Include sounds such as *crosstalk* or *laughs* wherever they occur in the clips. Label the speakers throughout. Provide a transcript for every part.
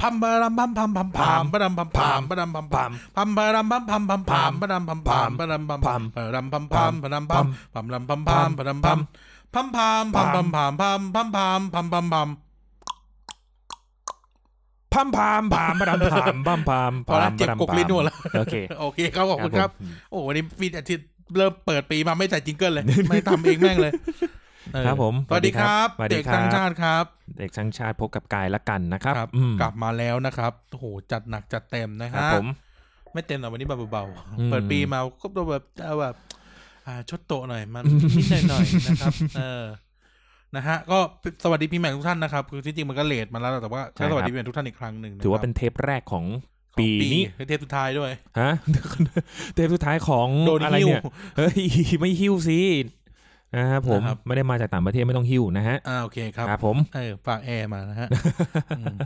Speaker 1: พัมบารัมพัมพัมพัมพัมบารัมพัมพัมบารัมพัมพัมพัมบารัมพัมพัมพัมพัมบารัมพัมพัมบารัมพัมพัมบารัมพัมพัมบารัมพัมพัมรัมพัมพัมบารัมพัมพัมพัมพัมพัมพัมพัมพัมพัมพัมพัมพัม
Speaker 2: พัมพามพามพามพามพามพาม
Speaker 1: พอละเจ็บกกลิ้นหมด *laughs* แล้ว
Speaker 2: โอเค
Speaker 1: โอเคครับขอบคุณค
Speaker 2: ครั
Speaker 1: รับบ
Speaker 2: ผม
Speaker 1: โอ้วันนี้ฟีดอาทิตย์เริ่มเปิดปีมาไม่ใส่จิงเกิลเลย ไม่ทำเองแม่งเลยเออ
Speaker 2: ครับผม
Speaker 1: สวัสดีครับ
Speaker 2: สวัสดี
Speaker 1: เด็ก
Speaker 2: ครับ
Speaker 1: ต่างชาติครับ
Speaker 2: เด็กช่างชาติพบกับกายละกันนะครับ
Speaker 1: ครับ
Speaker 2: อืม
Speaker 1: กลับมาแล้วนะครับโอ้โหจัดหนักจัดเต็มนะ
Speaker 2: ครั
Speaker 1: ฮะ
Speaker 2: บผม
Speaker 1: ไม่เต็มหรอกวันนี้เบา
Speaker 2: อื
Speaker 1: ๆ
Speaker 2: ม
Speaker 1: เปิดปีมาก็ต้องแบบเอาแบบอ่าชดโตะหน่อยมันนิดหน่อยๆนะครับ เออนะฮะ ก็สวัสดีปีใหม่ทุกท่านนะครับคือที่จริงมันก็เลทมาแล้วแต่ว่า
Speaker 2: ใช่
Speaker 1: ก็สวัสดี
Speaker 2: ค
Speaker 1: ปี
Speaker 2: รับ
Speaker 1: ใหม่ทุกท่านอีกครั้งหนึ่งะครับ
Speaker 2: ถือว่าเป็นเทปแรกของ
Speaker 1: ของ
Speaker 2: ปีนี้
Speaker 1: และเทปสุดท้ายด้วย *laughs*
Speaker 2: ฮะ เทปสุดท้ายของ
Speaker 1: โดน
Speaker 2: อะไร
Speaker 1: หิ้ว
Speaker 2: เนี่ยเฮ้ยไม่หิ้วสินะครับผม
Speaker 1: นะครับ
Speaker 2: ไม่ได้มาจากต่างประเทศไม่ต้องหิ้วนะฮะ
Speaker 1: อ่าโอเคครับ
Speaker 2: ครับผม
Speaker 1: เออฝากแอร์มานะฮะ อืม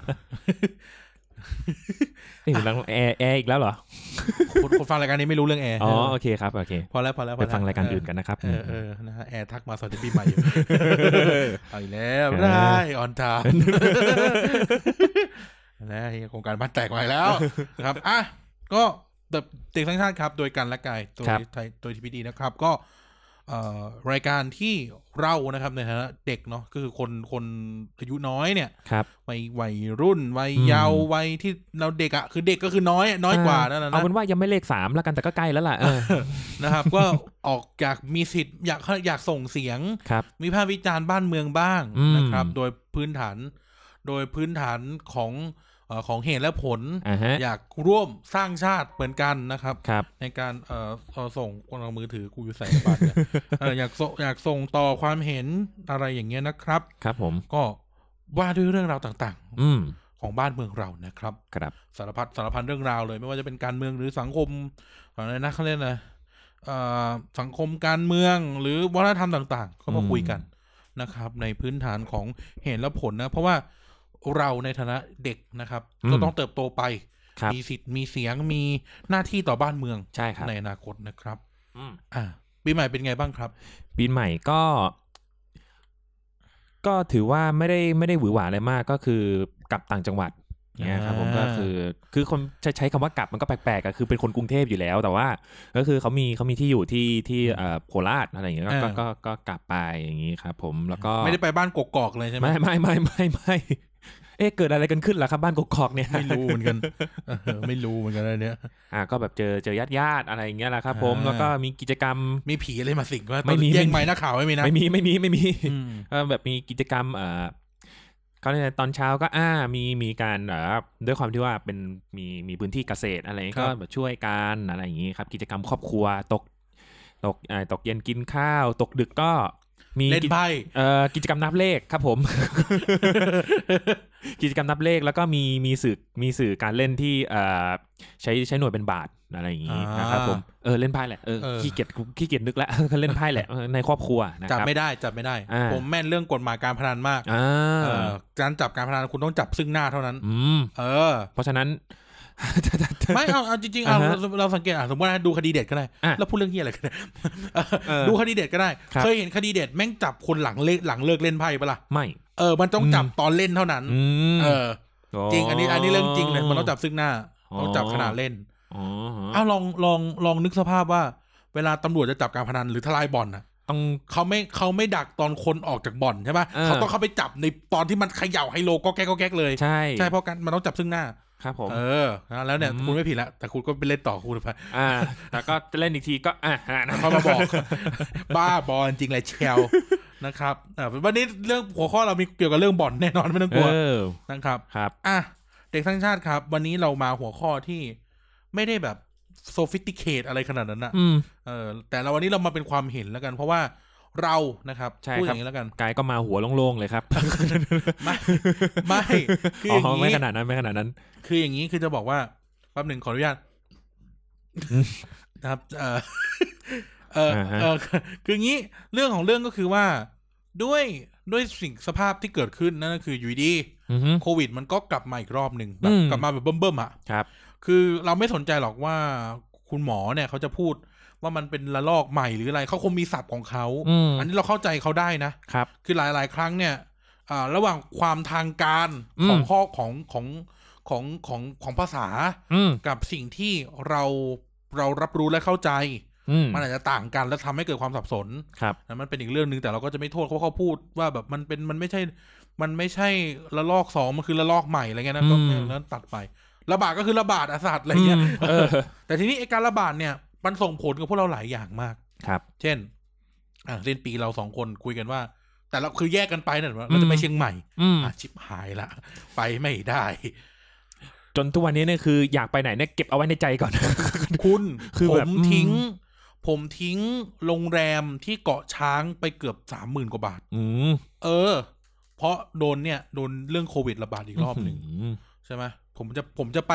Speaker 2: นี่หลังแอร์แอร์อีกแล้วเหรอ
Speaker 1: คนคนฟังรายการนี้ไม่รู้เรื่องแอร์
Speaker 2: อ๋อโอเคครับโอเค
Speaker 1: พอแล้วพอแล้วพ
Speaker 2: ไป
Speaker 1: อแล้ว
Speaker 2: ฟังรายการอื่นกันนะครับ
Speaker 1: เออเออนะฮะแอร์ทักมาสวัสดีปีให
Speaker 2: *laughs*
Speaker 1: ม่อยู่ เอาอีกแล้ว
Speaker 2: เออ
Speaker 1: ได้ออนทา *laughs* นะเฮียโครงการบ้านแตกไปแล้วนะครับอ่ะก็เด็กทั้งชาติครับ โดยกันและกายโดย
Speaker 2: ครับ
Speaker 1: ไทยโดยทีพีดีนะครับ ก็ เอ่อรายการที่เรานะครับในฐานะเด็กเนาะก็คือคนคนอายุน้อยเนี่ย
Speaker 2: ครับ
Speaker 1: วัยวัยรุ่นวัย
Speaker 2: อืม
Speaker 1: เยาว์วัยที่เราเด็กอะคือเด็กก็คือน้อยอะน้อยกว่านั่นแหละ
Speaker 2: เอา
Speaker 1: นะ
Speaker 2: เป็นว่ายังไม่เลขสามแล้วกันแต่ก็ใกล้แล้วล่ะเออ
Speaker 1: นะครับ ก็ออกอยากมีสิทธิ์อยากอยากส่งเสียง
Speaker 2: ครับ
Speaker 1: วิพากษ์วิจารณ์บ้านเมืองบ้าง
Speaker 2: อืม
Speaker 1: นะครับ โดยพื้นฐาน โดยพื้นฐานของเอ่อของเหตุและผล
Speaker 2: อ่าฮะ
Speaker 1: อยากร่วมสร้างชาติเหมือนกันนะครับ
Speaker 2: ครับ
Speaker 1: ในการเอ่อเอ่อส่งคนเอามือถือกูอยู่ใส่บัตร
Speaker 2: *laughs*
Speaker 1: เนี่ยเอ่ออยากส่งอยากส่งต่อความเห็นอะไรอย่างเงี้ยนะครับ
Speaker 2: ครับผม
Speaker 1: ก็ว่าด้วยเรื่องราวต่าง
Speaker 2: อืม
Speaker 1: ๆ ของบ้านเมืองเรานะครับ
Speaker 2: ครับ
Speaker 1: สารพัดสารพันเรื่องราวเลย ไม่ว่าจะเป็นการเมืองหรือสังคมอะไรนะเขาเรียกอะไรเอ่อสังคมการเมืองหรือวัฒนธรรมต่าง ๆ ก็มา
Speaker 2: อืม
Speaker 1: คุยกันนะครับ ในพื้นฐานของเหตุและผลนะ เพราะว่าเราในฐานะเด็กนะครับก็ต้องเติบโตไป
Speaker 2: ครับ
Speaker 1: มีสิทธิ์มีเสียงมีหน้าที่ต่อบ้านเมือง
Speaker 2: ใช่ครับ
Speaker 1: ในอนาคตนะครับ
Speaker 2: อืม
Speaker 1: อ่าปีใหม่เป็นไงบ้างครับ
Speaker 2: ปีใหม่ก็ ก็ถือว่าไม่ได้ไม่ได้หวือหวาอะไรมากก็คือกลับต่างจังหวัดเนี่ยครับผม
Speaker 1: อ่า
Speaker 2: ก็คือ คือคนจะใช้คำว่ากลับมันก็แปลกๆอะคือเป็นคนกรุงเทพอยู่แล้ว แต่ว่า ก็คือเขามีเขามีที่อยู่ที่ที่เอ่อโคราชอะไรอย่างเงี้ยก็ก็ก็ก็กลับไปอย่างงี้ครับผมแล้วก็
Speaker 1: ไม่ได้ไปบ้านกกอกเลยใช่ไหม
Speaker 2: ไม่ไม่ไม่ไม่ไม่เอ๊ะเกิดอะไรกันขึ้นล่ะครับบ้านกกอกเนี่ย
Speaker 1: ไม่รู้เหมือนกันเออไม่รู้เหมือนกันเลยเนี่ย
Speaker 2: อ่าก็แบบเจอเจอญาติญาติๆอะไรอย่างเงี้ยแหละครับ ผม
Speaker 1: อ่า
Speaker 2: แล้วก็มีกิจกรรม
Speaker 1: มีผีอะไรมาสิงว่า
Speaker 2: ไม่มี
Speaker 1: แย่ง
Speaker 2: ไม่มี
Speaker 1: ไม้หน้าข่าวไม่มีนะ
Speaker 2: ไม่มีไม่มีไม่มี
Speaker 1: อืม
Speaker 2: ก็แบบมีกิจกรรมเอ่อก็ในตอนเช้าก็อ่ามีมีการเอ่อด้วยความที่ว่าเป็นมีมีพื้นที่เกษตรอะไร
Speaker 1: ครั
Speaker 2: ก็
Speaker 1: บ
Speaker 2: แบบช่วยกันอะไรอย่างงี้ครับ กิจกรรมครอบครัวตกตกอ่าตกเย็นกินข้าว ตกดึกก็มี
Speaker 1: เล่น
Speaker 2: กิจ
Speaker 1: ไพ่
Speaker 2: เอ่อกิจกรรมนับเลขครับผม *laughs* กิจกรรมนับเลขแล้วก็มีมีสื่อมีสื่อการเล่นที่เอ่อใช้ใช้หน่วยเป็นบาทอะไรอย่างงี้นะครับผมเออเล่นไพ่แหละเออ
Speaker 1: เออ
Speaker 2: ขี้เกียจขี้เกียจนึกแล้ว *laughs* ก็เล่นไพ่แหละเออในครอบครัวนะค
Speaker 1: จับ
Speaker 2: รับ
Speaker 1: ไม่ได้จับไม่ได้
Speaker 2: อ่า
Speaker 1: ผมแม่นเรื่องกฎหมายการพนันมาก
Speaker 2: อ่า
Speaker 1: เออการจับการพนันคุณต้องจับซึ่งหน้าเท่านั้น
Speaker 2: อืม
Speaker 1: เออ
Speaker 2: เพราะฉะนั้น *laughs*
Speaker 1: ไม่เอาเอาจริงๆเอา
Speaker 2: อ่าฮะ
Speaker 1: เราเราสังเกตอ่ะสมมติว่าดูคดีเด็ดก็ได้
Speaker 2: อ่ะ
Speaker 1: แล้วพูดเรื่องเฮียอะไรก็ได้ *laughs* เออ
Speaker 2: เออ
Speaker 1: ดูคดีเด็ดก็ได้
Speaker 2: ครับ
Speaker 1: เคยเห็นคดีเด็ดแม่งจับคนหลังเลิกหลังเลิกเล่นไพ่ปะล่ะ
Speaker 2: ไม่
Speaker 1: เออมันต้องจับ
Speaker 2: อืม
Speaker 1: ตอนเล่นเท่านั้น
Speaker 2: อืม
Speaker 1: เออ จริง อันนี้อันนี้เรื่องจริงเลยมันต้องจับซึ่งหน้าต้องจับขนาดเล่น
Speaker 2: อ๋อ
Speaker 1: อ้าวลองลองลองนึกสภาพว่า เวลาตำรวจจะจับการพนันหรือทลายบ่อนอ่ะ
Speaker 2: ต้อง
Speaker 1: เขาไม่เขาไม่ดักตอนคนออกจากบ่อนใช่ปะ
Speaker 2: เออ
Speaker 1: เขาต้องเข้าไปจับในตอนที่มันเขย่าไฮโลก็แก๊กก็แก๊กเลย
Speaker 2: ใช่
Speaker 1: เพราะกันมันต้องจับซึ่งหน้า
Speaker 2: ครับผม
Speaker 1: เออนะแล้วเนี่ย
Speaker 2: อืม
Speaker 1: คุณไม่ผิดละแต่คุณก็ไปเล่นต่อคุณไป
Speaker 2: อ่า แล้วก็เล่นอีกทีก็อ่าอ่านะ
Speaker 1: เขามาบอก *laughs* บ้าบอลจริงเลยเชล *laughs* นะครับอ่ะวันนี้เรื่องหัวข้อเรามีเกี่ยวกับเรื่องบ่อนแน่นอนไม่ต้อง
Speaker 2: เอก
Speaker 1: ลัว
Speaker 2: อ
Speaker 1: นะครับ
Speaker 2: ครับ
Speaker 1: อ่ะเด็กทั้างชาติครับ วันนี้เรามาหัวข้อที่ไม่ได้แบบโซฟิสติเคทอะไรขนาดนั้นนะ
Speaker 2: อืม
Speaker 1: เออแต่เราวันนี้เรามาเป็นความเห็นแล้วกัน เพราะว่าเรานะครับ
Speaker 2: ใช่
Speaker 1: พูดอ
Speaker 2: ครั
Speaker 1: ย่า
Speaker 2: บ
Speaker 1: งนี้แล้วกัน
Speaker 2: กายก็มาหัวโล่งๆเลยครับ
Speaker 1: ไม่ไม่
Speaker 2: *laughs*
Speaker 1: คือ
Speaker 2: อ๋
Speaker 1: อย่าง
Speaker 2: อ
Speaker 1: นี้
Speaker 2: ไม่ขนาดนั้นไม่ขนาดนั้น
Speaker 1: คืออย่างนี้คือจะบอกว่าแป๊บหนึ่งขออนุญาต *laughs* นะครับ เออเออ
Speaker 2: อ่าฮะ
Speaker 1: เออคืออย่างนี้เรื่องของเรื่องก็คือว่าด้วยด้วยสิ่งสภาพที่เกิดขึ้นนั่นก็คืออยู่ดี
Speaker 2: อือฮึ
Speaker 1: โควิด มันก็กลับมาอีกรอบหนึ่งแบบ
Speaker 2: อืม
Speaker 1: กลับมาแบบเบิ่มๆอ่ะ
Speaker 2: ครับ
Speaker 1: คือเราไม่สนใจหรอกว่าคุณหมอเนี่ยเขาจะพูดว่ามันเป็นระลอกใหม่หรืออะไรเขาคงมีศัพท์ของเขา
Speaker 2: อืม
Speaker 1: อันนี้เราเข้าใจเขาได้นะ
Speaker 2: ครับ
Speaker 1: คือหลาย ๆ ครั้งเนี่ยอ่าระหว่างความทางการของ
Speaker 2: อืม
Speaker 1: ข้อของของ ของของของภาษา
Speaker 2: อืม
Speaker 1: กับสิ่งที่เราเรารับรู้และเข้าใจ
Speaker 2: อืม
Speaker 1: มันอาจจะต่างกันและทำให้เกิดความสับสน
Speaker 2: ครับ
Speaker 1: นะมันเป็นอีกเรื่องหนึ่งแต่เราก็จะไม่โทษเขาเพราะเขาพูดว่าแบบมันเป็นมันไม่ใช่ มันไม่ใช่ละลอกสองมันคือละลอกใหม่อะไรเงี้ยนะก็แล้วตัดไประบาดก็คือระบาดอาสัตว์อะไรเงี้ย
Speaker 2: มเออ
Speaker 1: แต่ทีนี้ไอ้การระบาดเนี่ยมันส่งผลกับพวกเราหลายอย่างมาก
Speaker 2: ครับ
Speaker 1: เช่น อ่ะสิ้นปีเราสองคนคุยกันว่า แต่เราคือแยกกันไปเนี่ยเราจะไปเชียงใหม่
Speaker 2: อืม
Speaker 1: อ่ะชิบหายละ ไปไม่ได้
Speaker 2: จนทุกวันนี้เนี่ยคืออยากไปไหนเนี่ยเก็บเอาไว้ในใจก่อน
Speaker 1: คุณ
Speaker 2: คือ
Speaker 1: ผ
Speaker 2: แบ
Speaker 1: ม
Speaker 2: บอืม
Speaker 1: ทิ้ง ผมทิ้งโรงแรมที่เกาะช้างไปเกือบสามหมื่นกว่าบาท
Speaker 2: อืม
Speaker 1: เออ เพราะโดนเนี่ย โดนเรื่องโควิดระบาดอีกรอบหนึ่ง
Speaker 2: ม
Speaker 1: ใช่ไหมผมจะผมจะไป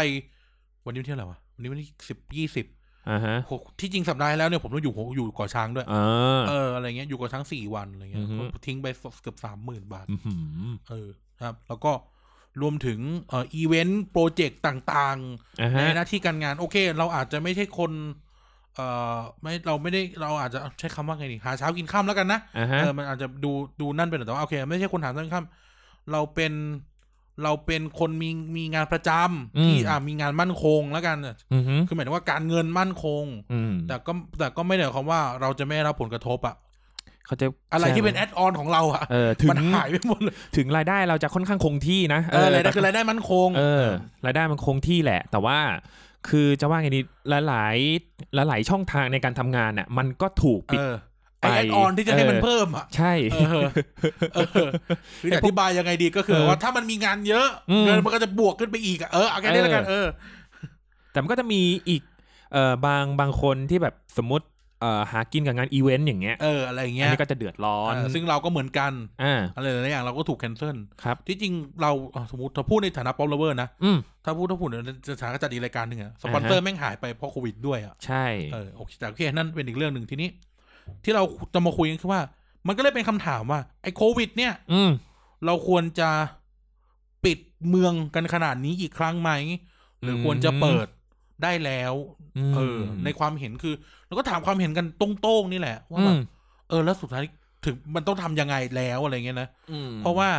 Speaker 1: วันนี้วันที่อะไหรวะวันนี้วันที่สิบยี่สิบ
Speaker 2: อ่าฮะ
Speaker 1: ที่จริงสัปดาห์ที่แล้วเนี่ยผมต้องอยู่หัวอยู่เกาะช้างด้วย
Speaker 2: อ่า
Speaker 1: เอออะไรเงี้ยอยู่กับช้างสี่วันอะไรเงี้ย
Speaker 2: อือฮึ
Speaker 1: ก็ทิ้งไปเกือบสามหมื่นบาท
Speaker 2: อื้อหือ
Speaker 1: เออครับ แล้วก็รวมถึงเอ่ออีเวนต์โปรเจกต์ต่าง
Speaker 2: อ่า
Speaker 1: ๆ ใน
Speaker 2: ฮะ
Speaker 1: หน้าที่การงาน โอเค เราอาจจะไม่ใช่คน เอ่อไม่เราไม่ได้เราอาจจะใช้คำว่าไงดีหาเช้ากินข้ามแล้วกันนะ
Speaker 2: อ่าฮะ
Speaker 1: เออมันอาจจะดูดูนั่นไปหน่อยแต่ว่าโอเค ไม่ใช่คนหาเช้ากินข้ามเราเป็นเราเป็นคนมีมีงานประจำที่อ่ามีงานมั่นคงแล้วกันน่ะ
Speaker 2: อือหือ
Speaker 1: คือหมายถึงว่าการเงินมั่นคง
Speaker 2: อืม
Speaker 1: แต่ก็แต่ก็ไม่ได้หมายความว่าเราจะไม่ได้รับผลกระทบอะ
Speaker 2: เขาจะ
Speaker 1: อะไรที่เป็นแอดออนของเราอะ
Speaker 2: เออถึง
Speaker 1: มันหายไปหมดเลย
Speaker 2: ถึงรายได้เราจะค่อนข้างคงที่นะ
Speaker 1: เอออะไรายได้
Speaker 2: แต่
Speaker 1: คือรายได้มั่นคง
Speaker 2: เออรายได้มันคงที่แหละ แต่ว่าคือจะว่าไงดีหลายๆหลายๆช่องทางในการทำงานน่ะมันก็ถูก
Speaker 1: เอ
Speaker 2: ปิด
Speaker 1: อไอแอดออนที่จะให้มัน
Speaker 2: เออ
Speaker 1: เพิ่มอะ
Speaker 2: ใช่
Speaker 1: เออเออคืออธิบายยังไงดีก็คือ
Speaker 2: เออ
Speaker 1: ว่าถ้ามันมีงานเยอะ
Speaker 2: อืม
Speaker 1: เงินมันก็จะบวกขึ้นไปอีกอะเออเอาแค่นี้
Speaker 2: เออ
Speaker 1: แล้วกันเออ
Speaker 2: แต่มันก็จะมีอีกเอ่อบางบางคนที่แบบสมมติเอ่อหากินกับงานอีเวนต์อย่างเงี้ย
Speaker 1: เอออะไรอย่าง
Speaker 2: อั
Speaker 1: เงี้
Speaker 2: น
Speaker 1: ย
Speaker 2: นี้ก็จะเดือดร้อน
Speaker 1: เออซึ่งเราก็เหมือนกัน
Speaker 2: อ่า
Speaker 1: อะไรหลายๆอย่างเราก็ถูกแคนเซิล
Speaker 2: ครับ
Speaker 1: ที่จริงเราอ่ะสมมติถ้าพูดในฐานะป๊อปเลเวอร์นะ
Speaker 2: อืม
Speaker 1: ถ้าพูดถ้าพูดในฐานะจัดอีกรายการหนึ่งอะสปอนเซอร์แม่งหายไปเพราะโควิดด้วยอะ
Speaker 2: ใช่
Speaker 1: เออโอเคแต่โอเคนั่นเป็นอีกเรื่องหนึ่งทีนี้ ที่เราจะมาคุยกันคือว่า มันก็เลยเป็นคำถามว่าไอ้โควิด เนี่ย
Speaker 2: อืม
Speaker 1: เราควรจะปิดเมืองกันขนาดนี้อีกครั้งไหม หรือควรจะเปิดได้แล้ว
Speaker 2: ม
Speaker 1: เออ ในความเห็นคือเราก็ถามความเห็นกันตรงๆนี่แหละว่า
Speaker 2: อื
Speaker 1: แบ
Speaker 2: ม
Speaker 1: บเออแล้วสุดท้ายถึงมันต้องทำยังไงแล้วอะไรเงี้ยนะ
Speaker 2: อืม
Speaker 1: เพราะว่า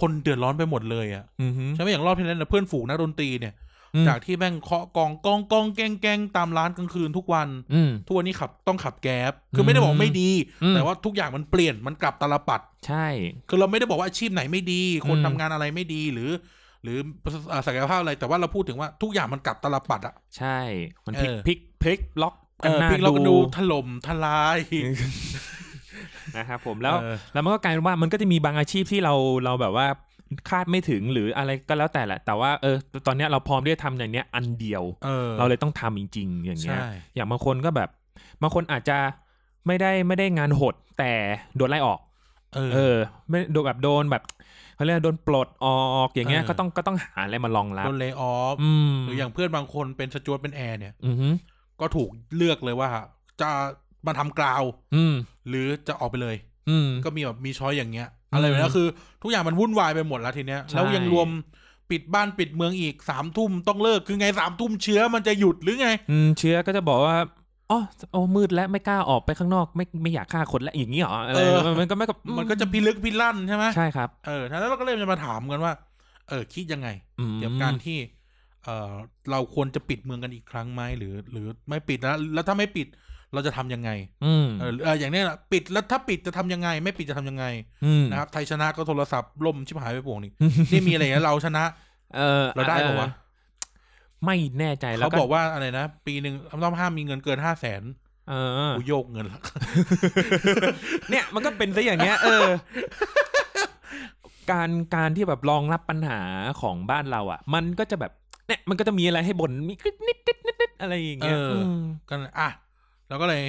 Speaker 1: คนเดือดร้อนไปหมดเลยอะ
Speaker 2: อือหือ
Speaker 1: ใช่ไหมอย่างรอบที่แล้วนะเพื่อนฝูงนักดนตรีเนี่ย
Speaker 2: อืม
Speaker 1: จากที่แม่งเคาะกองกองกองแกงแกงตามร้านกลางคืนทุกวัน
Speaker 2: อืม
Speaker 1: ทุกวันนี้ขับต้องขับแก๊บคือไม่ได้บอกไม่ดี
Speaker 2: อืม
Speaker 1: แต่ว่าทุกอย่างมันเปลี่ยนมันกลับตาลปัด
Speaker 2: ใช่
Speaker 1: คือเราไม่ได้บอกว่าอาชีพไหนไม่ดี คน
Speaker 2: อืม
Speaker 1: ทำงานอะไรไม่ดีหรือ หรืออ่าศักยภาพอะไรแต่ว่าเราพูดถึงว่าทุกอย่างมันกลับตาลปัดอะ
Speaker 2: ใช่มันพลิก
Speaker 1: เออ
Speaker 2: พลิกพลิกล็อก
Speaker 1: เออ
Speaker 2: ห
Speaker 1: พลิกเราก็ดูถล่มทลาย
Speaker 2: นะครับผมแล้ว
Speaker 1: เออ
Speaker 2: แล้วมันก็กลายเป็นว่ามันก็จะมีบางอาชีพที่เราเราแบบว่าคาดไม่ถึงหรืออะไรก็แล้วแต่แหละ แต่ว่าเออตอนเนี้ยเราพร้อมที่จะทำอย่างเนี้ยอันเดียว
Speaker 1: เออ
Speaker 2: เราเลยต้องทำจริง ๆ อย่างเงี้ย
Speaker 1: ใช่
Speaker 2: อย่างบางคนก็แบบบางคนอาจจะไม่ได้ไม่ได้งานหดแต่โดนไล่ออก
Speaker 1: เอ
Speaker 2: เอ
Speaker 1: อ
Speaker 2: อ ไม่โดนแบบโดนแบบเขาเรียกว่าโดนปลดออกอย่างเงี้ย
Speaker 1: เออ
Speaker 2: ก็ต้องก็ต้องหาอะไรมารองรับ
Speaker 1: โดนเล y o ออฟ
Speaker 2: อืม
Speaker 1: หรืออย่างเพื่อนบางคนเป็นสจวตเป็นแอร์เนี่ย
Speaker 2: อือหือ
Speaker 1: ก็ถูกเลือกเลยว่า จะมาทำกล่าว
Speaker 2: อืม
Speaker 1: หรือจะออกไปเลย
Speaker 2: อืม
Speaker 1: ก็มีแบบมีช้อยอย่างเงี้ย อะไร
Speaker 2: อืม
Speaker 1: แบบนั้นคือ ทุกอย่างมันวุ่นวายไปหมดแล้วทีเนี้ย
Speaker 2: ใช่
Speaker 1: แล้วยังรวมปิดบ้านปิดเมืองอีกสามทุ่มต้องเลิกคือไงสามทุ่มเชื้อมันจะหยุดหรือไง
Speaker 2: อืมเชื้อก็จะบอกว่าอ๋อโอ้มืดแล้วไม่กล้าออกไปข้างนอก ไม่ไม่อยากฆ่าคนแล้วอย่างนี้เหรออะไร
Speaker 1: เออ
Speaker 2: มันมันก็ไม่กับ
Speaker 1: มันก็จะพิลึกพิลั่นใช่ไหม
Speaker 2: ใช่ครับ
Speaker 1: เออแล้วเราก็เลยจะมาถามกันว่า เออ คิดยังไง
Speaker 2: อืม
Speaker 1: เกี่ยวกับการที่ เออเราควรจะปิดเมืองกันอีกครั้งไหมหรือ หรือไม่ปิดแล้วแล้วถ้าไม่ปิดเราจะทำยังไง
Speaker 2: อืม
Speaker 1: เออหรือเอออย่างเนี้ยแหละปิดแล้วถ้าปิดจะทำยังไง ไม่ปิดจะทำยังไง
Speaker 2: ม
Speaker 1: นะครับไทยชนะก็โทรศัพท์ล่มชิบหายไปพวงนี่ นี่มีอะไรอย่างเงี้ยเราชนะ
Speaker 2: เออ
Speaker 1: เราได้ปะวะ
Speaker 2: ไม่แน่ใจแล้
Speaker 1: เขา
Speaker 2: วก็
Speaker 1: บอกว่าอะไรนะ ปีหนึ่งต้องห้ามมีเงินเกินห้าแสน
Speaker 2: เออ
Speaker 1: กูโยกเงินละ
Speaker 2: เนี่ยมันก็เป็นซะอย่างเงี้ย เออ
Speaker 1: *laughs*
Speaker 2: การการที่แบบรองรับปัญหาของบ้านเราอ่ะ มันก็จะแบบเนี่ยมันก็จะมีอะไรให้บ่นมีนิดนิดนิดนิดอะไรอย่างเงี้ยม
Speaker 1: กันอ่ะแล้วก็เลย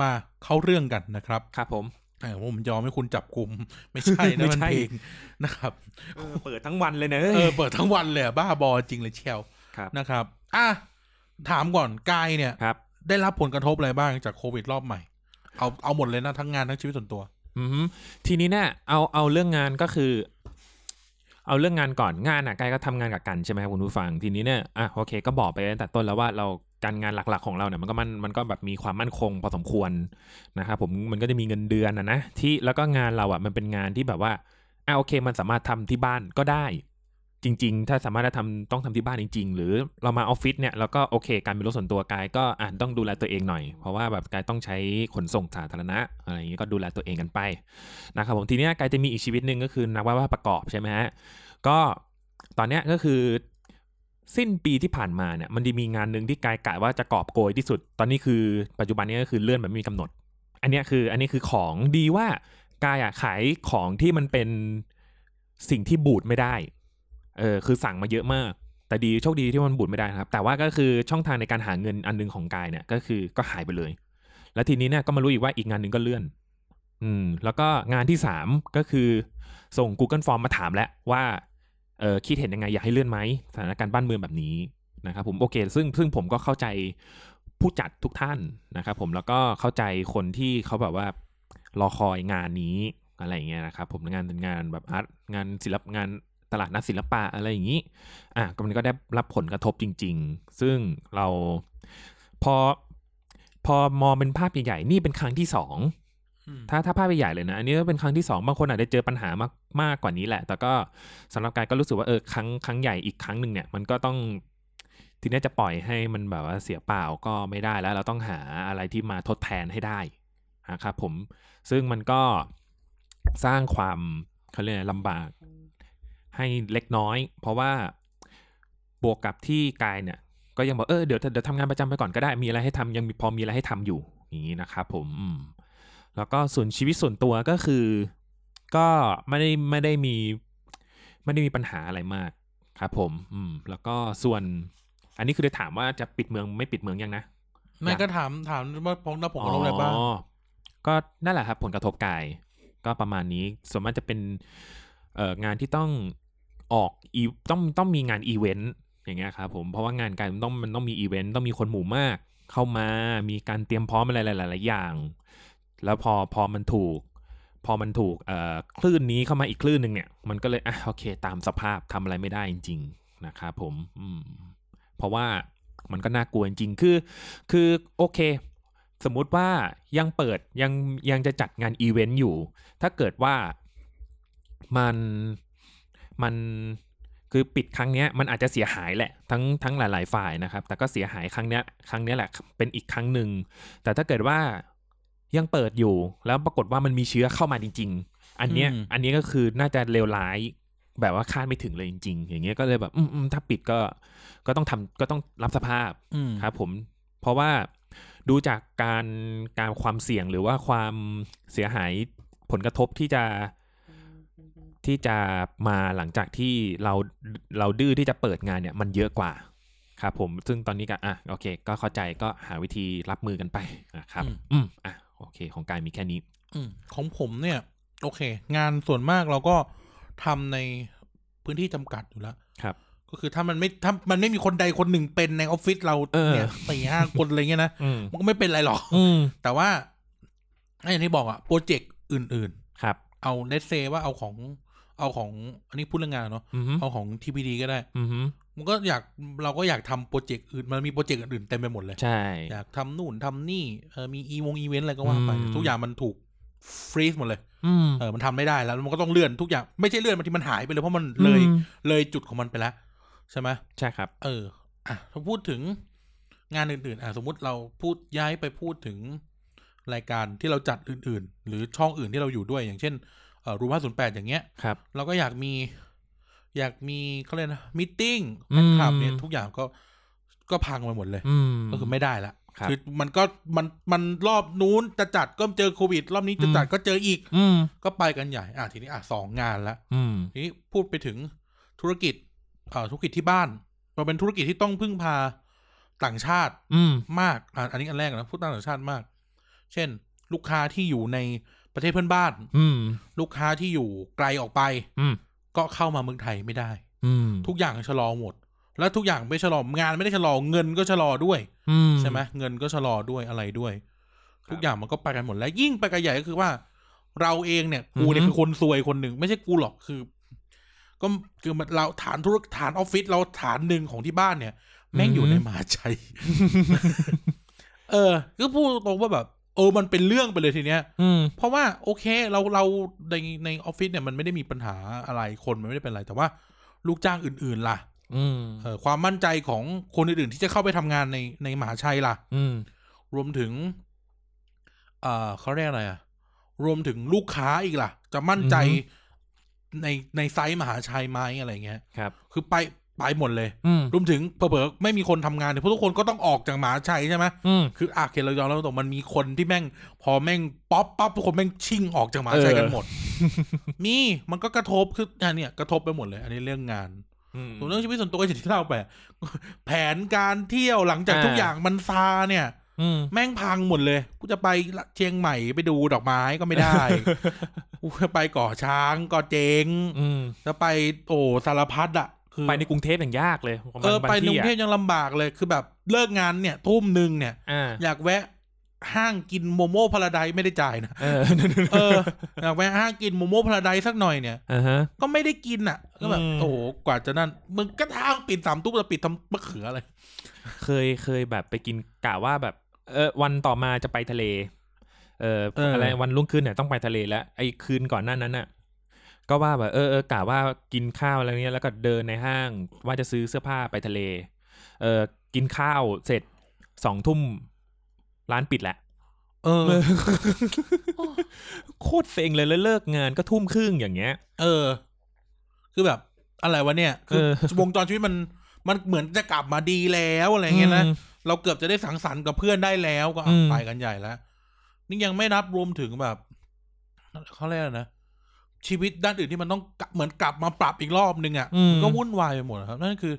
Speaker 1: มาเข้าเรื่องกันนะครับ
Speaker 2: ครับผม
Speaker 1: เออผมยอมให้คุณจับกลุ่ม *laughs* ไม่ใช่นะ
Speaker 2: *laughs* ไม่
Speaker 1: มัน
Speaker 2: ใช่
Speaker 1: เพลงนะครับ
Speaker 2: เออเปิดทั้งวันเลยนะเอ้ย
Speaker 1: เออเปิดทั้งวันเลยอะบ้าบอจริงเลยเชียว
Speaker 2: ครับ
Speaker 1: นะครับอ่ะถามก่อนกายเนี่ย
Speaker 2: ครับ
Speaker 1: ได้รับผลกระทบอะไรบ้างจากโควิดรอบใหม่ เอาเอาหมดเลยนะทั้งงานทั้งชีวิตส่วนตัว
Speaker 2: อืมทีนี้เนี่ยเอาเอาเรื่องงานก็คือ เอาเรื่องงานก่อนงานอ่ะกายก็ทำงานกับกันใช่ไหมครับคุณผู้ฟังทีนี้เนี่ยอ่ะโอเค ก็บอกไปตั้งแต่ต้นแล้วว่าเราการงานหลักๆของเราเนี่ยมันก็มันมันก็แบบมีความมั่นคงพอสมควรนะครับผมมันก็จะมีเงินเดือนนะนะที่แล้วก็งานเราอ่ะมันเป็นงานที่แบบว่าอ่ะโอเค มันสามารถทำที่บ้านก็ได้ จริง ๆ ถ้าสามารถจะทำต้องทำที่บ้านจริง ๆ หรือเรามาออฟฟิศเนี่ยเราก็โอเค การเป็นรถส่วนตัวกายก็อ่ะต้องดูแลตัวเองหน่อย เพราะว่าแบบกายต้องใช้ขนส่งสาธารณะอะไรอย่างงี้ก็ดูแลตัวเองกันไปนะครับผมทีเนี้ยกายจะมีอีกชีวิตหนึ่งก็คือนักวาดภาพประกอบใช่ไหมฮะก็ตอนเนี้ยก็คือ สิ้นปีที่ผ่านมาเนี่ยมันจะมีงานหนึ่งที่กายกะว่าจะกอบโกยที่สุด ตอนนี้คือปัจจุบันเนี้ก็คือเลื่อนแบบไม่มีกำหนด อันเนี้ยคืออันนี้คือของดีว่ากายอะขายของที่มันเป็นสิ่งที่บูดไม่ได้ เออคือสั่งมาเยอะมาก แต่ดีโชคดีที่มันบูดไม่ได้นะครับ แต่ว่าก็คือช่องทางในการหาเงินอันหนึงของกายเนี่ยก็คือก็หายไปเลย แล้วทีนี้เนี่ยก็มารู้อีกว่าอีกงานหนึ่งก็เลื่อน อืม แล้วก็งานที่สามก็คือส่ง Google Form มาถามแล้วว่าเออคิดเห็นยังไงอยากให้เลื่อนไหมสถานการณ์บ้านเมืองแบบนี้นะครับผมโอเค ซึ่งซึ่งผมก็เข้าใจผู้จัดทุกท่านนะครับผมแล้วก็เข้าใจคนที่เขาแบบว่ารอคอยงานนี้อะไรอย่างเงี้ยนะครับผมงานงานแบบอาร์ตงานศิลปงานตลาดนัดศิลปะอะไรอย่างนี้ อ่ะก็มันก็ได้รับผลกระทบจริง ๆ ซึ่งเราพอพอมองเป็นภาพใหญ่ๆนี่เป็นครั้งที่สอง
Speaker 1: อืม
Speaker 2: ถ้าถ้าภาพใหญ่ๆเลยนะ อันนี้ก็เป็นครั้งที่สองบางคนอาจจะเจอปัญหามากมากกว่านี้แหละ แต่ก็สำหรับการก็รู้สึกว่าเออครั้งครั้งใหญ่อีกครั้งหนึ่งเนี่ยมันก็ต้องทีเนี้ยจะปล่อยให้มันแบบว่าเสียเปล่าก็ไม่ได้แล้ว เราต้องหาอะไรที่มาทดแทนให้ได้นะครับผมซึ่งมันก็สร้างความเขาเรียกอะไรลำบากให้เล็กน้อย เพราะว่าบวกกับที่กายเนี่ย ก็ยังบอกเออเดี๋ยวเดี๋ยวทำงานประจำไปก่อนก็ได้มีอะไรให้ทำยังมีพอมีอะไรให้ทำอยู่อย่างนี้นะครับผมอืม แล้วก็ส่วนชีวิตส่วนตัวก็คือ ก็ไม่ได้ไม่ได้มีไม่ได้มีปัญหาอะไรมากครับผม อืม แล้วก็ส่วน อันนี้คือจะถามว่าจะปิดเมืองไม่ปิดเมืองยังนะ
Speaker 1: ไม่ก็ถามถามว่าพงนับผงกระทบอะไรบ้าง
Speaker 2: อก็นั่นแหละครับผลกระทบกาย ก็ประมาณนี้ ส่วนมากจะเป็นเอ่องานที่ต้องออกอีต้องต้องมีงานอีเวนต์อย่างเงี้ยครับผมเพราะว่างานการมันต้องมันต้องมีอีเวนต์ต้องมีคนหมู่มาก เข้ามามีการเตรียมพร้อมอะไรหลายๆอย่าง แล้วพอพอมันถูก พอมันถูกเอ่อคลื่นนี้เข้ามาอีกคลื่นหนึ่งเนี่ย มันก็เลยอ่ะโอเค ตามสภาพทำอะไรไม่ได้จริง ๆ นะครับผมอืม เพราะว่ามันก็น่ากลัวจริงๆ คือ คือโอเค สมมุติว่ายังเปิดยังยังจะจัดงานอีเวนต์อยู่ ถ้าเกิดว่ามันมันคือปิดครั้งเนี้ยมันอาจจะเสียหายแหละทั้งทั้งหลาย ๆ ฝ่ายนะครับ แต่ก็เสียหายครั้งเนี้ยครั้งเนี้ยแหละเป็นอีกครั้งหนึ่ง แต่ถ้าเกิดว่ายังเปิดอยู่แล้วปรากฏว่ามันมีเชื้อเข้ามาจริง ๆ อันเนี้ยอันนี้ก็คือน่าจะเลวร้ายแบบว่าคาดไม่ถึงเลยจริง ๆ อย่างเงี้ยก็เลยแบบอืมอืมถ้าปิดก็ก็ต้องทำก็ต้องรับสภาพ
Speaker 1: อืม
Speaker 2: ครับผมเพราะว่าดูจากการการความเสี่ยงหรือว่าความเสียหายผลกระทบที่จะที่จะมาหลังจากที่เราเราดื้อที่จะเปิดงานเนี่ยมันเยอะกว่าครับผมซึ่งตอนนี้ก็อ่ะโอเค ก็เข้าใจก็หาวิธีรับมือกันไปนะครับอืมอ่ะโอเค ของกายมีแค่นี้
Speaker 1: อืมของผมเนี่ย โอเค งานส่วนมากเราก็ทำในพื้นที่จำกัดอยู่แล้ว
Speaker 2: ครับ
Speaker 1: ก็คือถ้ามันไม่ถ้ามันไม่มีคนใดคนหนึ่งเป็นในออฟฟิศเรา
Speaker 2: เออ
Speaker 1: เนี่ยสี่ห้าคนอะไรเงี้ยนะ
Speaker 2: อืม
Speaker 1: มันก็ไม่เป็นไรหรอก
Speaker 2: อืม
Speaker 1: แต่ว่าอย่างที่บอกอะโปรเจกต์อื่น
Speaker 2: ครับ
Speaker 1: ๆ เอาเลสเซว่าเอาของเอาของอันนี้พูดเรื่องงานเนาะ
Speaker 2: อืม
Speaker 1: เอาของ TPD ก็ได้
Speaker 2: อืม
Speaker 1: มันก็อยากเราก็อยากทำโปรเจกต์อื่นมันมีโปรเจกต์อื่นๆเต็มไปหมดเลย
Speaker 2: ใช่
Speaker 1: อยากทำนู่นทำนี่เออมีอีวงอีเวนต์อะไรก็ว่าไป
Speaker 2: อืม
Speaker 1: ทุกอย่างมันถูกฟรีซหมดเลย
Speaker 2: อืม
Speaker 1: เออมันทำไม่ได้แล้วมันก็ต้องเลื่อนทุกอย่างไม่ใช่เลื่อนบางทีมันหายไปเลยเพราะมันเลย
Speaker 2: อืม
Speaker 1: เลยจุดของมันไปแล้วใช่ไหม
Speaker 2: ใช่ครับ
Speaker 1: เอออ่ะถ้าพูดถึงงานอื่นๆอ่ะสมมติเราพูดย้ายไปพูดถึงรายการที่เราจัดอื่น ๆ หรือช่องอื่นที่เราอยู่ด้วยอย่างเช่นเออรูมห้าศูนย์แปดอย่างเงี้ย
Speaker 2: ครับ
Speaker 1: เราก็อยากมี อยากมีเขาเรียกนะมิทติ้ง
Speaker 2: อื
Speaker 1: แฟนค
Speaker 2: ม
Speaker 1: ลับเนี่ยทุกอย่างก็ก็พังไปหมดเลย
Speaker 2: อืม
Speaker 1: ก็คือไม่ได้ละ
Speaker 2: ครับ
Speaker 1: อมันก็มันมันรอบนู้นจะจัดก็เจอโควิด รอบนี้จะจัด
Speaker 2: อืม
Speaker 1: ก็เจออีก
Speaker 2: อืม
Speaker 1: ก็ไปกันใหญ่ อ่ะทีนี้อ่ะสองงานละ
Speaker 2: อืม
Speaker 1: ทีนี้พูดไปถึงธุรกิจเอ่อธุรกิจที่บ้านเราเป็นธุรกิจที่ต้องพึ่งพาต่างชาติ
Speaker 2: อืม
Speaker 1: มากอ่ะอันนี้อันแรกนะพูดต่างชาติมาก เช่น ลูกค้าที่อยู่ในประเทศเพื่อนบ้าน
Speaker 2: อืม
Speaker 1: ลูกค้าที่อยู่ไกลออกไป
Speaker 2: อืม
Speaker 1: ก็เข้ามาเมืองไทยไม่ได้
Speaker 2: อืม
Speaker 1: ทุกอย่างชะลอหมด แล้วทุกอย่างไม่ชะลองานไม่ได้ชะลอเงินก็ชะลอด้วย
Speaker 2: อืม
Speaker 1: ใช่ไหมเงินก็ชะลอด้วยอะไรด้วย
Speaker 2: ครับ
Speaker 1: ทุกอย่างมันก็ไปกันหมดแล้วยิ่งไปกันใหญ่ก็คือว่า เราเองเนี่ย
Speaker 2: อื
Speaker 1: กู
Speaker 2: อฮึ
Speaker 1: เนี่ยเป็นคนซวยคนหนึ่งไม่ใช่กูหรอกคือ ก็คือมันเราฐานธุรกฐานออฟฟิศเราฐานหนึ่งของที่บ้านเนี่ยแม่งอยู่ในมหาชัย เออก็พูดตรงๆว่าแบบ เออมันเป็นเรื่องไปเลยทีเนี้ย
Speaker 2: อืม
Speaker 1: เพราะว่าโอเคเราเราในในออฟฟิศเนี่ยมันไม่ได้มีปัญหาอะไรคนมันไม่ได้เป็นอะไร แต่ว่า ลูกจ้างอื่น ๆ ล่ะ
Speaker 2: อืม
Speaker 1: เอ่อความมั่นใจของคนอื่นๆที่จะเข้าไปทำงานในในมหาชัยล่ะ
Speaker 2: อืม
Speaker 1: รวมถึงเอ่อเขาเรียกอะไรอ่ะ รวมถึงลูกค้าอีกล่ะ จะมั่นใจในในไซส์มหาชัยไหมอะไรเงี้ย
Speaker 2: ครับ
Speaker 1: คือไปไปหมดเลย
Speaker 2: อืม
Speaker 1: รวมถึงเผลอๆไม่มีคนทำงานเนี่ยเพราะทุกคนก็ต้องออกจากมหาชัยใช่ไหม
Speaker 2: อืม
Speaker 1: คืออ่ะโอเคเรายอมรับตรงมันมีคนที่แม่ง พอแม่งป๊อปปั๊บทุกคนแม่งชิ่งออกจากมหาชัยกันหมด มีมันก็กระทบคืออ่ะเนี่ยกระทบไปหมดเลย อันนี้เรื่องงาน
Speaker 2: อืม
Speaker 1: ส่วนเรื่องชีวิตส่วนตัวก็ *laughs* อย่างที่เล่าไป แผนการเที่ยวหลังจากทุก
Speaker 2: อ่า
Speaker 1: อย่างมันซาเนี่ย
Speaker 2: อืม
Speaker 1: แม่งพังหมดเลย กูจะไปเชียงใหม่ไปดูดอกไม้ก็ไม่ได้
Speaker 2: *laughs*
Speaker 1: กูจะไปก่อช้างก็เจ๊ง
Speaker 2: อืม
Speaker 1: จะไปโอ้สารพัดอะคือ
Speaker 2: ไปในกรุงเทพอย่างยากเลยของบาง
Speaker 1: เออบ
Speaker 2: า
Speaker 1: ไปในก
Speaker 2: ที่
Speaker 1: รุงเทพ
Speaker 2: อ่ะ
Speaker 1: ยังลำบากเลยคือแบบเลิกงานเนี่ย ทุ่มหนึ่งเนี่ย
Speaker 2: อ่า
Speaker 1: อยากแวะห้างกินโมโม่พาราไดซ์ไม่ได้จ่ายนะ
Speaker 2: เออ
Speaker 1: เออ อยากแวะห้างกินโมโม่พาราไดซ์สักหน่อยเนี่ย
Speaker 2: *laughs* อ่าฮะ
Speaker 1: ก็ไม่ได้กินอ่ะ ก็แบบ
Speaker 2: อืม
Speaker 1: โอ้โหกว่าจะนั่นมึงก็ทางปิดสามทุ่มจะปิดทำมะเขืออะไร
Speaker 2: เคยเคยแบบไปกินกะว่าแบบ เออวันต่อมาจะไปทะเล เอออะไรวันรุ่งขึ้นเนี่ยต้องไปทะเลแล้วไอ้คืนก่อนหน้านั้นน่ะ ก็ว่าแบบเออเออกะว่ากินข้าวอะไรเนี้ยแล้วก็เดินในห้างว่าจะซื้อเสื้อผ้าไปทะเล เออกินข้าวเสร็จสองทุ่มร้านปิดแหละ
Speaker 1: เออ
Speaker 2: โคตรเซ็งเลยแล้วเลิกงานก็ทุ่มครึ่งอย่างเงี้ย
Speaker 1: เออ คือแบบอะไรวะเนี่ย คือ
Speaker 2: เออ
Speaker 1: วงจรชีวิตมันมันเหมือนจะกลับมาดีแล้วอะไรเงี้ยนะ
Speaker 2: ม
Speaker 1: เราเกือบจะได้สังสรรค์กับเพื่อนได้แล้วก็อ่ะ
Speaker 2: อืม
Speaker 1: ไปกันใหญ่แล้ว นี่ยังไม่นับรวมถึงแบบเขาเรียกอะไรนะ ชีวิตด้านอื่นที่มันต้องกลับเหมือนกลับมาปรับอีกรอบนึงอ่ะ
Speaker 2: อืม
Speaker 1: ก็วุ่นวายไปหมดครับ นั่นคือ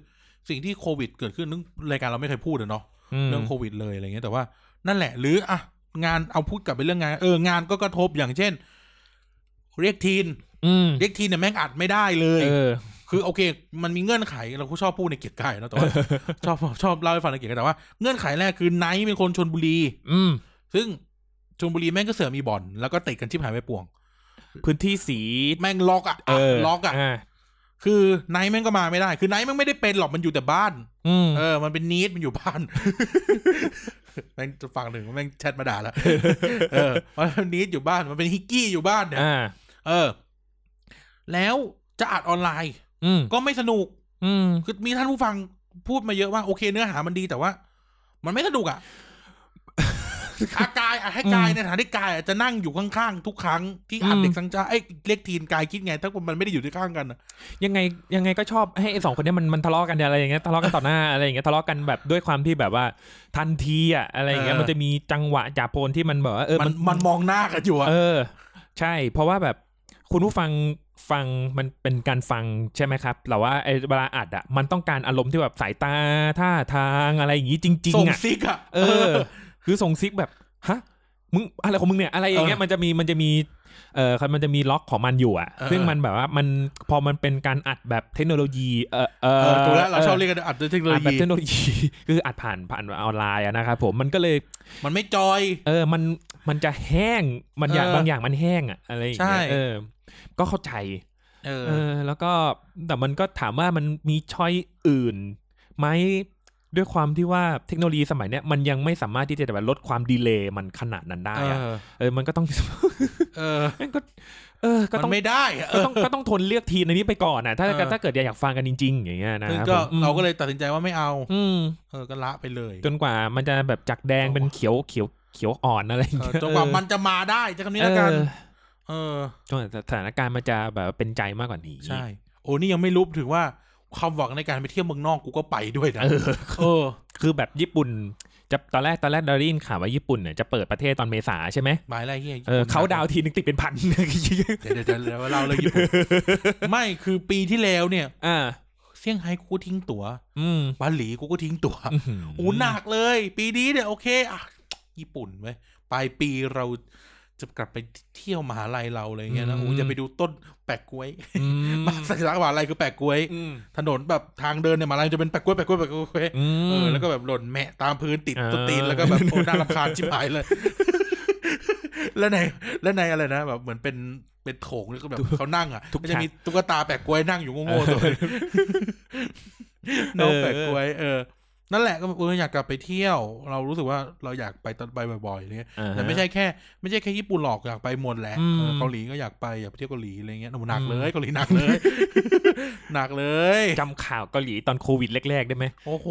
Speaker 1: สิ่งที่โควิดเกิดขึ้นนึกรายการเราไม่เคยพูดอะเนาะ
Speaker 2: ม
Speaker 1: เรื่องโควิดเลยอะไรเงี้ยแต่ว่านั่นแหละ หรืออ่ะงานเอาพูดกลับไปเรื่องงานเอองานก็กระทบอย่างเช่น เรียกทีน
Speaker 2: อืม
Speaker 1: เด็กทีนเนี่ยแม่งอัดไม่ได้เลย
Speaker 2: เออ
Speaker 1: คือโอเค มันมีเงื่อนไขเราก็ชอบพูดในเกียรติกายเนอะแต่ว่า *laughs* ชอบชอบเล่าให้ฟังในเกียรติกายแต่ว่าเงื่อนไขแรกคือไนท์เป็นคนชนบุรี
Speaker 2: อืม
Speaker 1: ซึ่งชนบุรีแม่งก็เสือกมีบ่อน แล้วก็ติดกันชิบหายไปป่วง
Speaker 2: พื้นที่สี
Speaker 1: แม่งล็อกอะ
Speaker 2: เออ
Speaker 1: ล็อกอะคือไนท์แม่งก็มาไม่ได้ คือไนท์แม่งไม่ได้เป็นหรอกมันอยู่แต่บ้าน
Speaker 2: อืม
Speaker 1: เออ มันเป็นนีดมันอยู่บ้าน *laughs* แม่งจะฟังหนึ่งแม่งแชทมาด่า
Speaker 2: *laughs*
Speaker 1: แล้วเออมันเป็นนีดอยู่บ้านมันเป็นฮิกกี้อยู่บ้านเนี่ย
Speaker 2: อ่า
Speaker 1: เออ แล้วจะอัดออนไลน์
Speaker 2: อืม
Speaker 1: ก็ไม่สนุก
Speaker 2: อืม
Speaker 1: คือมีท่านผู้ฟังพูดมาเยอะว่าโอเคเนื้อหามันดีแต่ว่า มันไม่ส
Speaker 2: *laughs*
Speaker 1: นุกอะ อากายอะให้กายในฐานะที่กายอะจะนั่งอยู่ข้างๆทุกครั้งที่อัด
Speaker 2: อืม
Speaker 1: เด็กสังจาไอ้ยเรียกทีนกายคิดไง ถ้ามันไม่ได้อยู่ที่ข้างกันอะ
Speaker 2: ยังไงยังไงก็ชอบให้ไอ้สองคนเนี้ยมันมันทะเลาะกันอะไรอย่างเงี้ยทะเลาะกันต่อหน้า อะไรอย่างเงี้ยทะเลาะกันแบบด้วยความที่แบบว่า ทันทีอ่ะอะไรอย่างเงี้ยมันจะมีจังหวะจ่าโพนที่มันแบบว่าเออ
Speaker 1: มันมันมองหน้ากันอยู่อะ
Speaker 2: เออ ใช่ เพราะว่าแบบคุณผู้ฟังฟังมันเป็นการฟังใช่ไหมครับแต่ว่าไอ้เวลาอัดอ่ะมันต้องการอารมณ์ที่แบบสายตาท่าทางอะไรอย่างงี้จริง
Speaker 1: ส่ง
Speaker 2: ๆอ่ะ
Speaker 1: ซิกอะ
Speaker 2: เออ คือส่งซิกแบบ ฮะ มึง อะไรของมึงเนี่ย อะไรอย่างเงี้ย มันจะมี มันจะมี เออมันจะมีล็อกของมันอยู่อะซึ่งมันแบบว่า มัน พอมันเป็นการอัดแบบเทคโนโลยี เออเอ
Speaker 1: เอ
Speaker 2: อ
Speaker 1: อถูกแล้วเราชอบเรียกกันอัดด้วยเทคโนโล
Speaker 2: อัดแบบ
Speaker 1: ยี
Speaker 2: เทคโนโลยี *laughs* คืออัดผ่านผ่านออนไลน์อะนะครับผม มันก็เลย
Speaker 1: มันไม่จอย
Speaker 2: เออ มัน มันจะแห้ง มันอย่า
Speaker 1: เออบ
Speaker 2: งางอย่างมันแห้งอะอะไรอย่างเงี้
Speaker 1: ใช่
Speaker 2: ย เออ ก็เข้าใจ
Speaker 1: เออ
Speaker 2: เออ แล้วก็ แต่มันก็ถามว่ามันมีช้อยอื่นไหมด้วยความที่ว่าเทคโนโลยีสมัยเนี้ยมันยังไม่สามารถที่จะแบบลดความดีเลย์มันขนาดนั้นได้
Speaker 1: เอ
Speaker 2: อะ
Speaker 1: อ
Speaker 2: เออมันก็ต้อง *laughs*
Speaker 1: เออ
Speaker 2: มันก็ เออ ก็
Speaker 1: มัน
Speaker 2: ต้อง
Speaker 1: ไม่ได้อะเอ
Speaker 2: ก็
Speaker 1: อ
Speaker 2: ต้องก็ต้องทนเลือกทีมในนี้ไปก่อนนะถ้า
Speaker 1: เออ
Speaker 2: ถ้าเกิดอยากฟังกันจริง ๆ อย่างเงี้ยนะ
Speaker 1: ซึ่งก็
Speaker 2: ผมอืม
Speaker 1: เราก็เลยตัดสินใจว่าไม่เอา
Speaker 2: อืม
Speaker 1: เออก็ละไปเลย
Speaker 2: จนกว่ามันจะแบบจากแดงเป็นเขียวเขียวเขียวอ่อนอะไรอย่า
Speaker 1: เอง อ
Speaker 2: เงี้ย
Speaker 1: จนกว่ามันจะมาได้จะคำนี้แล้วกัน
Speaker 2: เออ
Speaker 1: เออ
Speaker 2: จนกว่าสถานการณ์มันจะแบบเป็นใจมากกว่านี้
Speaker 1: ใช่ โอ้นี่ยังไม่รู้ถึงว่าความหวังในการไปเที่ยวเมืองนอกกูก็ไปด้วยนะ
Speaker 2: เออ
Speaker 1: เออ
Speaker 2: คือแบบญี่ปุ่นจะตอนแรกตอนแรกดารินข่าวว่าญี่ปุ่นเนี่ยจะเปิดประเทศตอนเมษาใช่ไหม
Speaker 1: หมายอะไรเฮีย
Speaker 2: เออเขาดาวน์ทีนึงติดเป็นพัน *laughs*
Speaker 1: เดี๋ยวเดี๋ยวเดี๋ยวเดี๋ยวเราเลยญี่ปุ่น *laughs* ไม่คือปีที่แล้วเนี่ย
Speaker 2: อ่า
Speaker 1: เซี่ยงไฮ้กูก็ทิ้งตั๋ว
Speaker 2: อืม
Speaker 1: บาหลีกูก็ทิ้งตั๋วโอ้หนักเลย ปีนี้เนี่ยโอเคอ่ะญี่ปุ่นเว้ยปลายปีเราจะกลับไปเที่ยวมหาลัยเราอะไรเงี้ยนะโอ้จะไปดูต้นแปะกล้วย
Speaker 2: อืม
Speaker 1: มาสัญลักษณ์มหาลัยคือแปะกล้วย
Speaker 2: อืม
Speaker 1: ถนนแบบทางเดินเนี่ยมหาลัยจะเป็นแปะกล้วยแปะกล้วยแปะกล้วย
Speaker 2: อืม
Speaker 1: เออแล้วก็แบบหล่นแมะตามพื้นติด
Speaker 2: อ่า
Speaker 1: ต้นตีนแล้วก็แบบโอ้น่ารำคาญชิบหายเลย แล้วในแล้วในอะไรนะแบบเหมือนเป็นเป็นโถงแล้วก็แบบเขานั่งอ่ะ
Speaker 2: ทุก
Speaker 1: มันจะมีตุ๊ก
Speaker 2: *laughs*
Speaker 1: ตาแปะกล้วยนั่งอยู่โง่ๆตัวหนึ่งน้องแปะกล้วยเออ นั่นแหละก็แบบเอออยากกลับไปเที่ยว เรารู้สึกว่าเราอยากไปตอนไปบ่อยๆอะไรเงี้ย
Speaker 2: อ่าฮะ
Speaker 1: แต่ไม่ใช่แค่ ไม่ใช่แค่ญี่ปุ่นหรอกอยากไปหมดแหละ
Speaker 2: อืม
Speaker 1: เออเกาหลีก็อยากไปอยากไปเที่ยวเกาหลีอะไรเงี้ยหนูหนัก
Speaker 2: อืม
Speaker 1: เลยเกาหลีหนักเลย *laughs* หนักเลย
Speaker 2: จำข่าวเกาหลีตอนโควิดแรกๆได้ไหม
Speaker 1: โอ้โห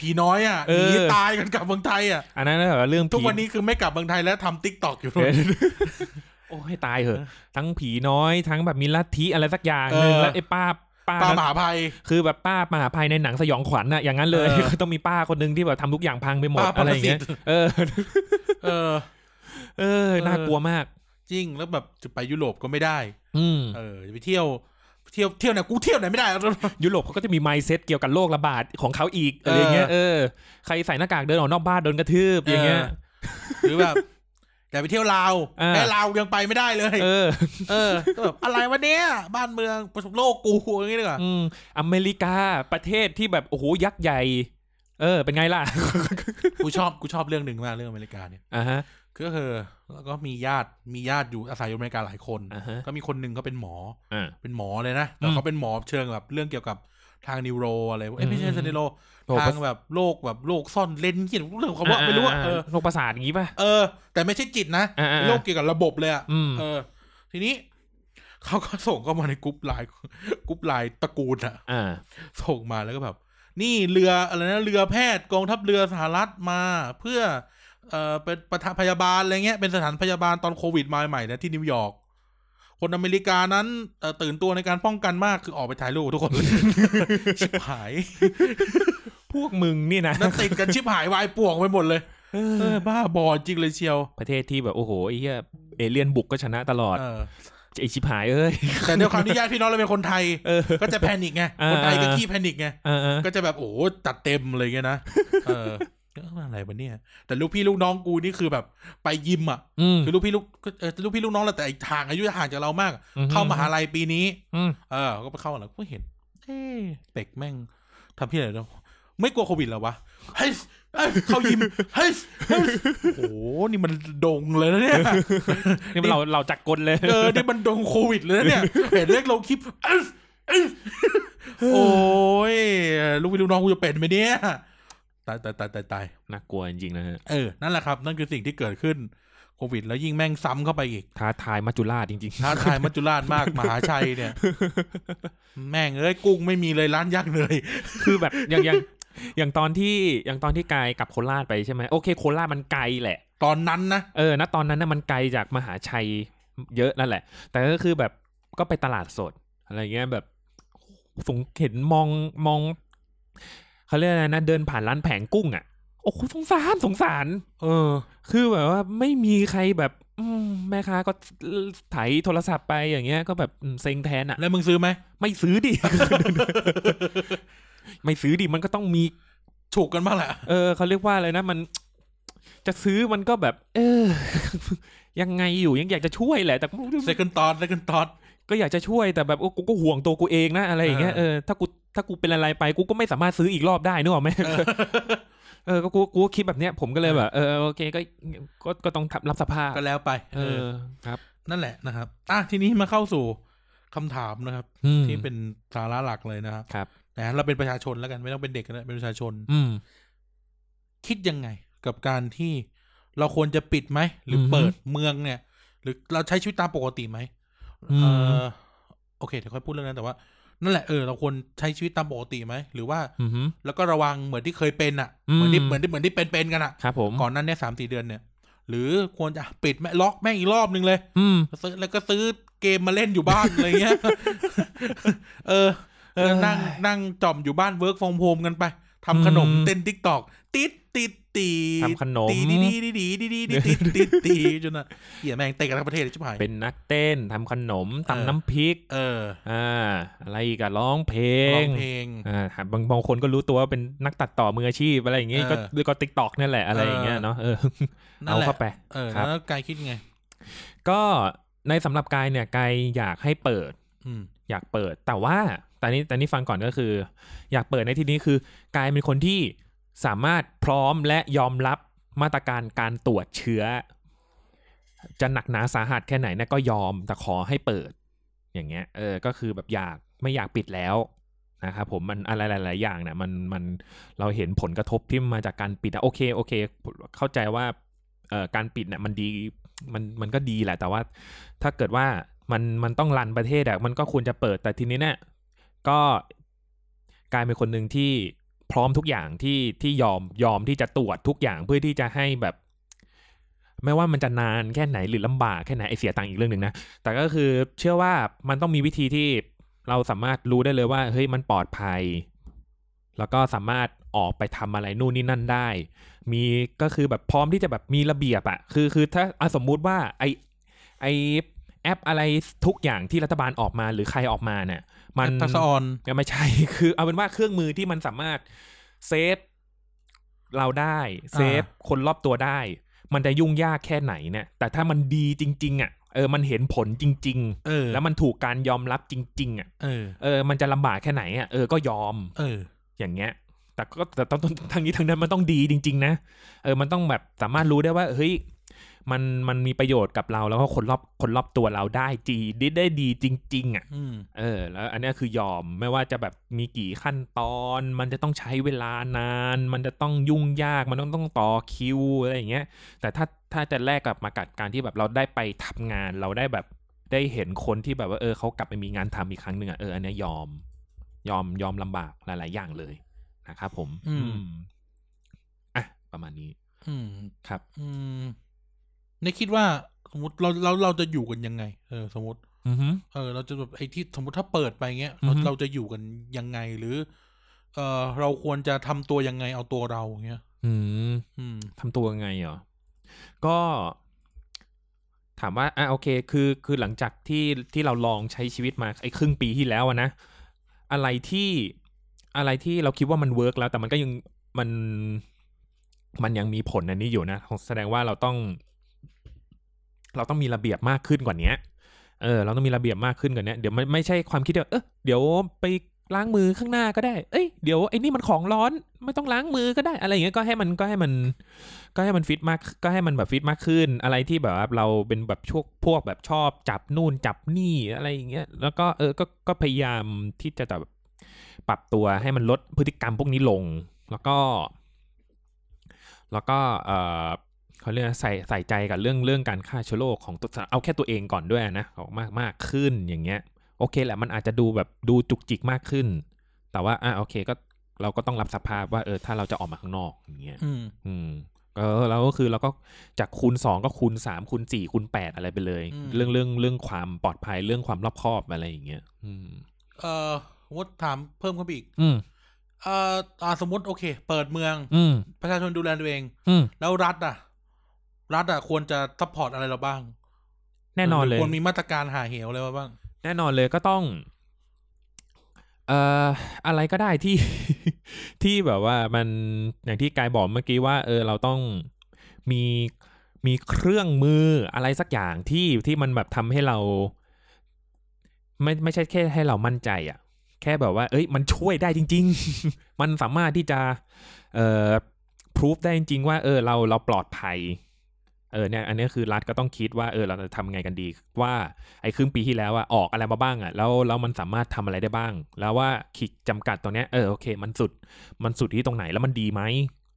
Speaker 1: ผีน้อยอ่ะ
Speaker 2: เอ
Speaker 1: ห
Speaker 2: อ
Speaker 1: นีตายกันกลับเมืองไทยอ่ะ
Speaker 2: อันนั้นนะแบบเรื่องผี
Speaker 1: ทุกวันนี้คือไม่กลับเมืองไทยแล้วทำติ๊กตอกอยู่
Speaker 2: เออ *laughs* โอ้ให้ตายเหอะ ทั้งผีน้อยทั้งแบบมีลัทธิอะไรสักอย่างหนึง
Speaker 1: เออ
Speaker 2: แล้วไอ้ป้าป้า
Speaker 1: ปลา
Speaker 2: นั้น
Speaker 1: หมาภัย
Speaker 2: คือแบบป้ามหาภัยในหนังสยองขวัญน่ะอย่างนั้นเลย
Speaker 1: เออ
Speaker 2: คือ *laughs* ต้องมีป้าคนหนึงที่แบบทำทุกอย่างพังไปหมด
Speaker 1: ป้าปรสิต
Speaker 2: อะไรอย่างเงี้ยเออ
Speaker 1: เออ
Speaker 2: เออ น่ากลัวมาก
Speaker 1: จริงแล้วแบบจะไปยุโรปก็ไม่ได้
Speaker 2: อืม
Speaker 1: เออจะไปเที่ยวเที่ยวเที่ยวไหนกูเที่ยวไหนไม่
Speaker 2: *laughs*
Speaker 1: ได้
Speaker 2: ยุโรปเขาก็จะมีไมเซ็ตเกี่ยวกับโรคระบาดของเขาอีกอะไรอย่างเงี้ยเออใครใส่หน้ากากเดินออกนอกบ้านโดนกระทืบอย่างเงี้ย
Speaker 1: หรือแบบอยากไปเที่ยวลาว
Speaker 2: เออ
Speaker 1: แค่ลาวยังไปไม่ได้เลย
Speaker 2: เออ
Speaker 1: เออก็แบบอะไรวะเนี้ยบ้านเมืองประสบโลกกูอย่างงี้ดีกว่า
Speaker 2: อืมอเมริกาประเทศที่แบบ โอ้โห ยักษ์ใหญ่ เออ เป็นไงล่ะ
Speaker 1: กูชอบกูชอบเรื่องหนึ่งมากเรื่องอเมริกาเนี่ย
Speaker 2: อ่าฮะ
Speaker 1: ก็คือแล้วก็มีญาติมีญาติอยู่อาศัยอยู่อเมริกาหลายคน
Speaker 2: อ่าฮะ
Speaker 1: ก็มีคนหนึ่งเขาเป็นหมอ
Speaker 2: อ่า
Speaker 1: เป็นหมอเลยนะแต่
Speaker 2: อืม
Speaker 1: เขาเป็นหมอเชิงแบบเรื่องเกี่ยวกับทางนิวโรอะไรเอ้ยไม่ใช่
Speaker 2: อืมอืม
Speaker 1: ทางนิวโร
Speaker 2: โรค
Speaker 1: ทา
Speaker 2: ประ
Speaker 1: ง
Speaker 2: ส
Speaker 1: แบบโรคแบบโรคซ่อนเลนเหี้ยเรื่องคำว่าไม่รู้อะ
Speaker 2: อ่า
Speaker 1: เออ
Speaker 2: โรคประสาทอย่างงี้ป่ะ
Speaker 1: เออ แต่ไม่ใช่จิตนะ
Speaker 2: อ่าๆๆ
Speaker 1: โรคเกี่ยวกับระบบเลยอ่ะ
Speaker 2: อืม
Speaker 1: เออ ทีนี้เขาก็ส่งเข้ามาในกรุ๊ปไลน์กรุ๊ปไลน์ตระกูลอ่ะ
Speaker 2: อ่า
Speaker 1: ส่งมาแล้วก็แบบ นี่เรืออะไรนะเรือแพทย์กองทัพเรือสหรัฐมา เพื่อ เอ่อเป็นประทะพยาบาลอะไรเงี้ยเป็นสถานพยาบาลตอนโควิดมาใหม่นะที่นิวยอร์กคนอเมริกานั้นเอ่อตื่นตัวในการป้องกันมากคือออกไปถ่ายรูปกับทุกคนเลย ชิบหาย
Speaker 2: พวกมึงนี่นะ
Speaker 1: นั่นติดกันชิบหายวายป่วงไปหมดเลย
Speaker 2: เอ
Speaker 1: เอ
Speaker 2: อ
Speaker 1: อบ้าบอจริงเลยเชียว
Speaker 2: ประเทศที่แบบ โอ้โห ไอ้เหี้ย เอเลี่ยนบุกก็ชนะตลอด
Speaker 1: เออ
Speaker 2: ไอชิบหายเอ้ย
Speaker 1: แต่ด้วยความที่ญาติพี่น้องเราเป็นคนไทย
Speaker 2: เออ
Speaker 1: ก็จะแพนิคไง
Speaker 2: อ่า
Speaker 1: คนไทยก็ขี้แพนิคไง
Speaker 2: เออเออ
Speaker 1: *laughs* ก็จะแบบโอ้โหตัดเต็มเลยไงยนะ เออเอออะไรวะเนี่ย แต่ลูกพี่ลูกน้องกูนี่คือแบบไปยิมอ่ะ
Speaker 2: อืม
Speaker 1: คือลูกพี่ลูกเออลูกพี่ลูกน้องแหละแต่อีกทางอายุห่างจากเรามาก เข้ามหาลัยปีนี้
Speaker 2: อืม
Speaker 1: เออ ก็ไปเข้าแล้วก็เห็น เอ๊ะเป็กแม่งทำที่ไหนแล้วไม่กลัวโควิดเหรอวะ เฮ้ยเอ้ยเข้ายิม เฮ้ยเฮ้ยโอ้โห นี่มันดงเลยนะเนี่ย
Speaker 2: นี่มันเราเราจักกลเลย
Speaker 1: เออนี่มันดงโควิดเลยนะเนี่ย *laughs* เห็นเลขลงคลิปเอ้ยเอ้ยโอ้ยลูกพี่ลูกน้องกูจะเป็นไหมเนี่ยตายตายตายตายตาย
Speaker 2: น่ากลัวจริงๆนะฮะ
Speaker 1: เออ นั่นแหละครับ นั่นคือสิ่งที่เกิดขึ้นโควิด แล้วยิ่งแม่งซ้ำเข้าไปอีก
Speaker 2: ท้าทายมัจจุราชจริง
Speaker 1: ท้าทายมัจจุราชมาก มหาชัยเนี่ย แม่งเอ้ยกุ้งไม่มีเลยร้านยากเลย
Speaker 2: ๆ *laughs* คือแบบอย่างอย่างอย่างตอนที่อย่างตอนที่กายกลับโคราชไปใช่ไหมโอเค โคราชมันไกลแหละ
Speaker 1: ตอนนั้นนะ
Speaker 2: เออ ณ ตอนนั้นน่ะมันไกลจากมหาชัยเยอะนั่นแหละ แต่ก็คือแบบก็ไปตลาดสดอะไรเงี้ยแบบสงเห็นมองมองเขาเรียกอะไรนะ เดินผ่านร้านแผงกุ้งอ่ะ โอ้โหสงสารสงสาร
Speaker 1: เออ
Speaker 2: คือแบบว่าไม่มีใครแบบ อืมแม่ค้าก็ไถ่ายโทรศัพท์ไปอย่างเงี้ย ก็แบบอืมเซ็งแทนอ่ะ
Speaker 1: แล้วมึงซื้อไหม
Speaker 2: ไม่ซื้อดิ *laughs* ไม่ซื้อดิมันก็ต้องมี
Speaker 1: ถูกกันบ้างแหละ
Speaker 2: เออเขาเรียกว่าอะไรนะมัน จะซื้อมันก็แบบ เออ *laughs* ยังไงอยู่ยังอยากจะช่วยแหละแต่ก็
Speaker 1: เซคันตอนเซคันตอน
Speaker 2: ก็อยากจะช่วยแต่แบบโอ้กูก็ห่วงตัวกูเองนะอะไรอย่างเงี้ย
Speaker 1: เอ
Speaker 2: เอ
Speaker 1: อ
Speaker 2: อถ้ากูถ้ากูเป็นอะไรไปกูก็ไม่สามารถซื้ออีกรอบได้นึกออกไหม *laughs* เออก็กูกูก็คิดแบบเนี้ยผมก็เลยแบบเออโอเคก็ก็ก็ต้องรับสภาพ
Speaker 1: ก็แล้วไป
Speaker 2: เอ
Speaker 1: เออ
Speaker 2: อครับ
Speaker 1: นั่นแหละนะครับอ่ะทีนี้มาเข้าสู่คำถามนะครับ
Speaker 2: อืม
Speaker 1: ที่เป็นสาระหลักเลยนะครับ
Speaker 2: ครับ
Speaker 1: นะเราเป็นประชาชนแล้วกันไม่ต้องเป็นเด็กกันนะเป็นประชาชน
Speaker 2: อืม
Speaker 1: คิดยังไงกับการที่เราควรจะปิดไหม หรือ
Speaker 2: อฮึ
Speaker 1: เปิดเมืองเนี่ย หรือเราใช้ชีวิตตามปกติไหม
Speaker 2: อืม
Speaker 1: เออโอเคเดี๋ยวค่อยพูดเรื่องนั้นแต่ว่า นั่นแหละเออเราควรใช้ชีวิตตามปกติไหมหรือว่า
Speaker 2: อืม
Speaker 1: แล้วก็ระวังเหมือนที่เคยเป็นอ่ะ
Speaker 2: อืม
Speaker 1: เหมือนที่เหมือนที่เหมือนที่เป็นเป็นๆกันอ่ะ
Speaker 2: ครับผม
Speaker 1: ก่อนนั้นเนี่ยสามสี่เดือนเนี่ย หรือควรจะปิดแม่ล็อกแม่งอีกรอบนึงเลย
Speaker 2: อืม
Speaker 1: ซื้อแล้วก็ซื้อเกมมาเล่นอยู่บ้าน อะไรเงี้ย *laughs* เออเออ
Speaker 2: เออ
Speaker 1: นั่งนั่งจอมอยู่บ้านเวิร์กฟอร์มโฮมกันไป ทำขนม
Speaker 2: อืม
Speaker 1: เต้นทิกตอกติดติดตี
Speaker 2: ทำขนม
Speaker 1: ตีดีดีดีดีดีดีติดติดตีจนอ่ะเหี้ยแม่งเตะกันทั้งประเทศเลยชิบหาย
Speaker 2: เป็นนักเต้นทำขนม
Speaker 1: เออ
Speaker 2: ตำน้ำพริก
Speaker 1: เออ
Speaker 2: อ่า อะไรอีกับร้องเพล
Speaker 1: ร้อง งเพลง
Speaker 2: อ่าครับบางบางคนก็รู้ตัวว่าเป็นนักตัดต่อมืออาชีพอะไรอย่างเงี้ย
Speaker 1: เออ
Speaker 2: ก็ด้วยก็ติ๊กตอกนั่นแหละอะไรอย่างเงี้ย
Speaker 1: เออ
Speaker 2: เนาะเออ
Speaker 1: นั่น
Speaker 2: เอา
Speaker 1: แหละ
Speaker 2: เข้าไป
Speaker 1: เออ
Speaker 2: ครับ
Speaker 1: แล้วกายคิดไง
Speaker 2: ก็ในสำหรับกายเนี่ยกายอยากให้เปิด
Speaker 1: อืม
Speaker 2: อยากเปิด แต่ว่าแต่นี้แต่นี้ฟังก่อนก็คือ อยากเปิดในที่นี้คือกายเป็นคนที่สามารถพร้อมและยอมรับมาตรการการตรวจเชื้อ จะหนักหนาสาหัสแค่ไหนเนะก็ยอมแต่ขอให้เปิด อย่างเงี้ย เออ ก็คือแบบอยากไม่อยากปิดแล้ว นะครับผมมันอะไรหลาย ๆ อย่างเนี่ยมันมันเราเห็นผลกระทบที่มาจากการปิดอะโอเคโอเค เข้าใจว่าเอ่อการปิดเนี่ยมันดีมันมันก็ดีแหละ แต่ว่าถ้าเกิดว่ามันมันต้องรันประเทศอะมันก็ควรจะเปิดแต่ทีนี้เนี่ยก็กลายเป็นคนหนึ่งที่พร้อมทุกอย่างที่ที่ยอมยอมที่จะตรวจทุกอย่างเพื่อที่จะให้แบบ ไม่ว่ามันจะนานแค่ไหนหรือลำบากแค่ไหนไอเสียตังค์อีกเรื่องหนึ่งนะ แต่ก็คือเชื่อว่ามันต้องมีวิธีที่เราสามารถรู้ได้เลยว่าเฮ้ยมันปลอดภัย แล้วก็สามารถออกไปทำอะไรนู่นนี่นั่นได้ มีก็คือแบบพร้อมที่จะแบบมีระเบียบอะคือคือถ้าอ่ะสมมุติว่าไอไอแอปอะไรทุกอย่างที่รัฐบาลออกมาหรือใครออกมาเนี่ย มัน
Speaker 1: ทักษะออน
Speaker 2: ยังไม่ใช่ *laughs* คือเอาเป็นว่าเครื่องมือที่มันสามารถเซฟเราได้เซฟคนรอบตัวได้ มันจะยุ่งยากแค่ไหนเนี่ยแต่ถ้ามันดีจริง ๆ อ่ะเออมันเห็นผลจริง
Speaker 1: เออ
Speaker 2: ๆ แล้วมันถูกการยอมรับจริง ๆ อ่ะ
Speaker 1: เออ
Speaker 2: เออมันจะลำบากแค่ไหนอ่ะเออก็ยอม
Speaker 1: เออ
Speaker 2: อย่างเงี้ย แต่ก็แต่ต้องต้องทางนี้ทางนั้นมันต้องดีจริง ๆ นะเออมันต้องแบบสามารถรู้ได้ว่าเฮ้ยมันมันมีประโยชน์กับเราแล้วก็คนรอบคนรอบตัวเราได้จีได้ได้ดีจริง ๆ อ่ะ
Speaker 1: อืม
Speaker 2: เออแล้วอันเนี้ยคือยอมไม่ว่าจะแบบมีกี่ขั้นตอน มันจะต้องใช้เวลานาน มันจะต้องยุ่งยากมันต้องต้องต่อคิวอะไรอย่างเงี้ยแต่ถ้าถ้าจะแลกกลับมากับการที่แบบเราได้ไปทำงาน เราได้แบบได้เห็นคนที่แบบว่าเออเขากลับไปมีงานทำอีกครั้งหนึ่งอ่ะเอออันเนี้ยยอม ยอมยอมลำบากหลาย ๆ อย่างเลยนะครับผม
Speaker 1: อืม
Speaker 2: อ่ะประมาณนี้
Speaker 1: อืม
Speaker 2: ครับ
Speaker 1: อืมในคิดว่าสมมติเราเราเราจะอยู่กันยังไง เออ สมมติ
Speaker 2: อือฮึ
Speaker 1: เออเราจะแบบไอ้ที่สมมติถ้าเปิดไปเงี้ย
Speaker 2: อื
Speaker 1: เรา
Speaker 2: อฮึ
Speaker 1: เราจะอยู่กันยังไงหรือ เออเราควรจะทำตัวยังไงเอาตัวเราเงี้ย
Speaker 2: อืม
Speaker 1: อืม
Speaker 2: ทำตัวไงเหรอ ก็ถามว่าอ่ะโอเค คือคือหลังจากที่ที่เราลองใช้ชีวิตมาไอ้ครึ่งปีที่แล้วอะนะ อะไรที่อะไรที่เราคิดว่ามันเวิร์กแล้ว แต่มันก็ยังมันมันยังมีผลอันนี้อยู่นะแสดงว่าเราต้อง เราต้องมีระเบียบมากขึ้นกว่าเนี้ย เออ เราต้องมีระเบียบมากขึ้นกว่าเนี้ยเดี๋ยวไม่ไม่ใช่ความคิดเดียวเออเดี๋ยวไปล้างมือข้างหน้าก็ได้ เอ้ยเดี๋ยวไอ้นี่มันของร้อนไม่ต้องล้างมือก็ได้อะไรอย่างเงี้ยก็ให้มันก็ให้มัน ก็ให้มันฟิตมากก็ให้มันแบบฟิตมากขึ้น อะไรที่แบบว่าเราเป็นแบบชวกพวกแบบชอบจับนู่นจับนี่อะไรอย่างเงี้ยแล้วก็เออก็ก็พยายามที่จะแบบปรับตัวให้มันลดพฤติกรรมพวกนี้ลง แล้วก็ แล้วก็เออเขาเรียกว่าใส่ใส่ใจกับเรื่องเรื่องการฆ่าเชื้อโรคของตัวเอาแค่ตัวเองก่อนด้วยนะออกมากมากขึ้นอย่างเงี้ย โอเคแหละมันอาจจะดูแบบดูจุกจิกมากขึ้น แต่ว่าอ่ะโอเคก็เราก็ต้องรับสภาพว่าเออถ้าเราจะออกมาข้างนอกอย่างเงี้ย
Speaker 1: อืม
Speaker 2: อืมเออแล้วก็คือเราก็จากคูณสองก็คูณสามคูณสี่คูณแปดอะไรไปเลย
Speaker 1: อืม
Speaker 2: เรื่องเรื่องเรื่องความปลอดภัยเรื่องความรอบคอบอะไรอย่างเงี้ยอืม
Speaker 1: เออสมมติถามเพิ่มเข้าไปอีก
Speaker 2: อืม
Speaker 1: เอออ่าสมมติโอเค เปิดเมือง
Speaker 2: อืม
Speaker 1: ประชาชนดูแลตัวเอง
Speaker 2: อืม
Speaker 1: แล้วรัฐอ่ะ รัฐอ่ะควรจะซัพพอร์ตอะไรเราบ้าง
Speaker 2: แน่นอน
Speaker 1: หรื
Speaker 2: เลย
Speaker 1: ควรมีมาตรการหาเหวอะไรมาบ้าง
Speaker 2: แน่นอนเลยก็ต้อง เอ่ออะไรก็ได้ที่ *laughs* ที่แบบว่ามันอย่างที่กายบอกเมื่อกี้ว่า เออ เราต้องมีมีเครื่องมืออะไรสักอย่างที่ที่มันแบบทำให้เรา ไม่ไม่ใช่แค่ให้เรามั่นใจอะแค่แบบว่า เอ้ย มันช่วยได้จริง ๆ *laughs* มันสามารถที่จะ เอ่อพิสูจได้จริง ๆ ว่า เออ เราเราปลอดภัย เออเนี่ย อันนี้คือรัฐก็ต้องคิดว่าเออเราจะทำไงกันดีว่า ไอ้ครึ่งปีที่แล้วอะออกอะไรมาบ้างอะแล้วแล้วมันสามารถทำอะไรได้บ้าง แล้วว่าขีดจำกัดตัวเนี้ยเออโอเค มันสุดมันสุดที่ตรงไหนแล้วมันดีไหม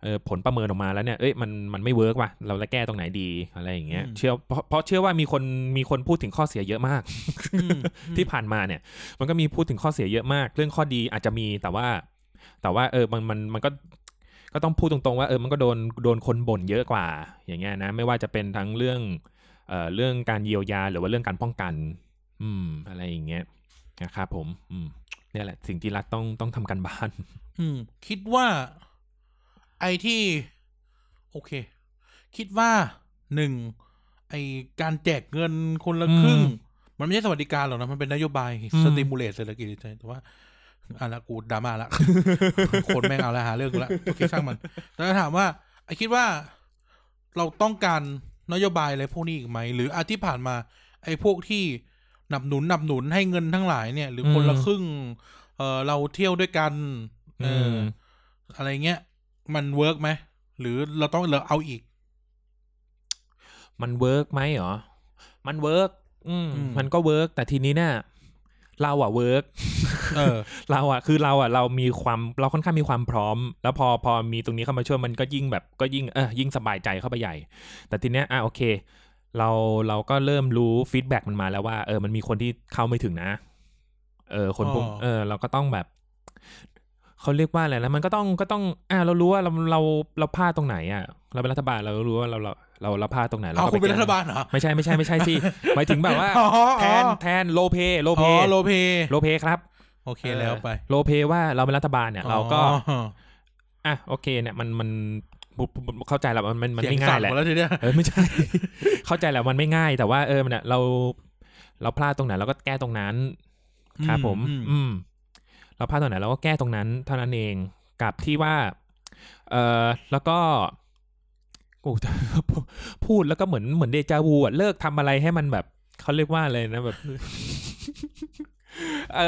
Speaker 2: เออผลประเมินออกมาแล้วเนี่ยเอ้ยมันมันไม่เวิร์กว่ะเราจะแก้ตรงไหนดีอะไรอย่างเงี้ย
Speaker 1: อืม
Speaker 2: เชื่อเพราะเพราะเชื่อว่ามีคนมีคนพูดถึงข้อเสียเยอะมาก
Speaker 1: อืม
Speaker 2: ที่ผ่านมาเนี่ย มันก็มีพูดถึงข้อเสียเยอะมาก เรื่องข้อดีอาจจะมีแต่ว่า แต่ว่าเออมันมันมันก็ก็ต้องพูดตรงๆ ว่าเออมันก็โดนโดนคนบ่นเยอะกว่า อย่างเงี้ยนะ ไม่ว่าจะเป็นทั้งเรื่องเอ่อเรื่องการเยียวยาหรือว่าเรื่องการป้องกัน อืม อะไรอย่างเงี้ยนะครับผม อืมเนี่ยแหละ สิ่งที่รัฐต้องต้องทำกันบ้าน
Speaker 1: อืม คิดว่า ไอ้ที่ โอเค คิดว่าหนึ่งไอ้การแจกเงินคนละครึ่ง
Speaker 2: อืม
Speaker 1: มันไม่ใช่สวัสดิการหรอกนะมันเป็นนโยบาย
Speaker 2: อืม
Speaker 1: สติมูลเลตเศรษฐกิจแต่ว่าอ่ะละกูดราม่าละ คนแม่งเอาละหาเรื่องกูละโอเคช่างมันแล้วถามว่าไอ้คิดว่าเราต้องการนโยบายอะไรพวกนี้อีกไหม หรืออาที่ผ่านมา ไอ้พวกที่หนับหนุนหนับหนุนให้เงินทั้งหลายเนี่ย หรือคนละ
Speaker 2: อืม
Speaker 1: ครึ่ง เออเราเที่ยวด้วยกันเอ
Speaker 2: อื
Speaker 1: อ
Speaker 2: ม
Speaker 1: อ อะไรเงี้ย มันเวิร์กไหม หรือเราต้องเราเอาอีก
Speaker 2: มันเวิร์กไหมเหรอ มันเวิร์กอืม
Speaker 1: อืม
Speaker 2: มันก็เวิร์กแต่ทีนี้เนี่ยเราอะเวิร์ก *laughs*
Speaker 1: เออ
Speaker 2: เราอะคือเราอะเรามีความเราค่อนข้างมีความพร้อม แล้วพอพอมีตรงนี้เข้ามาช่วยมันก็ยิ่งแบบก็ยิ่งเออยิ่งสบายใจเข้าไปใหญ่ แต่ทีเนี้ยอ่ะโอเค เราเราก็เริ่มรู้ฟีดแบ็กมันมาแล้วว่าเออมันมีคนที่เข้าไม่ถึงนะเออคนพวก
Speaker 1: อ๋อ
Speaker 2: เออ เราก็ต้องแบบเขาเรียกว่าอะไรแล้วมันก็ต้องก็ต้องอ่ะเรารู้ว่าเราเราเราพลาดตรงไหนอะเราเป็นรัฐบาลเรารู้ว่าเราเราเราเราพลาดตรงไหน
Speaker 1: เอา
Speaker 2: ก็
Speaker 1: คุณเป็นรัฐ
Speaker 2: แก้
Speaker 1: บาลเหรอ
Speaker 2: ไม่ใช่ไม่ใช่ไม่ใช่สิหมายถึงแบบว่า
Speaker 1: อ๋อ
Speaker 2: แทนแทนโลเพ
Speaker 1: โล
Speaker 2: โลเพ
Speaker 1: เพโลเพ
Speaker 2: โลเพครับ
Speaker 1: โอเคแล้วไป
Speaker 2: โลเปว่าเราเป็นรัฐบาลเนี่ยเราก็
Speaker 1: อ๋อ
Speaker 2: อ่ะโอเคเนี่ยมันมันปุ๊บปุ๊บปุ๊บเข้าใจแหละมันมันมัน
Speaker 1: เสีย
Speaker 2: ไม่
Speaker 1: ง
Speaker 2: ง่า
Speaker 1: สั่
Speaker 2: ย
Speaker 1: น
Speaker 2: แหละ
Speaker 1: หมดแล้วทีเนี้ย
Speaker 2: เออไม่ใช่ *laughs* เข้าใจแหละมันไม่ง่าย แต่ว่าเออมันเนี่ยเราเราพลาดตรงไหนเราก็แก้ตรงนั้นครับผม
Speaker 1: อื
Speaker 2: อืม เราพลาดตรงไหนเราก็แก้ตรงนั้น เท่านั้นเองกับที่ว่า เออแล้วก็โอ้ พูดแล้วก็เหมือนเหมือนเดจาวูอ่ะเลิกทำอะไรให้มันแบบเขาเรียกว่าอะไรนะแบบ *laughs* เอ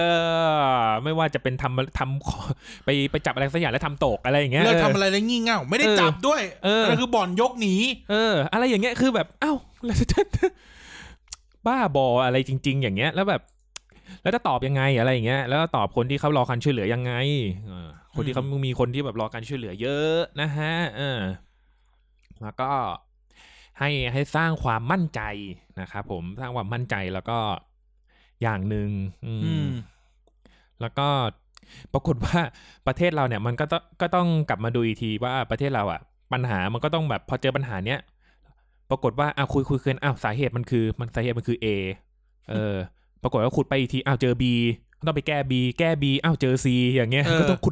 Speaker 2: อไม่ว่าจะเป็นทำทำไปไปจับอะไรสักอย่างแล้วทำตกอะไรอย่างเงี้ย
Speaker 1: เลิก
Speaker 2: ออ
Speaker 1: ทำอะไรแล้วงี่เง่าไม่ได้จับด้วย
Speaker 2: เออ
Speaker 1: นั่นคือบ่อนยกหนี
Speaker 2: เออ อะไรอย่างเงี้ยคือแบบเอ้าแล้ว *laughs* จะ บ้าบออะไรจริง ๆ อย่างเงี้ย แล้วแบบ แล้วจะตอบยังไงอะไรอย่างเงี้ย แล้วจะตอบคนที่เขารอการช่วยเหลือยังไงเออคนที่เขามีคนที่แบบรอการช่วยเหลือเยอะนะฮะเออแล้วก็ให้ให้สร้างความมั่นใจนะครับผมสร้างความมั่นใจแล้วก็อย่างหนึ่งอืม
Speaker 1: อืม
Speaker 2: แล้วก็ปรากฏว่าประเทศเราเนี่ยมันก็ต้องก็ต้องกลับมาดูอีกทีว่าประเทศเราอะ่ะ ปัญหามันก็ต้องแบบพอเจอปัญหาเนี้ยปรากฏว่าอ้าวคุยคุยกันอ้าวสาเหตุมันคือมันสาเหตุมันคือ A เออ ปรากฏว่าขุดไปอีกทีอ้าวเจอ B ก็ต้องไปแก้ B แก้ B อ้าวเจอ C อย่างเงี้ย
Speaker 1: เออ
Speaker 2: ก็ต้องขุด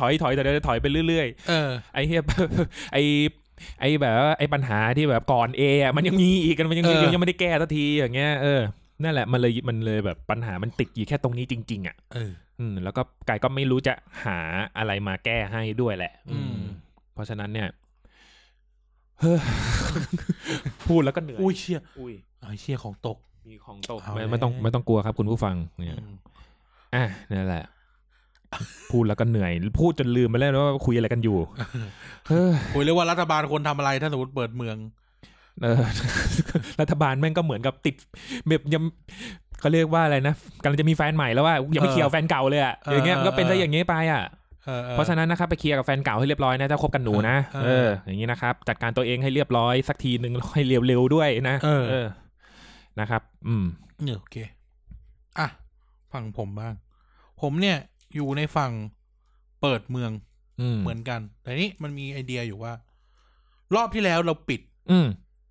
Speaker 2: ถอยถอยถอยถอยถอยไปเรื่อย
Speaker 1: เออ
Speaker 2: ๆไอ้เหี้ย *laughs* ไอ้ไอ้แบบว่าไอ้ปัญหาที่แบบก่อน A อ่ะมันยังมีอีกมันยัง
Speaker 1: เออ
Speaker 2: ยังไม่ได้แก้สักทีอย่างเงี้ยเออนั่นแหละมันเลยมันเลยแบบปัญหามันติดอยู่แค่ตรงนี้จริงๆอ่ะ
Speaker 1: เออ
Speaker 2: อืมแล้วก็กายก็ไม่รู้จะหาอะไรมาแก้ให้ด้วยแหละ อื
Speaker 1: อื
Speaker 2: ม
Speaker 1: ม
Speaker 2: เพราะฉะนั้นเนี่ย *laughs* เฮ้อ พูดแล้วก็เหนื่อย
Speaker 1: อุ้ยเชี่ย
Speaker 2: อุ้ย
Speaker 1: ไอ้เชี่ยของตก
Speaker 2: มีของตก
Speaker 1: เอา
Speaker 2: ไม่
Speaker 1: แล้ว
Speaker 2: ไม่ต้องไม่ต้องกลัวครับคุณผู้ฟังเนี่ยอ่ะนั่นแหละ พูดแล้วก็เหนื่อย พูดจนลืมไปแล้วนะว่าคุยอะไรกันอยู่ *laughs* เฮ้อ
Speaker 1: คุยเรื่องว่ารัฐบาลควรทำอะไรถ้าสมมติเปิดเมือง
Speaker 2: เออ *laughs* รัฐบาลแม่งก็เหมือนกับติดแบบยังเขาเรียกว่าอะไรนะกำลังจะมีแฟนใหม่แล้วว่ายังไม่เคลียร์แฟนเก่าเลยอะอย่างเงี้ย
Speaker 1: เออ
Speaker 2: มันก็เป็นซะ
Speaker 1: เออ
Speaker 2: อ
Speaker 1: อ
Speaker 2: ย่างเงี้ยไปอ่ะ
Speaker 1: ออออ
Speaker 2: เพราะฉะนั้นนะครับไปเคลียร์กับแฟนเก่าให้เรียบร้อยนะถ้าคบกันหนูนะ
Speaker 1: เออ
Speaker 2: เออ อย่างนี้นะครับ จัดการตัวเองให้เรียบร้อยสักทีหนึ่งแล้วให้เร็วๆด้วยนะ
Speaker 1: เออ
Speaker 2: นะครับ อืม
Speaker 1: เนี่ยโอเค อ่ะ ฝั่งผมบ้าง ผมเนี่ยอยู่ในฝั่งเปิดเมือง
Speaker 2: อืม
Speaker 1: เหมือนกัน แต่นี้มันมีไอเดียอยู่ว่า รอบที่แล้วเราปิด
Speaker 2: อืม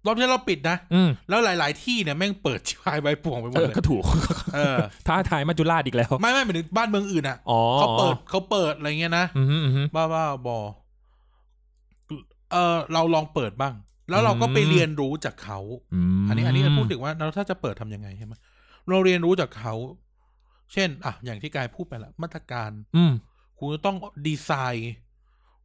Speaker 1: รอบที่แล้วเราปิดนะ
Speaker 2: อืม
Speaker 1: แล้วหลาย ๆ ที่เนี่ยแม่งเปิดชิบหายใบป่วงไปหม
Speaker 2: เอ
Speaker 1: ด
Speaker 2: อ
Speaker 1: เลย
Speaker 2: ก็ถูก *laughs*
Speaker 1: เออ
Speaker 2: ท้าทายมาจุฬาชอีกแล้ว
Speaker 1: ไม่ไม่หมายถึงบ้านเมืองอื่นอ่ะ
Speaker 2: อ๋อ
Speaker 1: เขาเปิดเขาเปิดอะไรเงี้ยนะ
Speaker 2: อืมอืมอืม
Speaker 1: บ้าบ้าบอเออเราลองเปิดบ้าง แล้วเราก็ไป
Speaker 2: อืม
Speaker 1: เรียนรู้จากเขา อันนี้อันนี้พูดถึงว่าเราถ้าจะเปิดทำยังไงใช่ไหมเราเรียนรู้จากเขา เช่น อ่ะ อย่างที่กายพูดไปละมาตรการ
Speaker 2: อืม
Speaker 1: คุณจะต้องดีไซน์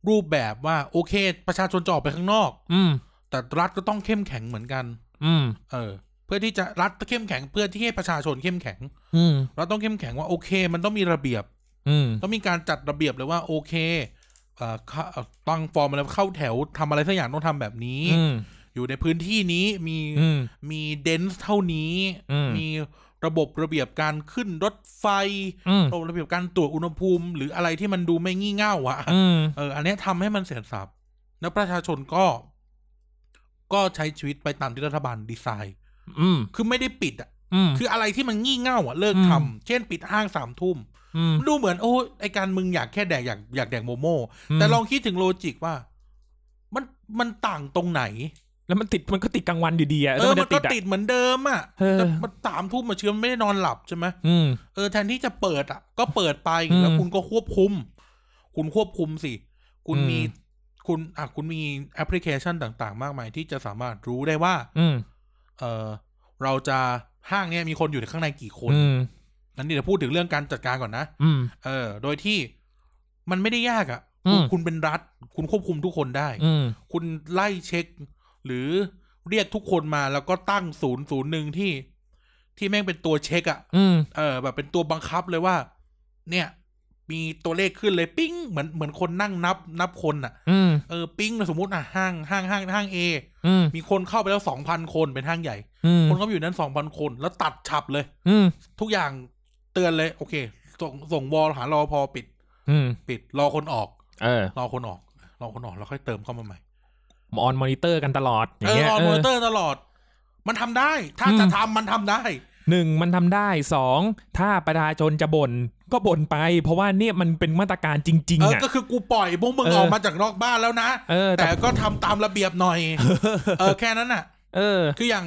Speaker 1: รูปแบบว่า โอเค ประชาชนจะออกไปข้างนอก
Speaker 2: อืม
Speaker 1: แต่รัฐก็ต้องเข้มแข็งเหมือนกัน
Speaker 2: อืม
Speaker 1: เออ เพื่อที่จะรัฐเข้มแข็ง เพื่อที่ให้ประชาชนเข้มแข็ง
Speaker 2: อืม
Speaker 1: เราต้องเข้มแข็งว่าโอเค มันต้องมีระเบียบ
Speaker 2: อืม
Speaker 1: ต้องมีการจัดระเบียบเลยว่าโอเคเอ่อเข้าตั้งฟอร์มอะไรเข้าแถวทำอะไรสักอย่างต้องทำแบบนี้
Speaker 2: อืม
Speaker 1: อยู่ในพื้นที่นี้มี
Speaker 2: อืม
Speaker 1: มีเดนส์เท่านี้
Speaker 2: อืม
Speaker 1: มีระบบระเบียบการขึ้นรถไฟ
Speaker 2: อืม
Speaker 1: ระบบระเบียบการตรวจอุณหภูมิ หรืออะไรที่มันดูไม่งี่เง่าอะ
Speaker 2: อืม
Speaker 1: เอออันเนี้ยทำให้มันเสร็จสับแล้วประชาชนก็ ก็ใช้ชีวิตไปตามที่รัฐบาลดีไซน์
Speaker 2: อืม
Speaker 1: คือไม่ได้ปิดอะ
Speaker 2: อืม
Speaker 1: คืออะไรที่มันงี่เง่าอะเลิก
Speaker 2: อืม
Speaker 1: ทำเช่น ปิดห้างสามทุ่ม
Speaker 2: อืม
Speaker 1: ดูเหมือนโอ้ไอการมึงอยากแค่แดกอยากอยากแดกโมโม่
Speaker 2: อืม
Speaker 1: แต่ลองคิดถึงโลจิกว่า มันมันต่างตรงไหน
Speaker 2: แล้วมันติดมันก็ติดกลางวันอยู่ดีอ่ะ
Speaker 1: เอ
Speaker 2: แล้ว
Speaker 1: อ
Speaker 2: มัน
Speaker 1: มั
Speaker 2: จะ
Speaker 1: น
Speaker 2: ติ
Speaker 1: ก็
Speaker 2: ดอ่ะ
Speaker 1: ติดเหมือนเดิมอ่ะ
Speaker 2: เออ
Speaker 1: แต่มันสามทุ่มมาเชื่อมนไม่ได้นอนหลับใช่ไหม
Speaker 2: อืม
Speaker 1: เออแทนที่จะเปิดอ่ะ ก็เปิดไป
Speaker 2: อืม
Speaker 1: แล้วคุณก็ควบคุม คุณควบคุมสิ คุณ
Speaker 2: อืม
Speaker 1: มีคุณอ่ะคุณมีแอปพลิเคชันต่าง ๆ มากมายที่จะสามารถรู้ได้ว่า
Speaker 2: อืม
Speaker 1: เออเราจะห้างเนี้ยมีคนอยู่ข้างในกี่คน
Speaker 2: อืม
Speaker 1: นั้นเดี๋ยวพูดถึงเรื่องการจัดการก่อนนะ
Speaker 2: อืม
Speaker 1: เออ โดยที่มันไม่ได้ยากอะ่ะ
Speaker 2: อืม
Speaker 1: คุณเป็นรัฐ คุณควบคุมทุกคนได้
Speaker 2: อืม
Speaker 1: คุณไล่เช็ค หรือเรียกทุกคนมาแล้วก็ตั้งศูนย์ศูนย์หนึ่งที่ ที่แม่งเป็นตัวเช็คอะ่ะ
Speaker 2: อืม
Speaker 1: เออ แบบเป็นตัวบังคับเลยว่า เนี่ย มีตัวเลขขึ้นเลยปิ้ง เหมือนเหมือนคนนั่งนับ นับคนอ่ะ
Speaker 2: อืม
Speaker 1: เออ ปิ้งสมมติอ่ะห้างห้างห้างห้างเอ
Speaker 2: อืม
Speaker 1: มีคนเข้าไปแล้วสองพันคนเป็นห้างใหญ่
Speaker 2: อืม
Speaker 1: คนเข้าไปอยู่นั้นสองพันคน แล้วตัดฉับเลย
Speaker 2: อืม
Speaker 1: ทุกอย่างเตือนเลย โอเค ส่งส่งวอลหารอพอปิด
Speaker 2: อืม
Speaker 1: ปิด รอคนออก
Speaker 2: เออ
Speaker 1: รอคนออก รอคนออกแล้วค่อยเติมเข้ามาใหม่
Speaker 2: ออนมอนิเตอร์กันตลอดอย่า
Speaker 1: เอง อ
Speaker 2: เงี้ย
Speaker 1: ออน
Speaker 2: เอ
Speaker 1: มอ
Speaker 2: อ
Speaker 1: นิเตอร์ตลอด มันทำได้ ถ้า
Speaker 2: อืม
Speaker 1: จะทำมันทำได้
Speaker 2: หนึ่งมันทำได้สองถ้าประชาชนจะบ่นก็บ่นไป เพราะว่าเนี่ยมันเป็นมาตรการจริง
Speaker 1: เออ
Speaker 2: ๆอ่ะ
Speaker 1: ก็คือกูปล่อยพวกมึง
Speaker 2: เออ
Speaker 1: ออกมาจากนอกบ้านแล้วนะ
Speaker 2: เออ แต่
Speaker 1: แต่ก็ทำตามระเบียบห *laughs* น่อย เออ แค่นั้นน่ะ
Speaker 2: เออ
Speaker 1: คืออย่าง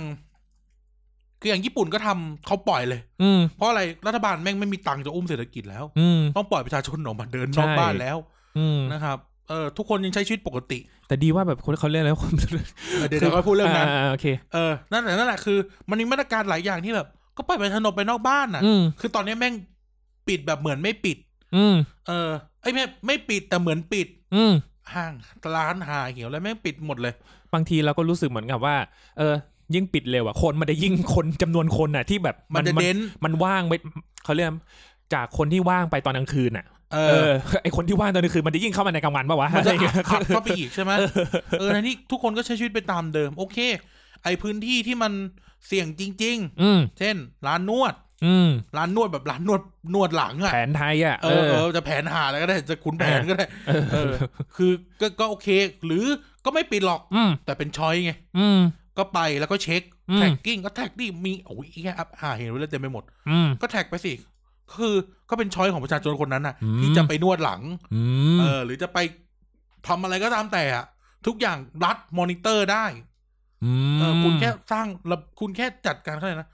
Speaker 1: คืออย่างญี่ปุ่นก็ทำเขาปล่อยเลย
Speaker 2: อืม
Speaker 1: เพราะอะไร รัฐบาลแม่งไม่มีตังค์จะอุ้มเศรษฐกิจแล้ว
Speaker 2: อืม
Speaker 1: ต้องปล่อยประชาชนออกมาเดิน
Speaker 2: ใช่
Speaker 1: นอกบ้านแล้ว
Speaker 2: อืม
Speaker 1: นะครับ เออ ทุกคนยังใช้ชีวิตปกติ
Speaker 2: แต่ดีว่าแบบคนเขาเรี *laughs* ยกแล้วคน
Speaker 1: เออเดี๋ยวเดี๋ยวค่อยพูดเรื่องนั้น
Speaker 2: าๆโอเค
Speaker 1: เออ นั่นแหละนั่นแหละคือ มันมีมาตรการหลายอย่างที่แบบ ก็ปล่อยประชาชนออกไปนอกบ้านน่ะ
Speaker 2: อืม
Speaker 1: คือตอนนี้แม่งปิดแบบเหมือนไม่ปิด
Speaker 2: อืม
Speaker 1: เออไอ้ยไม่ไม่ปิดแต่เหมือนปิด
Speaker 2: อืม
Speaker 1: ห้างร้านหาเหี่ยวแล้วแม่งปิดหมดเลย
Speaker 2: บางทีเราก็รู้สึกเหมือนกับว่า เออ ยิ่งปิดเร็วอ่ะ คนมันจะยิ่งคนจำนวนคนอ่ะ ที่แบบ
Speaker 1: มันจะเด้น
Speaker 2: มันว่างไปเขาเรียกจากคนที่ว่างไปตอนกลางคืนอ่ะ
Speaker 1: เอ
Speaker 2: เอ
Speaker 1: อ
Speaker 2: อ ไอคนที่ว่างตอนกลางคืนมันจะยิ่งเข้ามาในกลางวันปะวะ
Speaker 1: มันจะ
Speaker 2: อะไรอย่างเงี้ย
Speaker 1: ขับเข้าไปอีกใช่ไหมเออในนี้ทุกคนก็ใช้ชีวิตไปตามเดิม โอเค ไอพื้นที่ที่มันเสี่ยงจริง
Speaker 2: อืม
Speaker 1: ๆ เช่น ร้านนวด
Speaker 2: อืม
Speaker 1: ร้านนวดแบบร้านนวดนวดหลังอ่ะ
Speaker 2: แผนไทยอ่ะ
Speaker 1: เออเออจะแผนหาอะไรก็ได้จะขุนแผนก็ได้
Speaker 2: เออ
Speaker 1: เออ คือก็ก็โอเค หรือก็ไม่ปิดหรอก
Speaker 2: อืม
Speaker 1: แต่เป็นช้อยไง
Speaker 2: อืม
Speaker 1: ก็ไปแล้วก็เช็ค
Speaker 2: อืม
Speaker 1: แท็กกิ้งก็แท็กดิมีโอ้ยแอัพหาเห็นไว้เลยเต็มไปหมด
Speaker 2: อืม
Speaker 1: ก็แท็กไปสิ คือก็เป็นช้อยของประชาชนคนนั้นน่ะ
Speaker 2: อืม
Speaker 1: ที่จะไปนวดหลัง
Speaker 2: อืม
Speaker 1: เออ หรือจะไปทำอะไรก็ตามแต่อะทุกอย่างรัดมอนิเตอร์ได้ เออ คุณแค่สร้างระคุณแค่จัดการเขาเลยนะ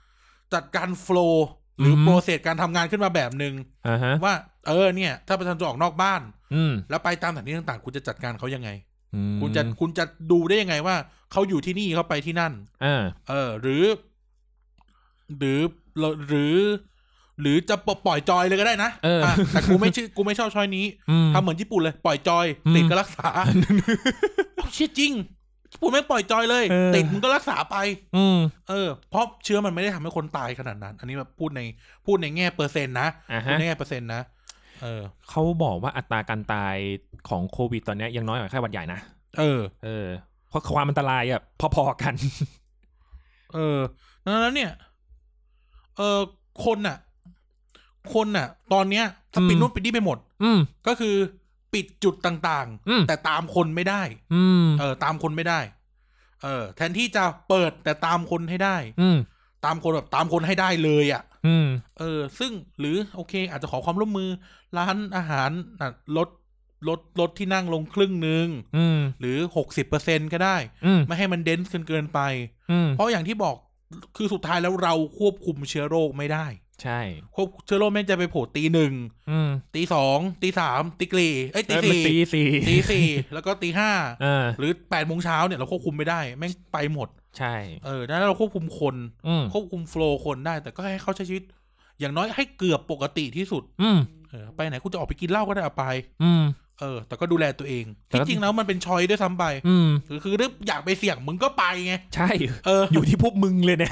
Speaker 1: จัดการโฟล w หรือโปรเซสการทำงานขึ้นมาแบบหนึ
Speaker 2: อ่าฮะ
Speaker 1: ่งว่า เออเนี่ย ถ้าประชาชนออกนอกบ้าน
Speaker 2: อืม
Speaker 1: แล้วไปตามสถานที่ต่างๆ คุณจะจัดการเขายังไง
Speaker 2: อืม
Speaker 1: คุณจะคุณจะดูได้ยังไงว่าเขาอยู่ที่นี่เขาไปที่นั่น
Speaker 2: อ่า
Speaker 1: เออ หรือ หรือหรือ หรือจะปลปล่อยจอยเลยก็ได้นะ
Speaker 2: เอออ่
Speaker 1: ะแต่กูไม่ชื่อกูไม่ชอบช้อยนี้
Speaker 2: อืม
Speaker 1: ทำเหมือนญี่ปุ่นเลยปล่อยจอย
Speaker 2: อืม
Speaker 1: ติดก็รักษาเอาเชี่ยจริงญี่ปุ่นไม่ปล่อยจอยเลย
Speaker 2: เออ
Speaker 1: ติดมึงก็รักษาไป
Speaker 2: อืม
Speaker 1: เออเพราะเชื้อมันไม่ได้ทำให้คนตายขนาดนั้น อันนี้แบบพูดในพูดในแง่เปอร์เซ็นต์นะ
Speaker 2: อ่า
Speaker 1: พูด
Speaker 2: ฮะ
Speaker 1: ในแง่เปอร์เซ็นต์นะเออ
Speaker 2: เขาบอกว่าอัตราการตายของโควิดตอนเนี้ยยังน้อยกว่าไข้หวัดใหญ่นะ
Speaker 1: เออ
Speaker 2: เออ เพราะความอันตรายอ่ะ พอๆกัน
Speaker 1: เออดังนั้นแล้วเนี่ย เออคนน่ะ คนน่ะ ตอนเนี้ยถ้าปิด
Speaker 2: อืม
Speaker 1: นู่นปิดนี่ไปหมด
Speaker 2: อืม
Speaker 1: ก็คือปิดจุดต่าง
Speaker 2: อืม
Speaker 1: แต่ตามคนไม่ได้
Speaker 2: อืม
Speaker 1: เออ ตามคนไม่ได้ เออ แทนที่จะเปิดแต่ตามคนให้ได้
Speaker 2: อืม
Speaker 1: ตามคนแบบตามคนให้ได้เลยอะ่ะ
Speaker 2: อืม
Speaker 1: เออ ซึ่งหรือโอเค อาจจะขอความร่วมมือ ร้านอาหารอ่ะลดลดลดที่นั่งลงครึ่งหนึ่ง
Speaker 2: อืม
Speaker 1: หรือหกสิบเปอร์เซ็นก็
Speaker 2: *laughs*
Speaker 1: ได้
Speaker 2: อืม
Speaker 1: ไม่ให้มันเดนส์เกินไป
Speaker 2: อืม
Speaker 1: เพราะอย่างที่บอกคือสุดท้ายแล้วเราควบคุมเชื้อโรคไม่ได้
Speaker 2: ใช่
Speaker 1: ควบเชื้อโรคไม่งจะไปโผล่ตีหนึ่ง
Speaker 2: อืม
Speaker 1: ตีสองตีสามตีกรีเอ้ยตี
Speaker 2: เอ้ยมัน
Speaker 1: สี่
Speaker 2: ตีสี่
Speaker 1: ตีสี่ แล้วก็ตีห้า
Speaker 2: เออ
Speaker 1: หรือแปดโมงเช้าเนี่ยเราควบคุมไม่ได้ แม่งไปหมด
Speaker 2: ใช่
Speaker 1: เออดังนั้นเราควบคุมคน
Speaker 2: อืม
Speaker 1: ควบคุมโฟล์คนได้ แต่ก็ให้เขาใช้ชีวิต อย่างน้อยให้เกือบปกติที่สุด
Speaker 2: อืม
Speaker 1: เออไปไหนคุณจะออกไปกินเหล้าก็ได้เอาไป
Speaker 2: อืม
Speaker 1: เออ แต่ก็ดูแลตัวเอง
Speaker 2: แต่ก็
Speaker 1: ที่จริงแล้วมันเป็นชอยด้วยซ้ำไป
Speaker 2: อืม
Speaker 1: คือคือถ้าอยากไปเสี่ยงมึงก็ไปไง
Speaker 2: ใช่
Speaker 1: เออ
Speaker 2: อยู่ที่พวกมึงเลยเนี่ย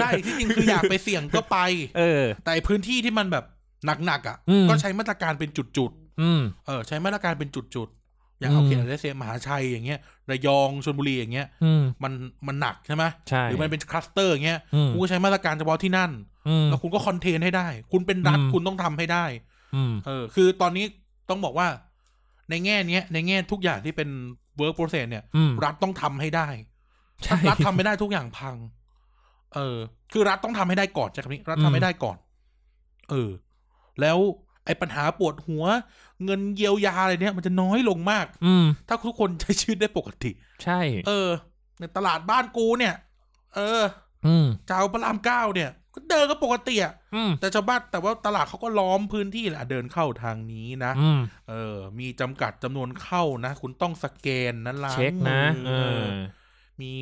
Speaker 1: ใช่ ที่จริงคืออยากไปเสี่ยงก็ไป
Speaker 2: เออ
Speaker 1: แต่พื้นที่ที่มันแบบหนักๆอ่ะ
Speaker 2: อืม
Speaker 1: ก็ใช้มาตรการเป็นจุดๆ
Speaker 2: อืม
Speaker 1: เออใช้มาตรการเป็นจุดๆ อย่างเอา
Speaker 2: อืม
Speaker 1: เขตอาเซียมหาชัยอย่างเงี้ยระยองชลบุรีอย่างเงี้ย
Speaker 2: อืม
Speaker 1: มันมันหนักใช่ไหม
Speaker 2: ใช่
Speaker 1: หรือมันเป็นคลัสเตอร์อย่างเงี้ย
Speaker 2: อืม
Speaker 1: คุณก็ใช้มาตรการเฉพาะที่นั่น
Speaker 2: อืม
Speaker 1: แล้วคุณก็คอนเทนให้ได้ คุณเป็นรัฐ
Speaker 2: อืม
Speaker 1: คุณต้องทำให้ได้
Speaker 2: อืม
Speaker 1: เออ คือตอนนี้ต้องบอกว่า ในแง่เนี้ยในแง่ทุกอย่างที่เป็นเวิร์กโปรเซสเนี่ย
Speaker 2: อืม
Speaker 1: รัฐต้องทำให้ได้
Speaker 2: ใช่
Speaker 1: ถ้ารัฐทำไม่ได้ทุกอย่างพัง เออ คือรัฐต้องทำให้ได้ก่อนใช่คำนี้รัฐทำให้ได้ก่อน เออ แล้วไอ้ปัญหาปวดหัว เงินเยียวยาอะไรเนี่ยมันจะน้อยลงมาก
Speaker 2: อืม
Speaker 1: ถ้าทุกคนใช้ชีวิตได้ปกติ
Speaker 2: ใช่
Speaker 1: เออ ในตลาดบ้านกูเนี่ย เออ
Speaker 2: อืม
Speaker 1: เจ้าวพระรามเก้าเนี่ย ก็เดินก็ปกติอะ
Speaker 2: อืม
Speaker 1: แต่ชาวบ้านแต่ว่าตลาดเขาก็ล้อมพื้นที่แหละเดินเข้าทางนี้นะ
Speaker 2: อืม
Speaker 1: เออ มีจำกัดจำนวนเข้านะ คุณต้องสแกนนะล้าง
Speaker 2: เช็คนะ
Speaker 1: มื
Speaker 2: เออ
Speaker 1: มี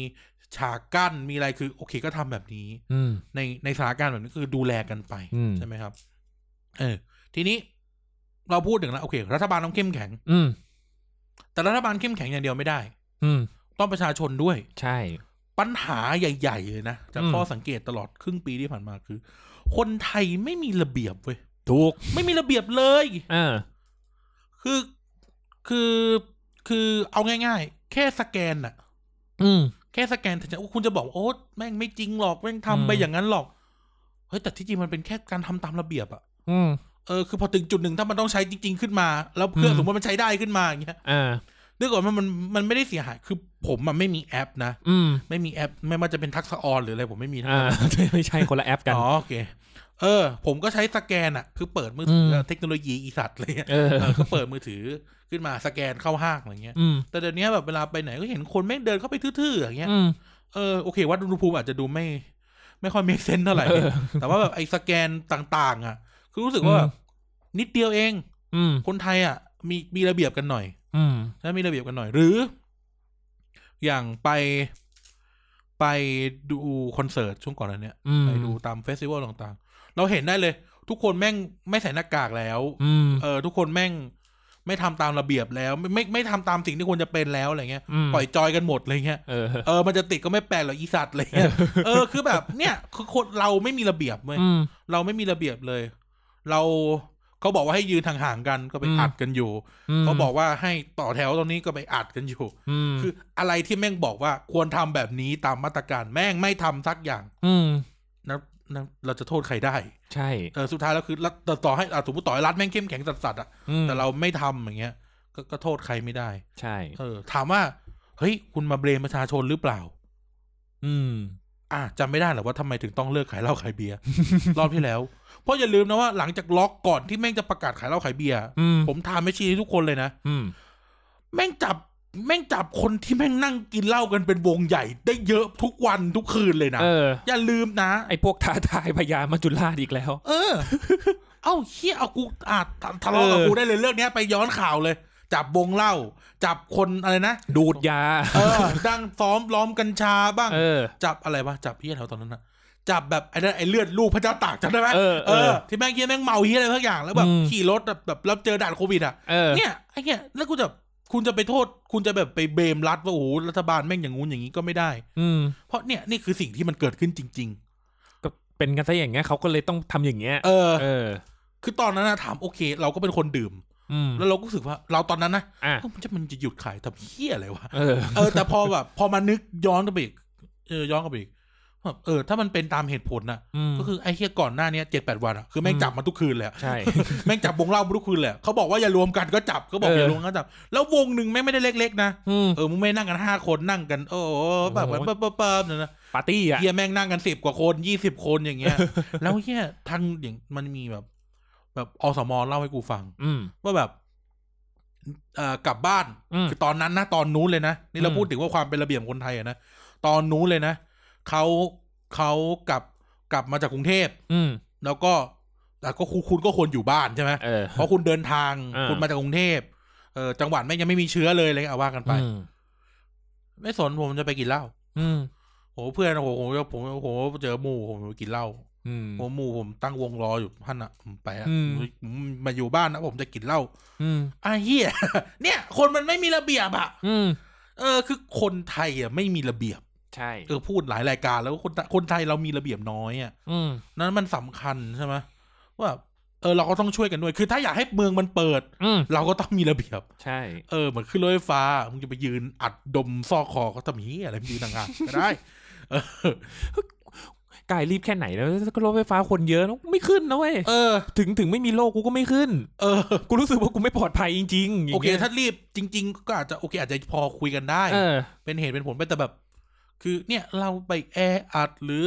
Speaker 1: ฉากกั้นมีอะไรคือ โอเคก็ทำแบบนี้
Speaker 2: อืม
Speaker 1: ในในสถานการณ์แบบนี้คือดูแลกันไป
Speaker 2: อืม
Speaker 1: ใช่ไหมครับ เออ ทีนี้เราพูดถึงแล้วโอเค รัฐบาลต้องเข้มแข็ง
Speaker 2: อืม
Speaker 1: แต่รัฐบาลเข้มแข็งอย่างเดียวไม่ได้
Speaker 2: อืม
Speaker 1: ต้องประชาชนด้วย
Speaker 2: ใช่
Speaker 1: ปัญหาใหญ่ ๆ เลยนะ จาก
Speaker 2: อืม
Speaker 1: ข้อสังเกตตลอดครึ่งปีที่ผ่านมาคือ คนไทยไม่มีระเบียบเว้ย
Speaker 2: ถูก
Speaker 1: ไม่มีระเบียบเลย
Speaker 2: เออ
Speaker 1: คือคือคือเอาง่าย ๆ แค่สแกนอะ
Speaker 2: อืม
Speaker 1: แค่สแกนถึงจะโอ้คุณจะบอกว่าโอ๊ตแม่งไม่จริงหรอกแม่งทำไป
Speaker 2: อืม
Speaker 1: อย่างนั้นหรอกเฮ้ยแต่ที่จริงมันเป็นแค่การทำตามระเบียบอะ
Speaker 2: อืม
Speaker 1: เอ เออคือพอถึงจุดหนึ่งถ้ามันต้องใช้จริง ๆ ขึ้นมา แล้วเครื่อง
Speaker 2: อืม
Speaker 1: สมมติมันใช้ได้ขึ้นมาอย่างเงี้ย
Speaker 2: อ่า
Speaker 1: นึกออกไหมันมันมันไม่ได้เสียหายคือผมมันไม่มีแอปนะ
Speaker 2: อืม
Speaker 1: ไม่มีแอป ไม่ว่าจะเป็นทักษะออนหรืออะไรผมไม่มีทั้ง
Speaker 2: อ่า *laughs*
Speaker 1: นั้น
Speaker 2: ไม่ใช่คนละแอปกัน
Speaker 1: อ๋อโอเค เออ ผมก็ใช้สแกนอะคือเปิดมือถืออะเทคโนโลยีอีสัตว์เลยอะ
Speaker 2: เออ
Speaker 1: เออก็เปิดมือถือขึ้นมาสแกนเข้าห้างอะไรเงี้ย
Speaker 2: อืม
Speaker 1: แต่เดี๋ยวนี้แบบเวลาไปไหนก็เห็นคนแม่งเดินเข้าไปทื่อๆอย่างเงี้ย
Speaker 2: อืม
Speaker 1: เออโอเควัดอุณหภูมิอาจจะดูไม่ ไม่ค่อยมีเซนเท่าไหร่
Speaker 2: เออ
Speaker 1: แต่ว่าแบบไอ้สแกนต่าง ๆ อ่ะ คือรู้สึกว่า
Speaker 2: อืม
Speaker 1: แบบนิดเดียวเอง
Speaker 2: อืม
Speaker 1: คนไทยอ่ะ มีมีระเบียบกันหน่อย
Speaker 2: อืม
Speaker 1: ถ้ามีระเบียบกันหน่อย หรือ อย่างไปไปดูคอนเสิร์ตช่วงก่อนนั้นเนี่ย
Speaker 2: อืม
Speaker 1: ไปดูตามเฟสติวัลต่างๆ เราเห็นได้เลย ทุกคนแม่งไม่ใส่หน้ากากแล้ว
Speaker 2: อืม
Speaker 1: เออ ทุกคนแม่งไม่ทำตามระเบียบแล้ว ไม่ไม่ไม่ทำตามสิ่งที่ควรจะเป็นแล้วอะไรเงี้ย
Speaker 2: ม
Speaker 1: ปล่อยจอยกันหมดอะไรเงี้ย
Speaker 2: เออ
Speaker 1: เออ มันจะติดก็ไม่แปลกหรอกอีสัตว์อะไรเลย เออ คือแบบ เนี่ย คือคนเราไม่มีระเบียบเว้ย
Speaker 2: อืม
Speaker 1: เราไม่มีระเบียบเลย เราเขาบอกว่าให้ยืนห่างๆกันก็ไป
Speaker 2: อืม
Speaker 1: อัดกันอยู่
Speaker 2: ม
Speaker 1: เขาบอกว่าให้ต่อแถวตรงนี้ก็ไปอัดกันอยู่
Speaker 2: อืม
Speaker 1: คืออะไรที่แม่งบอกว่าควรทำแบบนี้ตามมาตรการแม่งไม่ทำสักอย่าง
Speaker 2: อืม
Speaker 1: นะนะเราจะโทษใครได้
Speaker 2: ใช่
Speaker 1: เออ สุดท้ายแล้วคือรัฐแต่ต่อให้อ่ะสมมติต่อให้รัฐแม่งเข้มแข็งสัสๆอ่ะ
Speaker 2: อืม
Speaker 1: แต่เราไม่ทำอย่างเงี้ย ก็ก็โทษใครไม่ได้
Speaker 2: ใช่
Speaker 1: เออ ถามว่า เฮ้ย คุณมาเบรมประชาชนหรือเปล่า
Speaker 2: อืม
Speaker 1: อ่ะจำไม่ได้หรอกว่าทำไมถึงต้องเลิกขายเหล้าขายเบียร์ รอบที่แล้ว เพราะอย่าลืมนะว่าหลังจากล็อกก่อนที่แม่งจะประกาศขายเหล้าขายเบียร์
Speaker 2: อืม
Speaker 1: ผมทามไม่ชี้ให้ทุกคนเลยนะ
Speaker 2: อืม
Speaker 1: แม่งจับแม่งจับคนที่แม่งนั่งกินเหล้ากันเป็นวงใหญ่ ได้เยอะทุกวันทุกคืนเลยนะ
Speaker 2: เออ
Speaker 1: อย่าลืมนะ
Speaker 2: ไอ้พวกท้าทายพยามาจุฬาชอีกแล้ว
Speaker 1: เออ เอ้าเฮียเอากูอ่ะทะทะเลาะกับ
Speaker 2: เออ
Speaker 1: กูได้เลยเรื่องเนี้ยไปย้อนข่าวเลย จับวงเหล้าจับคนอะไรนะ
Speaker 2: ดูดยา
Speaker 1: เออ ดังซ้อมล้อมกัญชาบ้าง
Speaker 2: เออ
Speaker 1: จับอะไรวะจับเฮียแถวตอนนั้นนะจับแบบไอ้นั่นไอ้เลือดลูกพระเจ้าตากจำได้ไหม
Speaker 2: เออเออ
Speaker 1: ที่แม่งเฮียแม่งเมาเฮียอะไรทักอย่างแล้วแบบ
Speaker 2: อืม
Speaker 1: ขี่รถแบบแบบแล้วเจอด่านโควิดอ่ะ
Speaker 2: เออ
Speaker 1: เนี่ยไอ้เนี่ยแล้วกูจะคุณจะไปโทษ คุณจะแบบไปเบมรัฐว่าโอ้โหรัฐบาลแม่งอย่างงู้นอย่างนี้ก็ไม่ได้
Speaker 2: อืม
Speaker 1: เพราะเนี่ยนี่คือสิ่งที่มันเกิดขึ้นจริง
Speaker 2: ก็เป็นกันซะอย่างเงี้ยเขาก็เลยต้องทำอย่างเงี้ย
Speaker 1: ๆ เออ
Speaker 2: เออ
Speaker 1: คือตอนนั้นนะถามโอเค เราก็เป็นคนดื่ม
Speaker 2: อืม
Speaker 1: แล้วเราก็รู้สึกว่าเราตอนนั้นนะ
Speaker 2: อ่ะ
Speaker 1: เอ้ามันจะมันจะหยุดขายทำเฮียอะไรวะ
Speaker 2: เออ
Speaker 1: เออแต่พอแบบพอมานึกย้อนกลับไปอีกเออย้อนกลับไปอีกแบบเออ ถ้ามันเป็นตามเหตุผลน่ะ
Speaker 2: อืม
Speaker 1: ก็คือไอ้เฮียก่อนหน้าเนี้ยเจ็ดแปดวันอะคือแม่ง
Speaker 2: อืม
Speaker 1: จับมาทุกคืนเลยอะ
Speaker 2: ใช่
Speaker 1: แม่งจับวงเล่ามาทุกคืนเลยอะเขาบอกว่าอย่ารวมกันก็จับเขาบอก
Speaker 2: เออ
Speaker 1: อ
Speaker 2: อ
Speaker 1: ย่ารวมกันก็จับ แล้ววงหนึ่งแม่งไม่ได้เล็กๆนะ
Speaker 2: อืม
Speaker 1: เออมึงไม่นั่งกันห้าคนนั่งกันโอ้โหแบบ
Speaker 2: โอ้โห
Speaker 1: ปั๊บปั๊บปั๊บเนี่ยนะ
Speaker 2: ปาร์ตี้อ่ะ
Speaker 1: เฮียแม่งนั่งกันสิบกว่าคนยี่สิบคนอย่างเงี้ย แล้วเฮียทางอย่างมันมีแบบ แบบอสมเล่าให้กูฟัง
Speaker 2: อืม
Speaker 1: ว่าแบบเอ่อกลับบ้าน
Speaker 2: อืม
Speaker 1: คือตอนนั้นนะตอนนู้นเลยนะนี่เรา
Speaker 2: อืม
Speaker 1: พูดถึงว่าความเป็นระเบียบคนไทยอะนะตอนนู้นเลยนะเขาเขากลับกลับมาจากกรุงเทพ
Speaker 2: อืม
Speaker 1: แล้วก็แต่ก็คุณคุณก็ควรอยู่บ้านใช่ไหม
Speaker 2: เออ
Speaker 1: เพราะคุณเดินทาง
Speaker 2: อ่า
Speaker 1: คุณมาจากกรุงเทพเออจังหวัดแม่งยังไม่มีเชื้อเลยอะไรเลยเอาว่ากันไป
Speaker 2: อืม
Speaker 1: ไม่สนผมจะไปกินเหล้า
Speaker 2: อืม
Speaker 1: โหเพื่อนโอ้โหผมผมโอ้โหเจอหมู่ผมไปกินเหล้า
Speaker 2: อืม
Speaker 1: ผมหมู่ผมตั้งวงรออยู่ท่านอ่ะผมไปอ่ะ
Speaker 2: อืม
Speaker 1: ผมมาอยู่บ้านนะผมจะกินเหล้า
Speaker 2: อืม
Speaker 1: อ่ะเฮีย *laughs* เนี่ย คนมันไม่มีระเบียบอะ
Speaker 2: อืม
Speaker 1: เออ คือคนไทยอะไม่มีระเบียบ
Speaker 2: ใช่
Speaker 1: เออพูดหลายรายการแล้วคนคนไทยเรามีระเบียบน้อยอะ
Speaker 2: อืม
Speaker 1: นั้นมันสำคัญใช่ไหมว่าเออเราก็ต้องช่วยกันด้วย คือถ้าอยากให้เมืองมันเปิด
Speaker 2: อืม
Speaker 1: เราก็ต้องมีระเบียบ
Speaker 2: ใช่
Speaker 1: เออเหมือนขึ้นรถไฟฟ้ามึงจะไปยืนอัดดมซอกคอก็ทำอย่างนี้อะไรมึงยืนต่างๆก็ได้ เออก
Speaker 2: ายรีบแค่ไหนแล้วก็รถไฟฟ้าคนเยอะนะไม่ขึ้นนะเว้ย
Speaker 1: เออ
Speaker 2: ถึงถึงไม่มีโลกกูก็ไม่ขึ้น
Speaker 1: เออ
Speaker 2: กูรู้สึกว่ากูไม่ปลอดภัยจริงๆย่งงี้ย
Speaker 1: โอเค ถ้ารีบจริง ๆ ก็อาจจะโอเค อาจจะพอคุยกันได้
Speaker 2: เออ
Speaker 1: เป็นเหตุเป็นผลไปแต่แบบ คือเนี่ยเราไปแออัดหรือ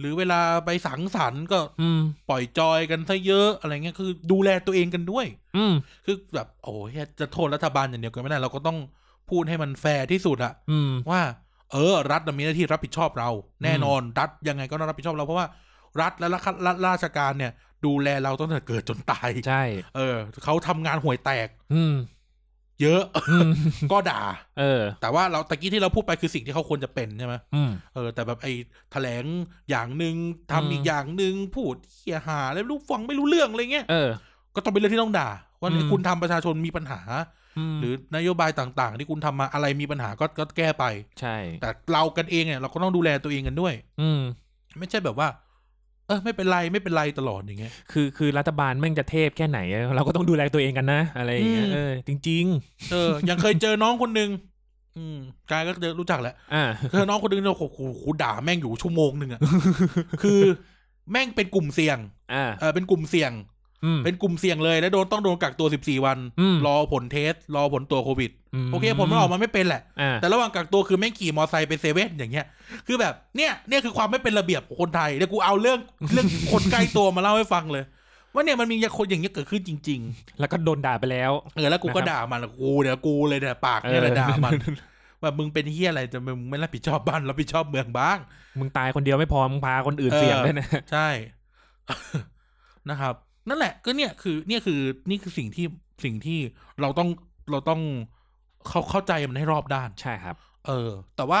Speaker 1: หรือเวลาไปสังสรรค์ก็
Speaker 2: อืม
Speaker 1: ปล่อยจอยกันซะเยอะอะไรเงี้ยคือดูแลตัวเองกันด้วย
Speaker 2: อืม
Speaker 1: คือแบบโอ้ยจะโทษรัฐบาลอย่างเดียวกันไม่ได้ เราก็ต้องพูดให้มันแฟร์ที่สุดอะ
Speaker 2: อืม
Speaker 1: ว่า เออ รัฐน่ะมีหน้าที่รับผิดชอบเรา แน่นอนรัฐยังไงก็ต้องรับผิดชอบเราเพราะว่ารัฐและรัฐรัฐราชการเนี่ย ดูแลเราตั้งแต่เกิดจนตาย
Speaker 2: ใช่
Speaker 1: เออเขาทำงานห่วยแตก
Speaker 2: อืม
Speaker 1: เยอะ *laughs*
Speaker 2: อืม
Speaker 1: ก็ด่า
Speaker 2: เออ
Speaker 1: แต่ว่าเราตะกี้ที่เราพูดไปคือสิ่งที่เขาควรจะเป็นใช่ไหม
Speaker 2: อืม
Speaker 1: เออแต่แบบไอ้แถลงอย่างหนึ่งทำ
Speaker 2: อืม
Speaker 1: อีกอย่างหนึ่งพูดเขี่ยหาแล้วลูกฟังไม่รู้เรื่องอะไรเงี้ย
Speaker 2: เออ
Speaker 1: ก็ต้องเป็นเรื่องที่ต้องด่า ว่า
Speaker 2: อืม
Speaker 1: คุณทำประชาชนมีปัญหา
Speaker 2: อืม
Speaker 1: หรือนโยบายต่างๆ ที่คุณทำมาอะไรมีปัญหาก็ก็แก้ไป
Speaker 2: ใช่
Speaker 1: แต่เรากันเองเนี่ยเราก็ต้องดูแลตัวเองกันด้วย
Speaker 2: อืม
Speaker 1: ไม่ใช่แบบว่า เออไม่เป็นไรไม่เป็นไรตลอดอย่างเงี้ย
Speaker 2: คือคือรัฐบาลแม่งจะเทพแค่ไหนอะเราก็ต้องดูแลตัวเองกันนะ อะไรอย่างเงี้ย
Speaker 1: อืม
Speaker 2: เออจริง
Speaker 1: เอ
Speaker 2: *laughs*
Speaker 1: อ ยังเคยเจอน้องคนหนึ่งอืมกายก็เจอรู้จักแหละ
Speaker 2: ๆ อ่า
Speaker 1: เคยเจอน้องคนหนึงเนี่ยโอ้โหด่าแม่ *laughs* งอยู่ชั่วโมงหนึ่งอะ คือแม่งเป็นกลุ่มเสี่ยง
Speaker 2: อ่า
Speaker 1: เออเป็นกลุ่มเสี่ยง
Speaker 2: อืม
Speaker 1: เป็นกลุ่มเสี่ยงเลยและโดนต้องโดนกักตัว 14 วัน
Speaker 2: อืม
Speaker 1: รอผลเทส รอผลตัวจโควิด โอเคผลมันออกมาไม่เป็นแหละ
Speaker 2: อ่า
Speaker 1: แต่ระหว่างกักตัวคือแม่งขี่มอไซค์ไปเซเว่นอย่างเงี้ย คือแบบเนี่ยเนี่ยคือความไม่เป็นระเบียบของคนไทยเดี๋ยวกูเอาเรื่องเรื่อง คนใกล้ตัวมาเล่าให้ฟังเลย ว่าเนี่ยมันมีคนอย่างเงี้ยเกิดขึ้นจริง
Speaker 2: แล้วก็โดนด่าไปแล้ว
Speaker 1: ๆ เออแล้วกูก็
Speaker 2: นะครับ
Speaker 1: ด่ามันกูเนี่ยกูเลยเนี่ยปากเนี่ยแหละด่า
Speaker 2: *laughs*
Speaker 1: มันว่ามึงเป็นเฮียอะไรจะมึงไม่รับผิดชอบบ้านรับ *laughs* ผิดชอบเมืองบ้าง
Speaker 2: มึงตายคนเดียวไม่พอมึงพาคนอื่น
Speaker 1: เออ
Speaker 2: เสี่ยงด้วยนะ
Speaker 1: ใช่ *laughs* นะครับ นั่นแหละ ก็เนี่ยคือ เนี่ยคือนี่คือสิ่งที่สิ่งที่เราต้องเราต้องเขาเข้าใจมันให้รอบด้าน
Speaker 2: ใช่ครับ
Speaker 1: เออ แต่ว่า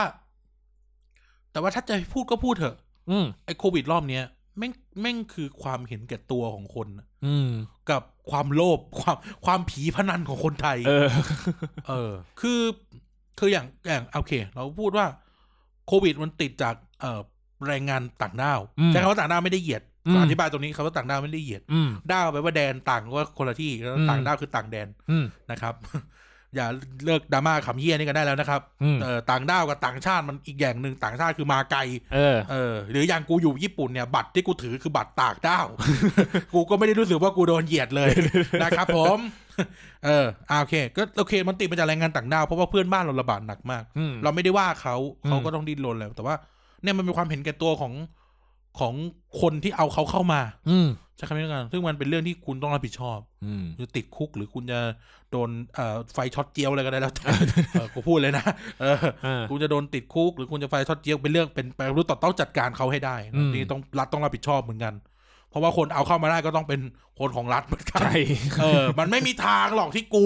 Speaker 1: แต่ว่าถ้าจะพูดก็พูดเถอะ
Speaker 2: อืม
Speaker 1: ไอ้โควิดรอบเนี้ยแม่งแม่งคือความเห็นแก่ตัวของคนน่ะ
Speaker 2: อืม
Speaker 1: กับความโลภความความผีพนันของคนไทย
Speaker 2: เออ
Speaker 1: เออ คือคืออย่างอย่างโอเค เราพูดว่าโควิดมันติดจากเอ่อแรงงานต่างด้าว
Speaker 2: อืม
Speaker 1: ใช้คำว่าต่างด้าวไม่ได้เหยียด
Speaker 2: อืม
Speaker 1: อธิบายตรงนี้คำว่าต่างด้าวไม่ได้เหยียด
Speaker 2: อืม
Speaker 1: ด้าวแปลว่าแดนต่างก็คนละที่แล้ว
Speaker 2: อืม
Speaker 1: ต่างด้าวคือต่างแดน
Speaker 2: อืม
Speaker 1: นะครับ *laughs* อย่าเลิกดราม่าขำเยี่ยนี่กันได้แล้วนะครับ
Speaker 2: อืม
Speaker 1: เออต่างด้าวกับต่างชาติมันอีกอย่างหนึ่งต่างชาติคือมาไกล
Speaker 2: เออ
Speaker 1: เออหรืออย่างกูอยู่ญี่ปุ่นเนี่ยบัตรที่กูถือคือบัตรต่างด้าว *laughs* กูก็ไม่ได้รู้สึกว่ากูโดนเหยียดเลย
Speaker 2: *laughs*
Speaker 1: นะครับผม *laughs* เอออ่าโอเค ก็โอเคมันติดมาจากแรงงานต่างด้าวเพราะว่าเพื่อนบ้านเราระบาดหนักมาก
Speaker 2: อืม
Speaker 1: เราไม่ได้ว่าเขา
Speaker 2: อืม
Speaker 1: เขาก็ต้องดิ้นรนแหล้วแต่ว่า เนี่ยมันเป็นความเห็นแก่ตัวของของคนที่เอาเขาเข้ามา
Speaker 2: อืม
Speaker 1: ใช้คำนี้แล้วกันซึ่งมันเป็นเรื่องที่คุณต้องรับผิดชอบ
Speaker 2: อืม
Speaker 1: คุณจะติดคุกหรือคุณจะโดนเอ่อไฟช็อตเจียวอะไรก็ได้แล้วแต่ *laughs* เออกูพูดเลยนะเออ
Speaker 2: อ่า
Speaker 1: คุณจะโดนติดคุกหรือคุณจะไฟช็อตเจี๊ยบเป็นเรื่องเป็นไปรู้ต่อต้องจัดการเขาให้ได้นะ
Speaker 2: อืม
Speaker 1: นี่ต้องรัฐต้องรับผิดชอบเหมือนกัน เพราะว่าคนเอาเข้ามาได้ก็ต้องเป็นคนของรัฐเหมือนกัน
Speaker 2: ใช่
Speaker 1: เออ มันไม่มีทางหรอกที่กู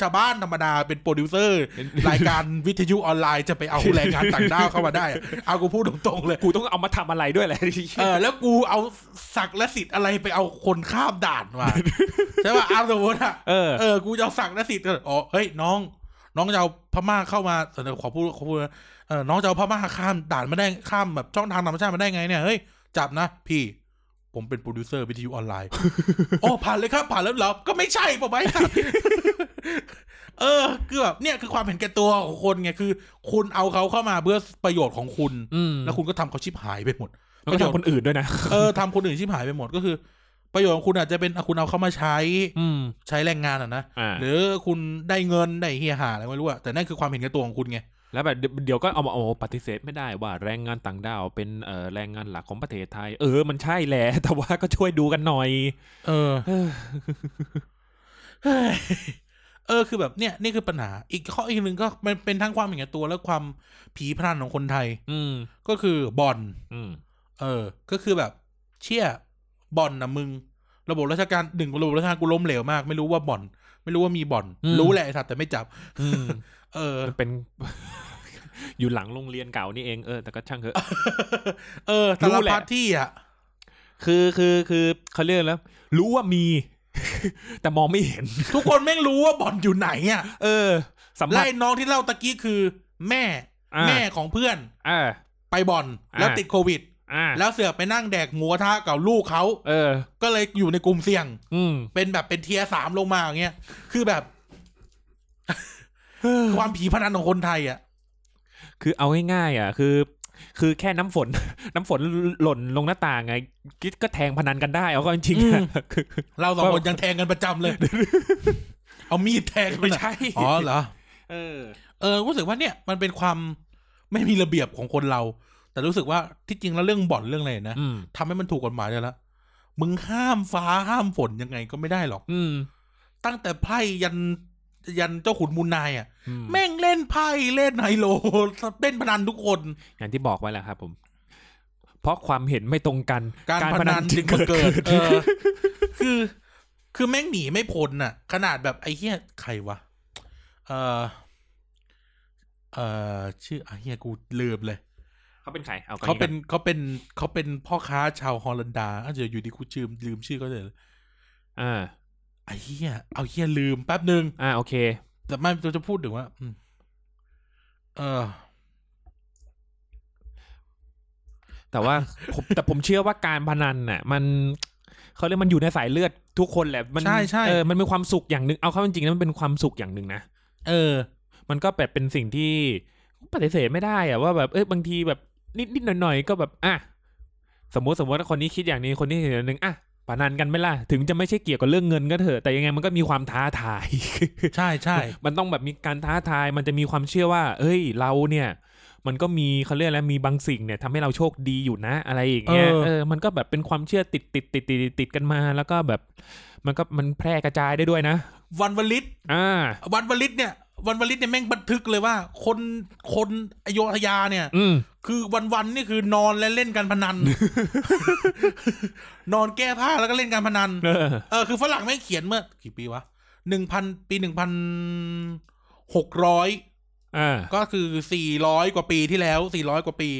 Speaker 1: ชาวบ้านธรรมดาเป็นโปรดิวเซอร์
Speaker 2: *laughs*
Speaker 1: รายการวิทยุออนไลน์จะไปเอาแรงงานต่างด้าวเข้ามาได้อะเอากูพูดตรงๆเลย
Speaker 2: กูต้องเอามาทำอะไรด้วยแหละ
Speaker 1: เออแล้วกูเอาศักดิ์และสิทธิ์อะไรไปเอาคนข้ามด่าน
Speaker 2: *laughs*
Speaker 1: มา ใช่ป่ะอาร์ตวฒิอะ
Speaker 2: เออ
Speaker 1: เออ กูจะเอาสั่งนะสิทธิ์กันอ๋อ เฮ้ย น้อง น้องจะเอาพม่าเข้ามาเดี๋ยวขอพูดขอพูดนะเออ น้องจะเอาพม่าข้ามด่านมาได้ ข้ามแบบช่องทางธรรมชาติมาได้ไงเนี่ย เฮ้ย จับนะ พี่ ผมเป็นโปรดิวเซอร์วิทยุออนไลน์ โอ้ ผ่านเลยครับ ผ่านแล้วเหรอ ก็ไม่ใช่ผมไม่ครับ เออ คือแบบเนี่ยคือความเห็นแก่ตัวของคนไง คือ คุณเอาเขาเข้ามาเพื่อประโยชน์ของคุณ
Speaker 2: อืม
Speaker 1: แล้วคุณก็ทำเขาชิบหายไปหมด
Speaker 2: แล้วก็ทำคนอื่นด้วยนะ
Speaker 1: เออทำคนอื่นชิบหายไปหมด ก็คือ ประโยชน์ของคุณอาจจะเป็นอ่ะคุณเอาเขามาใช้
Speaker 2: อืม
Speaker 1: ใช้แรงงานอ่ะนะ
Speaker 2: อ่า
Speaker 1: หรือคุณได้เงินได้เฮียหาอะไรไม่รู้อะแต่นั่นคือความเห็นแก่ตัวของคุณไง
Speaker 2: แล้วแบบเดี๋ยวเดี๋ยวก็เอามาโอ้ปฏิเสธไม่ได้ว่าแรงงานต่างด้าวเป็นเอ่อแรงงานหลักของประเทศไทย เออมันใช่แหละ *laughs* แต่ว่าก็ช่วยดูกันหน่อย
Speaker 1: เออ เออคือแบบเนี่ยนี่คือปัญหา อีกข้ออีกหนึ่งก็มันเป็นทั้งความเห็นแก่ตัวและความผีพนันของคนไทย
Speaker 2: อืม
Speaker 1: ก็คือบ่อน
Speaker 2: อืม
Speaker 1: เออ ก็คือแบบ เชี่ยบ่อนนะมึง ระบบราชการหนึ่งระบบราชการกูล้มเหลวมาก ไม่รู้ว่าบ่อน ไม่รู้ว่ามีบ่อน
Speaker 2: อืม
Speaker 1: รู้แหละไอ้สัตว์แต่ไม่จับ
Speaker 2: อืม
Speaker 1: เออ
Speaker 2: มัน *laughs* เป็น อยู่หลังโรงเรียนเก่านี่เองเออแต่ก็ช่างเถอะ
Speaker 1: เออแต่
Speaker 2: รู้
Speaker 1: ละ
Speaker 2: แหละ
Speaker 1: พาร์ตี้อะ
Speaker 2: คือคือคือเขาเรียกแล้ว รู้ว่ามี *laughs* แต่มองไม่เห็น
Speaker 1: ทุกคนแม่งรู้ว่าบ่อนอยู่ไหนอะ
Speaker 2: *laughs* เออสัมผั
Speaker 1: ไล่
Speaker 2: ส
Speaker 1: น้องที่เล่าตะกี้คือ แม่
Speaker 2: อ่า
Speaker 1: แม่ของเพื่อน
Speaker 2: อ่า
Speaker 1: ไปบ่อน
Speaker 2: อ่า
Speaker 1: แล้วติดโควิด
Speaker 2: อ่า
Speaker 1: แล้วเสือกไปนั่งแดกหมูกระทะกับลูกเขา
Speaker 2: เออ
Speaker 1: ก็เลยอยู่ในกลุ่มเสี่ยง
Speaker 2: อืม
Speaker 1: เป็นแบบเป็นเทียร์สามลงมาอย่างเงี้ยคือแบบ *laughs* ความผีพนันของคนไทยอ่ะ
Speaker 2: คือเอาง่ายๆอ่ะ คือ คือแค่น้ำฝ *laughs* น น้ำฝนหล่นลงหน้าต่างไงกิดก็แทงพนันกันได้เอาก็จริงๆ
Speaker 1: อื
Speaker 2: อะ
Speaker 1: ม
Speaker 2: *laughs* คือ
Speaker 1: เราสองคนยังแทงกันประจำเลย
Speaker 2: *laughs*
Speaker 1: เอามีดแทงกัน
Speaker 2: ไม่
Speaker 1: อะ
Speaker 2: ใช่
Speaker 1: อ๋อเหรอ
Speaker 2: เออ
Speaker 1: เออรู้สึกว่าเนี่ยมันเป็นความไม่มีระเบียบของคนเรา แต่รู้สึกว่าที่จริงแล้วเรื่องบ่อนเรื่องอะไรนะ
Speaker 2: อืม
Speaker 1: ทำให้มันถูกกฎหมายเลยละมึงห้ามฟ้าห้ามฝนยังไงก็ไม่ได้หรอก
Speaker 2: อืม
Speaker 1: ตั้งแต่ไพ่ยันยันเจ้าขุนมูลนายอ่ะ
Speaker 2: อืม
Speaker 1: แม่งเล่นไพ่เล่นไฮโล *laughs* เล่นพนันทุกคน
Speaker 2: อย่างที่บอกไว้แหละครับผม เพราะความเห็นไม่ตรงกัน
Speaker 1: การพนันจึงมาเกิดเอ *laughs* อ คือ คือแม่งหนีไม่พ้นน่ะ ขนาดแบบไอ้เหี้ยใครวะเออเออชื่อไอ้เหี้ยกูลืมเลย
Speaker 2: เขาเป็นใครเอา
Speaker 1: เขาเป็นเขาเป็นเขาเป็นพ่อค้าชาวฮอลันดาอาจจะอยู่ดีกูจืมลืมชื่อเขาเลย
Speaker 2: อ่า
Speaker 1: ไอ้เหี้ยเอาเหี้ยลืมแป๊บหนึ่ง
Speaker 2: อ่าโอเค
Speaker 1: แต่ไม่เราจะพูดถึงว่า อืม เออ
Speaker 2: แต่ว่า *laughs* ผมแต่ผมเชื่อว่าการพนันน่ะ มันเขาเรียกมันอยู่ในสายเลือดทุกคนแหละมัน
Speaker 1: ใช่ใช่
Speaker 2: เออมันเป็นความสุขอย่างหนึ่งเอาเข้าจริงๆนะมันเป็นความสุขอย่างหนึ่งนะ
Speaker 1: เออ
Speaker 2: มันก็แบบเป็นสิ่งที่ปฏิเสธไม่ได้อะว่าแบบเอ้ยบางทีแบบนิดนิดๆหน่อยๆก็แบบอ่ะสมมติสมมติว่าคนนี้คิดอย่างนี้คนนี้คิดอย่างหนึ่งอ่ะ ปะนันกันไหมล่ะถึงจะไม่ใช่เกี่ยวกับเรื่องเงินก็เถอะแต่ยังไงมันก็มีความท้าทาย *laughs*
Speaker 1: ใช่ใช่
Speaker 2: มันต้องแบบมีการท้าทายมันจะมีความเชื่อว่า เอ้ยเราเนี่ย มันก็มีเขาเรียกแล้วมีบางสิ่งเนี่ยทำให้เราโชคดีอยู่นะ อะไรอย่างเงี้ย
Speaker 1: เออ
Speaker 2: เออมันก็แบบเป็นความเชื่อติดติดติดติดติดติดกันมา แล้วก็แบบ มันก็มันแพร่กระจายได้ด้วยนะ
Speaker 1: วันวลิต
Speaker 2: อ่า
Speaker 1: วันวลิตเนี่ย วันวลิตเนี่ยแม่งบันทึกเลยว่า คนคนอโยธยาเนี่ย
Speaker 2: อืม
Speaker 1: คือวันวันๆนี่คือนอนและเล่นการพนั *laughs* น นอนแก้ผ้าแล้วก็เล่นการพนัน
Speaker 2: เออ
Speaker 1: เออคือฝรั่งไม่งเขียนเมื่อกี่ปีวะหนึ่งพันปีหนึ่งพันหกร้อย
Speaker 2: อ่า
Speaker 1: ก็คือสี่ร้อยกว่าปีที่แล้วสี่ร้อยกว่าปี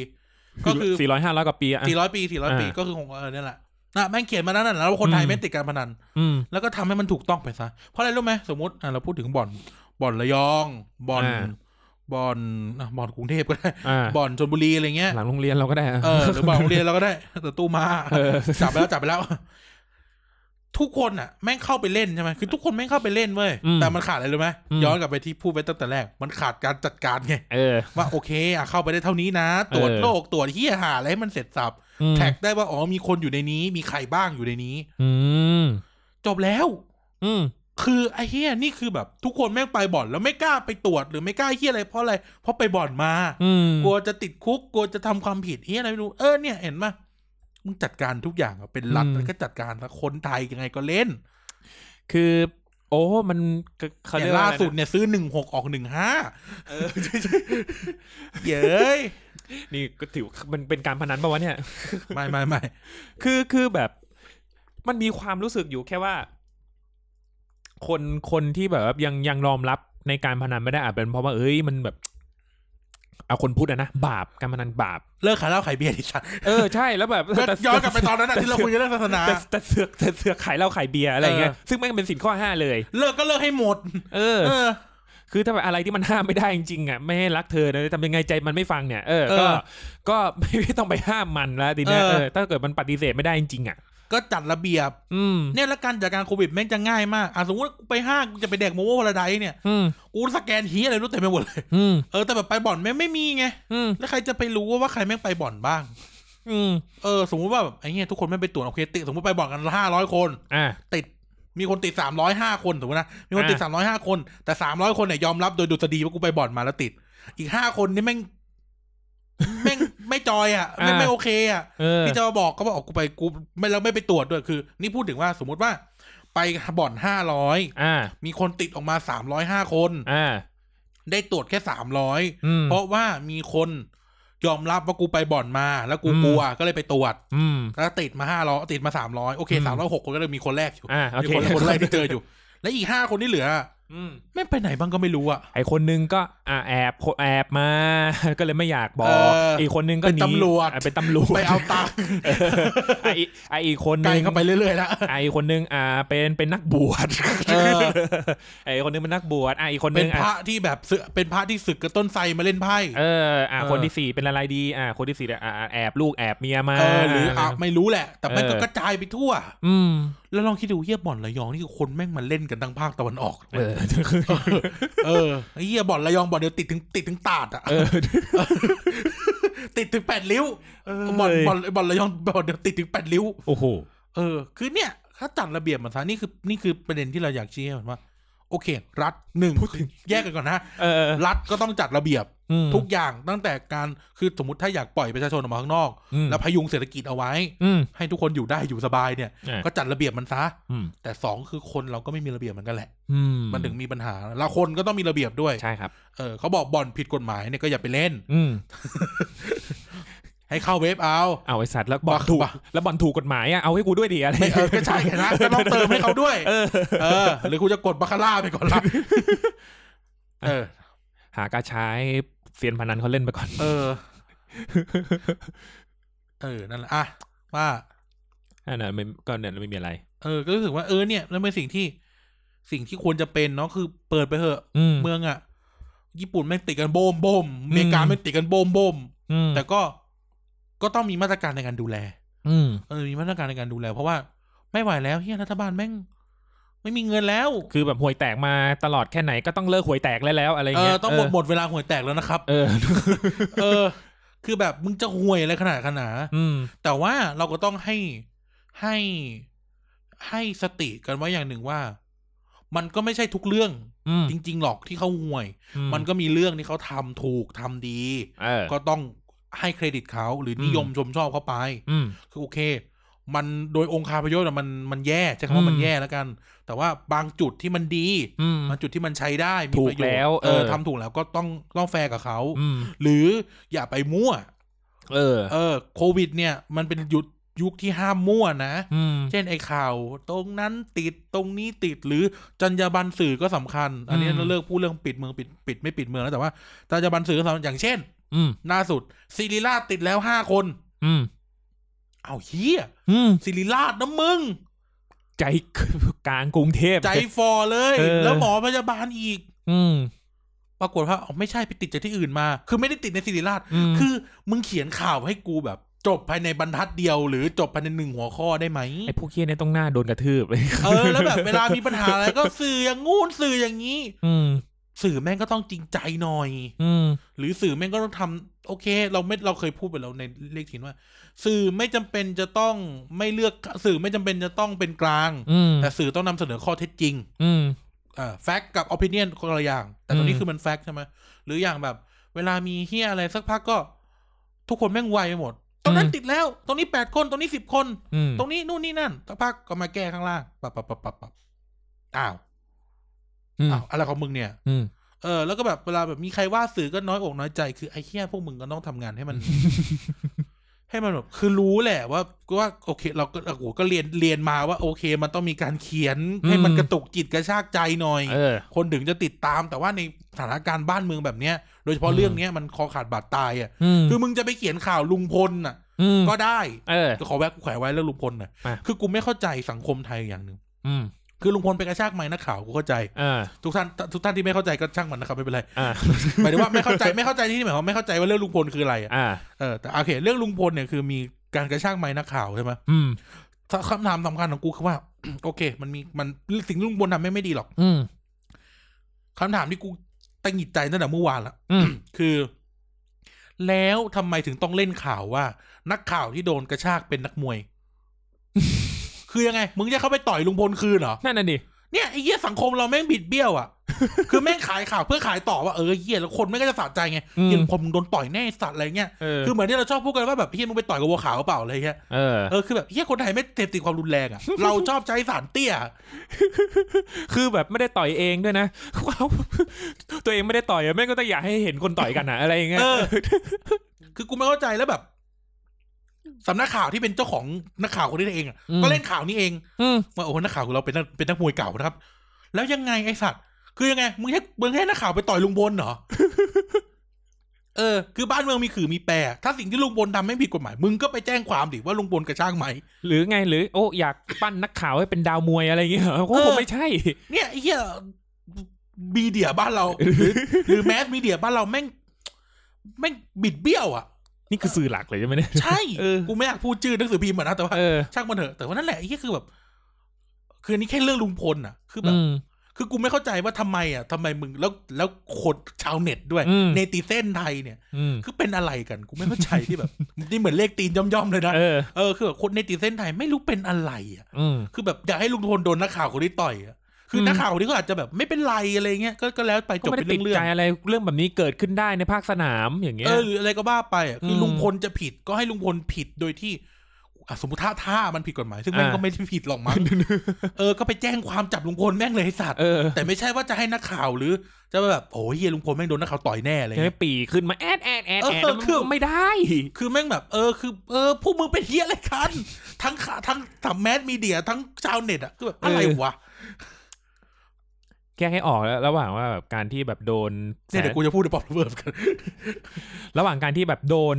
Speaker 1: ก็คือ
Speaker 2: สี่ร้อยห้าร้อยกว่าปีอ่ะ
Speaker 1: สี่ร้อยปีสี่ร้อยปี
Speaker 2: อ่า
Speaker 1: ก็คือของเออเนี่ยแหละนะแม่งเขียนมานั้นน่ะแล้วคนไทย
Speaker 2: อืม
Speaker 1: ไม่ติดการพนัน
Speaker 2: อืม
Speaker 1: แล้วก็ทำให้มันถูกต้องไปซะ เพราะอะไรรู้ไหมสมมติอ่ะเราพูดถึงบ่อนบ่อนระยองบ่อน
Speaker 2: อ่า
Speaker 1: บ่อนอ่ะบ่อนกรุงเทพก็ได้
Speaker 2: อ่า
Speaker 1: บ่อนชนบุรีอะไรเงี้ย
Speaker 2: หลังโรงเรียนเราก็ได้ะ
Speaker 1: เออหรือบ่อนโรงเรียนเราก็ได้แต่ตู้
Speaker 2: *laughs*
Speaker 1: มา
Speaker 2: เออ
Speaker 1: จับไปแล้วจับไปแล้ว ทุกคนอ่ะ แม่งเข้าไปเล่นใช่ไหมคือทุกคนแม่งเข้าไปเล่นเว้ย
Speaker 2: อืม
Speaker 1: แต่มันขาดอะไรรู้ไหม
Speaker 2: อืม
Speaker 1: ย้อนกลับไปที่พูดไว้ตั้งแต่แรก มันขาดการจัดการไง
Speaker 2: เออ
Speaker 1: ว่าโอเคอ่ะเข้าไปได้เท่านี้นะ ตรวจ
Speaker 2: เออ
Speaker 1: โรคตรวจเฮียหาอะไรให้มันเสร็จสับ
Speaker 2: อืม
Speaker 1: แท็กได้ว่าอ๋อมีคนอยู่ในนี้ มีใครบ้างอยู่ในนี้
Speaker 2: อืม
Speaker 1: จบแล้ว
Speaker 2: อืม
Speaker 1: คือไอ้เฮียนี่คือแบบทุกคนแม่งไปบ่อน แล้วไม่กล้าไปตรวจหรือไม่กล้าเฮียอะไรเพราะอะไรเพราะไปบ่อนมา
Speaker 2: อืม
Speaker 1: กลัวจะติดคุกกลัวจะทำความผิดเฮียอะไรไม่รู้เออเนี่ยเห็นปะมึงจัดการทุกอย่างอะเป็นรัฐแล้วก็จัดการแล้วคนไทยยังไงก็เล่น
Speaker 2: คือ โอ้มันเขา
Speaker 1: เนี่
Speaker 2: เรี
Speaker 1: ย
Speaker 2: ยกว่
Speaker 1: ล่า
Speaker 2: อะไรนะ
Speaker 1: สุดเนี่ยซื้อหนึ่งหกออกหนึ่งห้า *laughs* เย้ย
Speaker 2: นี่ก็ถือมันเป็นการพนันปะวะเนี่ย
Speaker 1: ไม่ไม่ไม่
Speaker 2: คือคือแบบ มันมีความรู้สึกอยู่แค่ว่า คนคนที่แบบว่ายังยังยอมรับในการพนันไม่ได้อาจเป็นเพราะว่าเอ้ยมันแบบ เอาคนพูดอะนะบาปการพนันบาป
Speaker 1: เลิกขายเหล้าขายเบียร์ดิ
Speaker 2: *laughs*
Speaker 1: ฉัน
Speaker 2: เออใช่แล้วแบบ
Speaker 1: ก็
Speaker 2: แต่
Speaker 1: ย้อนกลับไปตอนนั้นอะที่เราคุยกันเรื่องศาสนา
Speaker 2: *laughs* แต่แต่แต่เสือกแต่เสือกขายเหล้าขายเบียร์อะไรอย่างเงี้ย
Speaker 1: เออ
Speaker 2: ซึ่งแม่งเป็นสินข้อห้าเลย
Speaker 1: เลิกก็เลิกให้หมด
Speaker 2: เออ
Speaker 1: เออ
Speaker 2: คือถ้าแบบอะไรที่มันห้ามไม่ได้จริงๆอ่ะไม่ให้รักเธอนะทำยังไงใจมันไม่ฟังเนี่ยเออ
Speaker 1: เออ
Speaker 2: ก็ก็ไม่ไม่ต้องไปห้ามมันแล้วดีนะ
Speaker 1: เออ
Speaker 2: เออถ้าเกิดมันปฏิเสธไม่ได้จริงๆอ่ะ
Speaker 1: ก็จัดระเบียบ
Speaker 2: อืม
Speaker 1: *laughs* เนี่ยแล้วการจัดการโควิดแม่งจะง่ายมากอ่ะสมมติว่ากูไปห้างกูจะไปแดกโมโมพาราไดซ์เนี่ย
Speaker 2: อืม
Speaker 1: กูสแกนฮียอะไรรู้เต็มไปหมดเลย
Speaker 2: อืม
Speaker 1: เออแต่แบบไปบ่อนแม่งไม่มีไง
Speaker 2: อืม
Speaker 1: แล้วใครจะไปรู้ว่าใครแม่งไปบ่อนบ้าง
Speaker 2: อืม
Speaker 1: เออสมมติว่าแบบไอ้เนี้ยทุกคนไม่งไปตรวจโอเคติดสมมติไปบ่อนกันห้าร้อยคน
Speaker 2: อ่ะ
Speaker 1: ติดมีคนติดสามร้อยห้าคนสมมตินะมีคนติดสามร้อยห้าคน แต่สามร้อยคนเนี่ยยอมรับโดยดุษฎีว่ากูไปบ่อนมาแล้วติด อีกห้าคนนี่แม่งแม่ง *laughs* ไม่จอยอ่ะแม่ง
Speaker 2: อ่า
Speaker 1: ไม่โอเคอ่ะ
Speaker 2: เออ
Speaker 1: พี่จะมาบอกก็บอกกูไปกูไม่แล้วไม่ไปตรวจด้วยคือ นี่พูดถึงว่าสมมุติว่า ไปบ่อนห้าร้อย
Speaker 2: อ่ะ
Speaker 1: มีคนติดออกมาสามร้อยห้าคน
Speaker 2: อ่ะ
Speaker 1: ได้ตรวจแค่สามร้อย
Speaker 2: อืม
Speaker 1: เพราะว่ามีคนยอมรับว่ากูไปบ่อนมา แล้วกู
Speaker 2: อืม
Speaker 1: กลัวก็เลยไปตรวจ
Speaker 2: อืม
Speaker 1: แล้วติดมาห้าร้อยติดมาสามร้อยโอเค
Speaker 2: อืม
Speaker 1: สามร้อยหกคนก็เลยมีคนแรกอยู่
Speaker 2: อ่ะโอ
Speaker 1: มี
Speaker 2: เค
Speaker 1: คนคนแรกที่เจออยู่ และอีกห้าคนที่เหลือ
Speaker 2: อืม
Speaker 1: ไม่งไปไหนบ้างก็ไม่รู้อ่ะ
Speaker 2: ไอคนนึงก็อ่ะแอบโคแอบมา *laughs* ก็เลยไม่อยากบอ
Speaker 1: เอก ออี
Speaker 2: อีกคนนึงก็ห
Speaker 1: เป็
Speaker 2: นี
Speaker 1: นตำรวจ
Speaker 2: อ่ะเป็นตำรวจ
Speaker 1: ไปเอาตังค์
Speaker 2: เออไออีไออีกคน
Speaker 1: ไกล
Speaker 2: นึง
Speaker 1: เข้าไปเรื่อยๆแล้ว
Speaker 2: *laughs* ไออีกคนนึงอ่าเป็นเป็นนักบวช
Speaker 1: เออ
Speaker 2: *laughs* ไออีกคนนึงเป็นนักบวชไอะอีกคน
Speaker 1: เป็
Speaker 2: นึ
Speaker 1: น
Speaker 2: ง
Speaker 1: พ
Speaker 2: อ่ะ
Speaker 1: ระที่แบบเสือเป็นพระที่ศึกกับต้นไทรมาเล่นไพ่
Speaker 2: เอออ่ะ
Speaker 1: เออ
Speaker 2: คนที่สี่เป็นอะไรดีอ่ะคนที่สี่เนี่ยอ่ะอ่ะแอบลูกแอบเมียมา
Speaker 1: เออหรืออ่ะ
Speaker 2: ะไร
Speaker 1: ไม่รู้แหละ แต่แม่งก็
Speaker 2: เออ
Speaker 1: กระจายไปทั่ว
Speaker 2: อืม
Speaker 1: แล้วลองคิดดูเฮียบ่อนระยองนี่คือคนแม่งมาเล่นกันทั้งภาคตะวันออก
Speaker 2: เอ *laughs* อ
Speaker 1: เออไอ้เฮียบ่อนระยองบ่อนเดียวติดถึงติดถึงตาดอ่ะ
Speaker 2: เออ
Speaker 1: *laughs* ติดถึงแปดริ้วบ่อนบ่อนบ่อนระยองบ่อนเดียวติดถึงแปดริ้ว
Speaker 2: โอ้โห
Speaker 1: เออคือเนี่ย ถ้าจัดระเบียบมันซะนี่คือนี่คือประเด็นที่เราอยากชี้ให้เห็นว่า โอเค รัฐหนึ่งแยกกันก่อนนะ
Speaker 2: เออ
Speaker 1: รัฐก็ต้องจัดระเบียบ
Speaker 2: อืม
Speaker 1: ทุกอย่างตั้งแต่การคือสมมติถ้าอยากปล่อยประชาชนออกมาข้างนอก
Speaker 2: อืม
Speaker 1: แล้วพยุงเศรษฐกิจเอาไว้
Speaker 2: อืม
Speaker 1: ให้ทุกคนอยู่ได้อยู่สบายเนี่ย
Speaker 2: อ่ะ
Speaker 1: ก็จัดระเบียบมันซะ
Speaker 2: อืม
Speaker 1: แต่สองคือคนเราก็ไม่มีระเบียบเหมือนกันแหละ
Speaker 2: อื
Speaker 1: มันถึงมีปัญหาแล้วคนก็ต้องมีระเบียบด้วย
Speaker 2: ใช่ครับ
Speaker 1: เออเขาบอกบ่อนผิดกฎหมายเนี่ยก็อย่าไปเล่น
Speaker 2: อืม
Speaker 1: ให้เข้าเว็บเอา
Speaker 2: เอาไอสัตว์แล้วบอล
Speaker 1: บัก
Speaker 2: ถูก
Speaker 1: บัก
Speaker 2: แล้วบอลถูกกฎหมายอ่ะเอาให้กูด้วยดิอะไร
Speaker 1: ไม่เออก็ใช่ไงนะก็ต้องเติมให้เขาด้วย
Speaker 2: เออ
Speaker 1: *laughs* เออ หรือคุณจะกดบาคาร่าไปก่อนละ *laughs* เออ
Speaker 2: หากาใช้เซียนพนันเขาเล่นไปก่อน
Speaker 1: เออ เออนั่นแหละอ่ะว่า
Speaker 2: อันนั้นไม่ก็เนี่ยไม่มีอะไร
Speaker 1: เออก็รู้สึกว่าเออเนี่ยนั่นเป็นสิ่งที่สิ่งที่ควรจะเป็นเนาะคือเปิดไปเถอะ
Speaker 2: อืม
Speaker 1: เมืองอ่ะ ญี่ปุ่นแม่งติดกันโบมโบมอเมริกา
Speaker 2: อืม
Speaker 1: แม่งติดกันโบมโบม
Speaker 2: อืม
Speaker 1: แต่ก็ก็ต้องมีมาตรการในการดูแล
Speaker 2: อืม
Speaker 1: เออมีมาตรการในการดูแล เพราะว่าไม่ไหวแล้วเฮียรัฐบาลแม่ง ไม่มีเงินแล้ว
Speaker 2: คือแบบหวยแตกมาตลอดแค่ไหนก็ต้องเลิกหวยแตกแล้วแล้วอะไร
Speaker 1: เอ
Speaker 2: เงี้
Speaker 1: อย ต้องหมดหมดเวลาหวยแตกแล้วนะครับ
Speaker 2: เออ
Speaker 1: เออ คือแบบมึงจะห่วยอะไรขนาดขนาด
Speaker 2: อืม
Speaker 1: แต่ว่าเราก็ต้องให้ให้ ให้สติกันไว้อย่างหนึ่งว่า มันก็ไม่ใช่ทุกเรื่อง
Speaker 2: อืม
Speaker 1: จริง ๆ หรอกที่เขาห่วย
Speaker 2: อื
Speaker 1: มันก็มีเรื่องที่เขาทำถูกทำดี
Speaker 2: เออ
Speaker 1: ก็ต้องให้เครดิตเขาหรือ
Speaker 2: ม
Speaker 1: นิยมชมชอบเขาไป
Speaker 2: อืม
Speaker 1: คือโอเค มันโดยองคาพยพน่ะมันมันแย่ใช่คำว่ามัน
Speaker 2: อืม
Speaker 1: แย่แล้วกัน แต่ว่าบางจุดที่มันดี
Speaker 2: อืม
Speaker 1: บางจุดที่มันใช้ได้มี
Speaker 2: ถูก
Speaker 1: ประโยชน์
Speaker 2: แล้ว
Speaker 1: เอ
Speaker 2: เอ
Speaker 1: อ
Speaker 2: อ
Speaker 1: ทำถูกแล้วก็ต้องต้องแฟร์กับเขา
Speaker 2: อืม
Speaker 1: หรืออย่าไปมั่ว
Speaker 2: เออ
Speaker 1: เออโควิด เนี่ย มันเป็นยุคยุคที่ห้ามมั่วนะ
Speaker 2: อืม
Speaker 1: เช่นไอ้ข่าว ตรงนั้นติดตรงนี้ติดหรือจรรยาบรรณสื่อก็สำคัญ อันนี้
Speaker 2: อืม
Speaker 1: เราเลิกพูดเรื่องปิดเมืองปิดปิดไม่ปิดเมืองแล้วแต่ว่าจรรยาบรรณสื่อก็สำคัญอย่างเช่น
Speaker 2: อืม
Speaker 1: ล่าสุดซิริราชติดแล้วห้าคน
Speaker 2: อืม
Speaker 1: เอาเฮีย
Speaker 2: อืม
Speaker 1: ซิริราชนะมึง *laughs*
Speaker 2: ใจกลางกรุงเทพ
Speaker 1: ใจฟอเลย
Speaker 2: เออ
Speaker 1: แล้วหมอพยาบาลอีก
Speaker 2: อืม
Speaker 1: ปรากฏว่าอ๋อไม่ใช่ไปติดจากที่อื่นมา คือไม่ได้ติดในซิริราช
Speaker 2: อืม
Speaker 1: คือมึงเขียนข่าวให้กูแบบ จบภายในบรรทัดเดียว หรือจบภายในหนึ่งหัวข้อได้ไหม
Speaker 2: ไอ้พวกเคียเนี่ยต้องหน้าโดนกระทืบ
Speaker 1: *laughs* เออแล้วแบบเวลามีปัญหาอะไรก็สื่ออย่างงู้นสื่ออย่างนี้
Speaker 2: อืม
Speaker 1: สื่อแม่งก็ต้องจริงใจหน่อย
Speaker 2: อืม
Speaker 1: หรือสื่อแม่งก็ต้องทำโอเค เราไม่เราเคยพูดไปแล้วในเลขถินว่า สื่อไม่จำเป็นจะต้องไม่เลือกสื่อไม่จำเป็นจะต้องเป็นกลาง
Speaker 2: อืม
Speaker 1: แต่สื่อต้องนำเสนอข้อเท็จจริง
Speaker 2: อืม
Speaker 1: อ่าแฟกต์กับอ p i เนียนคนละอย่าง แต่ตอนนี้
Speaker 2: อืม
Speaker 1: คือมันแฟกต์ใช่ไหมหรืออย่างแบบ เวลามีเฮียอะไรสักพักก็ ทุกคนแม่งไวไปหมดตรงนั้นติดแล้วตรงนี้แปดคนตรงนี้สิบคน
Speaker 2: อืม
Speaker 1: ตรงนี้นู่นนี่นั่นสักพักก็มาแก้ข้างล่างปับปับปับปับปับอ้าว
Speaker 2: อืม
Speaker 1: อ้าวอะไรของมึงเนี่ย
Speaker 2: อืม
Speaker 1: เออแล้วก็แบบเวลาแบบมีใครว่าสื่อก็น้อยอกน้อยใจคือไอ้เหี้ยพวกมึงก็ต้องทำงานให้ *laughs* มัน ให้มันแบบคือรู้แหละว่าว่าโอเค เราก็โอ้โหก็เรียนเรียนมาว่า โอเค มันต้องมีการเขียน
Speaker 2: อืม
Speaker 1: ให้มันกระตุกจิตกระชากใจหน่อย
Speaker 2: เออ
Speaker 1: คนถึงจะติดตาม แต่ว่าในสถานการณ์บ้านเมืองแบบเนี้ย โดยเฉพาะ
Speaker 2: อืม
Speaker 1: เรื่องเนี้ยมันคอขาดบาดตายอ่ะ
Speaker 2: อืม
Speaker 1: คือมึงจะไปเขียนข่าวลุงพลน่ะ
Speaker 2: อืม
Speaker 1: ก็ได้
Speaker 2: เออ
Speaker 1: ก็ขอแวะกูแขวะไว้เรื่องลุงพลหน่อย
Speaker 2: อ่ะ
Speaker 1: คือกูไม่เข้าใจสังคมไทยอย่างหนึ่ง
Speaker 2: อืม
Speaker 1: คือลุงพลไปกระชากไม้นักข่าวกูเข้าใจ
Speaker 2: เออ
Speaker 1: ทุกท่านทุกท่านที่ไม่เข้าใจก็ช่างมันนะครับ
Speaker 2: *laughs*
Speaker 1: ไม่เป็นไร
Speaker 2: อ่า
Speaker 1: หมายถึงว่าไม่เข้าใจไม่เข้าใจที่หมายความว่าไม่เข้าใจว่าเรื่องลุงพลคืออะไรอะ
Speaker 2: อ่า
Speaker 1: เออแต่โอเค เรื่องลุงพลเนี่ยคือมีการกระชากไม้นักข่าวใช่ไหม
Speaker 2: อืม
Speaker 1: คำถามสำคัญของกูคือว่า *clears throat* โอเค มันมีมันสิ่งที่ลุงพลทำไม่ไม่ดีหรอก
Speaker 2: อืม
Speaker 1: คำถามที่กูตังหงิดใจตั้งแต่เมื่อวานละ
Speaker 2: อืม
Speaker 1: คือ แล้วทำไมถึงต้องเล่นข่าวว่า นักข่าวที่โดนกระชากเป็นนักมวย คือยังไง มึงจะเข้าไปต่อยลุงพลคืนเหรอ
Speaker 2: นั่นน่ะดิ
Speaker 1: เนี่ยไอ้เหี้ยสังคมเราแม่งบิดเบี้ยวอ่ะ คือแม่งขายข่าวเพื่อขายต่อว่าเออเหี้ยแล้วคนแม่งก็จะสะใจไง
Speaker 2: อื
Speaker 1: เหี้ย
Speaker 2: ม
Speaker 1: ลุงพลมึงโดนต่อยแน่ไอ้สัตว์อะไรเงี้ย
Speaker 2: เออ
Speaker 1: คือเหมือนที่เราชอบพูดกันว่าแบบเฮียมึงไปต่อยกับวัวขาวเปล่าอะไรเงี้ย
Speaker 2: เออ
Speaker 1: เออคือแบบเฮียคนไทยไม่เสพติดความรุนแรงอ่ะ เราชอบใช้สารเตี้ย
Speaker 2: คือแบบไม่ได้ต่อยเองด้วยนะ *laughs* ว้าวตัวเองไม่ได้ต่อยอะแม่งก็ต้องอยากให้เห็นคนต่อยกันอะอะไรอย่างเงี้ย
Speaker 1: เออ คือกูไม่เข้าใจแล้วแบบสำนักข่าวที่เป็นเจ้าของนักข่าวคนนี้เองอะก็เล่นข่าวนี้เอง
Speaker 2: อืม
Speaker 1: ว่าโอ้โหนักข่าวของเราเป็นนักเป็นนักมวยเก่านะครับ แล้วยังไงไอ้สัตว์คือยังไงมึงให้มึงให้นักข่าวไปต่อยลุงบนเหรอ *laughs* เออ คือบ้านเมืองมีขื่อมีแปรถ้าสิ่งที่ลุงบนทำไม่ผิดกฎหมายมึงก็ไปแจ้งความดิว่าลุงบนกระช่างไหม
Speaker 2: หรือไงหรือโอ้อยากปั้นนักข่าวให้เป็นดาวมวยอะไรอย่างเงี้ยเหร *laughs* อก็
Speaker 1: เอ
Speaker 2: ค
Speaker 1: อ
Speaker 2: งไม่ใช่
Speaker 1: เนี่ยไอ้เหี้ยมีเดียบ้านเรา หรือหรือแมสมีเดียบ้านเราแม่งแม่งบิดเบี้ยวอ่ะ
Speaker 2: นี่คือสื่อหลักเลยใช่ไหมเนี่ย
Speaker 1: ใช่
Speaker 2: *laughs* เออ
Speaker 1: กูไม่อยากพูดชื่อหนังสือพิมพ์อะนะแต่ว่า
Speaker 2: เออ
Speaker 1: ช่างมันเถอะแต่ว่านั่นแหละไอ้เหี้ยคือแบบ คืออันนี้แค่เรื่องลุงพลอ่ะ คือแบบ
Speaker 2: อืม
Speaker 1: คือกูไม่เข้าใจว่าทำไมอ่ะทำไมมึงแล้วแล้วคนชาวเน็ตด้วย
Speaker 2: อืม
Speaker 1: เนติเซนไทยเนี่ย
Speaker 2: อืม
Speaker 1: คือเป็นอะไรกัน กูไม่เข้าใจที่แบบ *laughs* นี่เหมือนเลขตีนย่อมๆเลยนะ
Speaker 2: เออ
Speaker 1: เออคือแบบคนเนติเซนไทยไม่รู้เป็นอะไรอ่ะ
Speaker 2: อืม
Speaker 1: คือแบบอยากให้ลุงพลโดนนักข่าวคนนี้ต่อยอะคืออ
Speaker 2: ม
Speaker 1: นักข่าวคนนี้ก็อาจจะแบบไม่เป็นไรอะไรเงี้ย ก็ก็แล้วไปจ
Speaker 2: ก็
Speaker 1: บ
Speaker 2: ไม่
Speaker 1: เป็น
Speaker 2: ได้ติด
Speaker 1: เรื่อง
Speaker 2: ใจอะไรเรื่องแบบนี้เกิดขึ้นได้ในภาคสนามอย่าง
Speaker 1: ๆ
Speaker 2: เงี้ย
Speaker 1: เออหรืออะไรก็บ้าไปอะคืออ
Speaker 2: ม
Speaker 1: ลุงพลจะผิดก็ให้ลุงพลผิดโดยที่อ่ะสมมติถ้าถ้ามันผิดกฎหมาย ซึ่งมัน
Speaker 2: อ่า
Speaker 1: ก็ไม่ได้ผิดหรอก
Speaker 2: *laughs*
Speaker 1: มั้ง เออ ก็ไปแจ้งความจับลุงพลแม่งเลยไอ้สัตว์
Speaker 2: เออ
Speaker 1: แต่ไม่ใช่ว่าจะให้นักข่าวหรือ จะแบบโอ้ยเฮียลุงพลแม่งโดนนักข่าวต่อยแน่อะไร
Speaker 2: ยัง
Speaker 1: เงี้ย
Speaker 2: ไม่ปีขึ้นมาแอดแอดแอดแอด
Speaker 1: เออ
Speaker 2: แล้วมัน
Speaker 1: คือ
Speaker 2: ไม่ได้ *laughs*
Speaker 1: คือแม่งแบบเออคือเออพวกมึงเป็นเฮียอะไรกัน ทั้งข่าทั้งทั้งแมสมีเดียทั้งชาวเน็ตอะคือแบบอะไร
Speaker 2: เออ
Speaker 1: วะ
Speaker 2: แก้ให้ออกแล้วระหว่างว่าแบบการที่แบบโดน
Speaker 1: เนี่ยเดี๋ยวกูจะพูดในปอบเวิร์บกัน
Speaker 2: ระหว่างการที่แบบโดน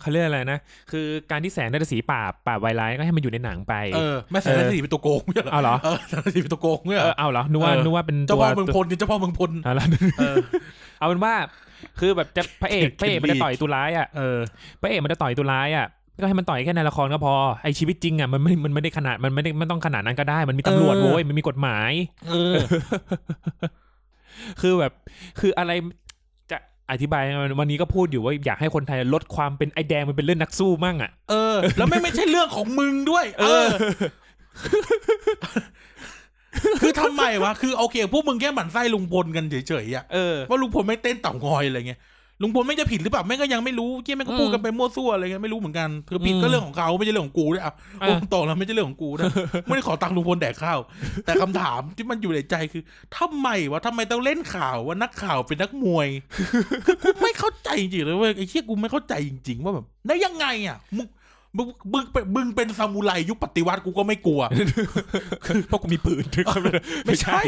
Speaker 2: เขาเรียกอะไรนะ คือการที่แสงนาฏสีปราบปราบไวรัสก็ให้มันอยู่ในหนังไป
Speaker 1: เออแม่แสนนาทีเป็นตัวโกงไม่ใช่
Speaker 2: เอาเหรอ
Speaker 1: เออแสนนาทีเป็นตัวโกงเนี่ย
Speaker 2: เอ
Speaker 1: เหร
Speaker 2: อ
Speaker 1: อ
Speaker 2: เอาเหรอนึกว่า
Speaker 1: เออ
Speaker 2: นึกว่าเป็น
Speaker 1: เจ้าพ่
Speaker 2: ตัว
Speaker 1: อเมืองพลเนี่ยเจ้าพ่อเมืองพล
Speaker 2: เอาละ
Speaker 1: เออ
Speaker 2: เอาเป็นว่า คือแบบจะพระเอก พระเอกมันจะต่อยตัวร้ายอ่ะ
Speaker 1: เออ
Speaker 2: พระเอกมันจะต่อยตัวร้ายอ่ะก็ให้มันต่อยแค่ในละครก็พอไอชีวิตจริงอ่ะมันไม่มันไม่ได้ขนาดมันไม่ได้มันต้องขนาดนั้นก็ได้ มันมีตำรวจ
Speaker 1: เออ
Speaker 2: โว้ยมันมีกฎหมาย
Speaker 1: เออ
Speaker 2: คือแบบคืออะไรจะอธิบายยังไงวันนี้ก็พูดอยู่ว่าอยากให้คนไทยลดความเป็นไอแดงมันเป็นเรื่องนักสู้มั่งอ่ะ
Speaker 1: เออ แล้วไม่งไม่ใช่เรื่องของมึงด้วย เออ คือทำไมวะ คือโอเคพวกมึงแค่หมั่นไส้ลุงพลกันเฉยๆอะ
Speaker 2: เออ
Speaker 1: *laughs* ว่าลุงพลไม่เต้นเต่างอยอะไรเงี้ยลุงพลไม่งจะผิดหรือเปล่าแม่งก็ยังไม่รู้เกี้ยแม่งก็พูดกันไปมั่วซั่วอะไรเงี้ยไม่รู้เหมือนกันคือผิดก็
Speaker 2: อืม
Speaker 1: เรื่องของเขาไม่ใช่เรื่องของกูด้วยอ่ะ
Speaker 2: อ่ะ
Speaker 1: พูดตรงๆแล้วไม่ใช่เรื่องของกูนะ *laughs* ไม่ได้ขอตังค์ลุงพลแดกข้าวแต่คำถามที่มันอยู่ในใจคือทำไมวะทำไมต้องเล่นข่าวว่านักข่าวเป็นนักมวยคือกูไม่เข้าใจจริงๆเลยเว้ยไอ้เชี่ยกูไม่เข้าใจจริง ๆ ว่าแบบได้ยังไงอ่ะมึงมึงมึงเป็นมึงเป็นซามูไรยุคปฏิวัติกูก็ไม่กลัว
Speaker 2: เพราะกูมีปืนถึง *laughs*
Speaker 1: ไม่ใช่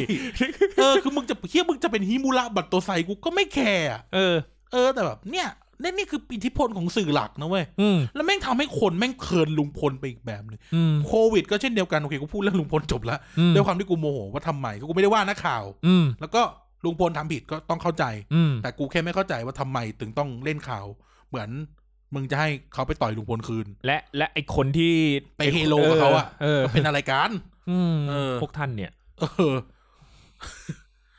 Speaker 1: เออ คือมึงจะเฮียมึงจะเป็นฮิมูระบัตโตไซกูก็ไม่แคร์อะ
Speaker 2: เออ
Speaker 1: เออ แต่แบบเนี่ยนี่นี่คืออิทธิพลของสื่อหลักนะเว้ย
Speaker 2: อืม
Speaker 1: แล้วแม่งทำให้คนแม่งเคินลุงพลไปอีกแบบหนึ่ง
Speaker 2: อืม
Speaker 1: โควิดก็เช่นเดียวกัน โอเค กูพูดเรื่องลุงพลจบละ
Speaker 2: อืม
Speaker 1: ด้วยความที่กูโมโหว่าทำไมกูไม่ได้ว่านักข่าว
Speaker 2: อืม
Speaker 1: แล้วก็ลุงพลทำผิดก็ต้องเข้าใจ
Speaker 2: อืม
Speaker 1: แต่กูแค่ไม่เข้าใจว่าทำไมถึงต้องเล่นข่าว เหมือนมึงจะให้เขาไปต่อยลุงพลคืน
Speaker 2: และและไอคนที่
Speaker 1: ไปเฮโลกับเขาอะ
Speaker 2: เออ
Speaker 1: เป็นอะไรกัน
Speaker 2: อืม
Speaker 1: เออ
Speaker 2: พวกท่านเนี่ย
Speaker 1: เออ *laughs*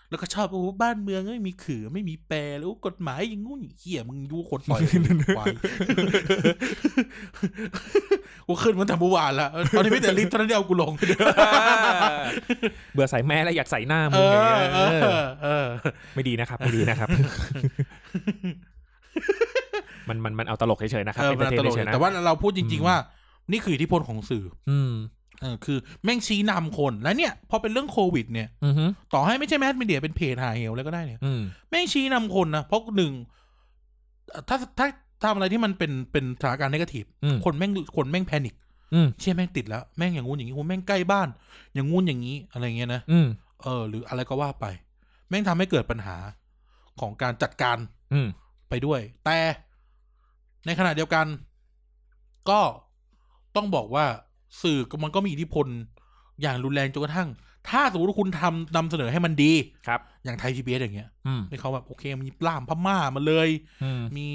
Speaker 1: แล้วก็ชอบโอ้บ้านเมืองไม่มีขื่อไม่มีแปรแล้วกฎหมายอย่างงู้นอย่างเหี้ยมึงยูคนปล่อยควาย *laughs* กูขึ้นมันแต่เมื่อวานละตอนนี้ไม่แต่ลิฟต์ตอนนี้เอากูลง
Speaker 2: เบื่อใส่แม่แล้วอยากใส่หน้า
Speaker 1: เอ
Speaker 2: มึงอย่าง
Speaker 1: อ
Speaker 2: เงี้ย
Speaker 1: เอ
Speaker 2: เออ
Speaker 1: อเออ
Speaker 2: ไม่ดีนะครับ ไม่ดีนะครับ
Speaker 1: *laughs*
Speaker 2: มันมันมันเอาตลกเฉยๆนะครับ
Speaker 1: เออ
Speaker 2: ไม่
Speaker 1: มัน
Speaker 2: ได้
Speaker 1: ตลก
Speaker 2: เฉยๆนะ
Speaker 1: แต่ว่าเราพูดจริง ๆ ว่า นี่คืออิทธิพลของสื่อ
Speaker 2: อืม
Speaker 1: เออคือ แม่งชี้นำคนและเนี่ย พอเป็นเรื่องโควิด เนี่ย
Speaker 2: อือฮึ
Speaker 1: ต่อให้ไม่ใช่แมสมีเดียเป็นเพจหาเหวแล้วก็ได้เนี่ย
Speaker 2: อืม
Speaker 1: แม่งชี้นำคนนะเพราะหนึ่งเอ่อถ้าถ้าทำอะไรที่มันเป็นเป็นสถานการณ์นกาทีฟ
Speaker 2: อืม
Speaker 1: คนแม่งคนแม่งแพนิค
Speaker 2: อืม
Speaker 1: เชี่ยแม่งติดแล้ว แม่งอย่างงู้นอย่างงี้โหแม่งใกล้บ้าน อย่างงู้นอย่างนี้อะไรเงี้ยนะ
Speaker 2: อืม
Speaker 1: เออหรืออะไรก็ว่าไป แม่งทำให้เกิดปัญหาของการจัดการ
Speaker 2: อืม
Speaker 1: ไปด้วย แต่ในขณะเดียวกัน ก็ต้องบอกว่าสื่อมันก็มีอิทธิพลอย่างรุนแรงจนกระทั่ง ถ้าสมมติว่าคุณทำนำเสนอให้มันดี
Speaker 2: ครับ
Speaker 1: อย่างไทยพีบีเอสอย่างเงี้ย
Speaker 2: อืม
Speaker 1: ให้เขาแบบโอเคมีปล้ามพม่ามาเลย
Speaker 2: อืม
Speaker 1: มี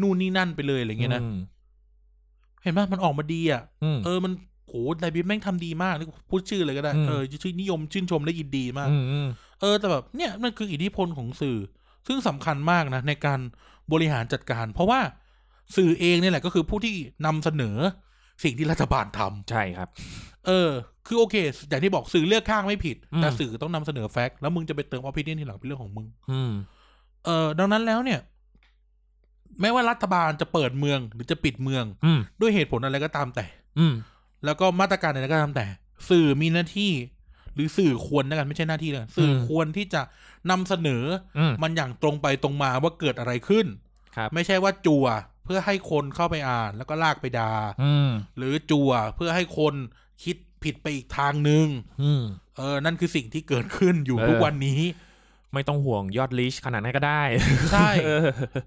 Speaker 1: นู่นนี่นั่นไปเลยอะไรเงี้ยนะ
Speaker 2: อืม
Speaker 1: เห็นป่ะมันออกมาดีอ่ะ
Speaker 2: อืม
Speaker 1: เออมันโหไดบิทแม่งทำดีมากนี่พูดชื่อเลยก็ได้
Speaker 2: อืม
Speaker 1: เออชื่อนิยมชื่นชมและยินดีมาก
Speaker 2: อืมอืม
Speaker 1: เออแต่แบบเนี่ยมันคืออิทธิพลของสื่อ ซึ่งสำคัญมากนะในการบริหารจัดการ เพราะว่าสื่อเองเนี่ยแหละก็คือผู้ที่นำเสนอสิ่งที่รัฐบาลทำ
Speaker 2: ใช่ครับ
Speaker 1: เออ คือโอเคอย่างที่บอกสื่อเลือกข้างไม่ผิดแต่
Speaker 2: อืม
Speaker 1: สื่อต้องนำเสนอแฟกต์แล้วมึงจะไปเติมอภิเนียนทีหลังเป็นเรื่องของมึง
Speaker 2: อืม
Speaker 1: เอ่อดังนั้นแล้วเนี่ย ไม่ว่ารัฐบาลจะเปิดเมืองหรือจะปิดเมือง
Speaker 2: อืม
Speaker 1: ด้วยเหตุผลอะไรก็ตามแต่
Speaker 2: อืม
Speaker 1: แล้วก็มาตรการอะไรก็ตามแต่ สื่อมีหน้าที่ หรือสื่อควรนะกันไม่ใช่หน้าที่เลยสื่อควรที่จะนำเสนอ
Speaker 2: อืม
Speaker 1: มันอย่างตรงไปตรงมาว่าเกิดอะไรขึ้น
Speaker 2: ครับ
Speaker 1: ไม่ใช่ว่าจั่วเพื่อให้คนเข้าไปอ่าน แล้วก็ลากไปดา่า
Speaker 2: อืม
Speaker 1: หรือจั่วเพื่อให้คนคิดผิดไปอีกทางหนึ่ง
Speaker 2: อืม
Speaker 1: เออนั่นคือสิ่งที่เกิดขึ้นอยู่ทุก
Speaker 2: เออ
Speaker 1: วันนี้
Speaker 2: ไม่ต้องห่วงยอดลิชขนาดนั้นก็ได้
Speaker 1: ใช่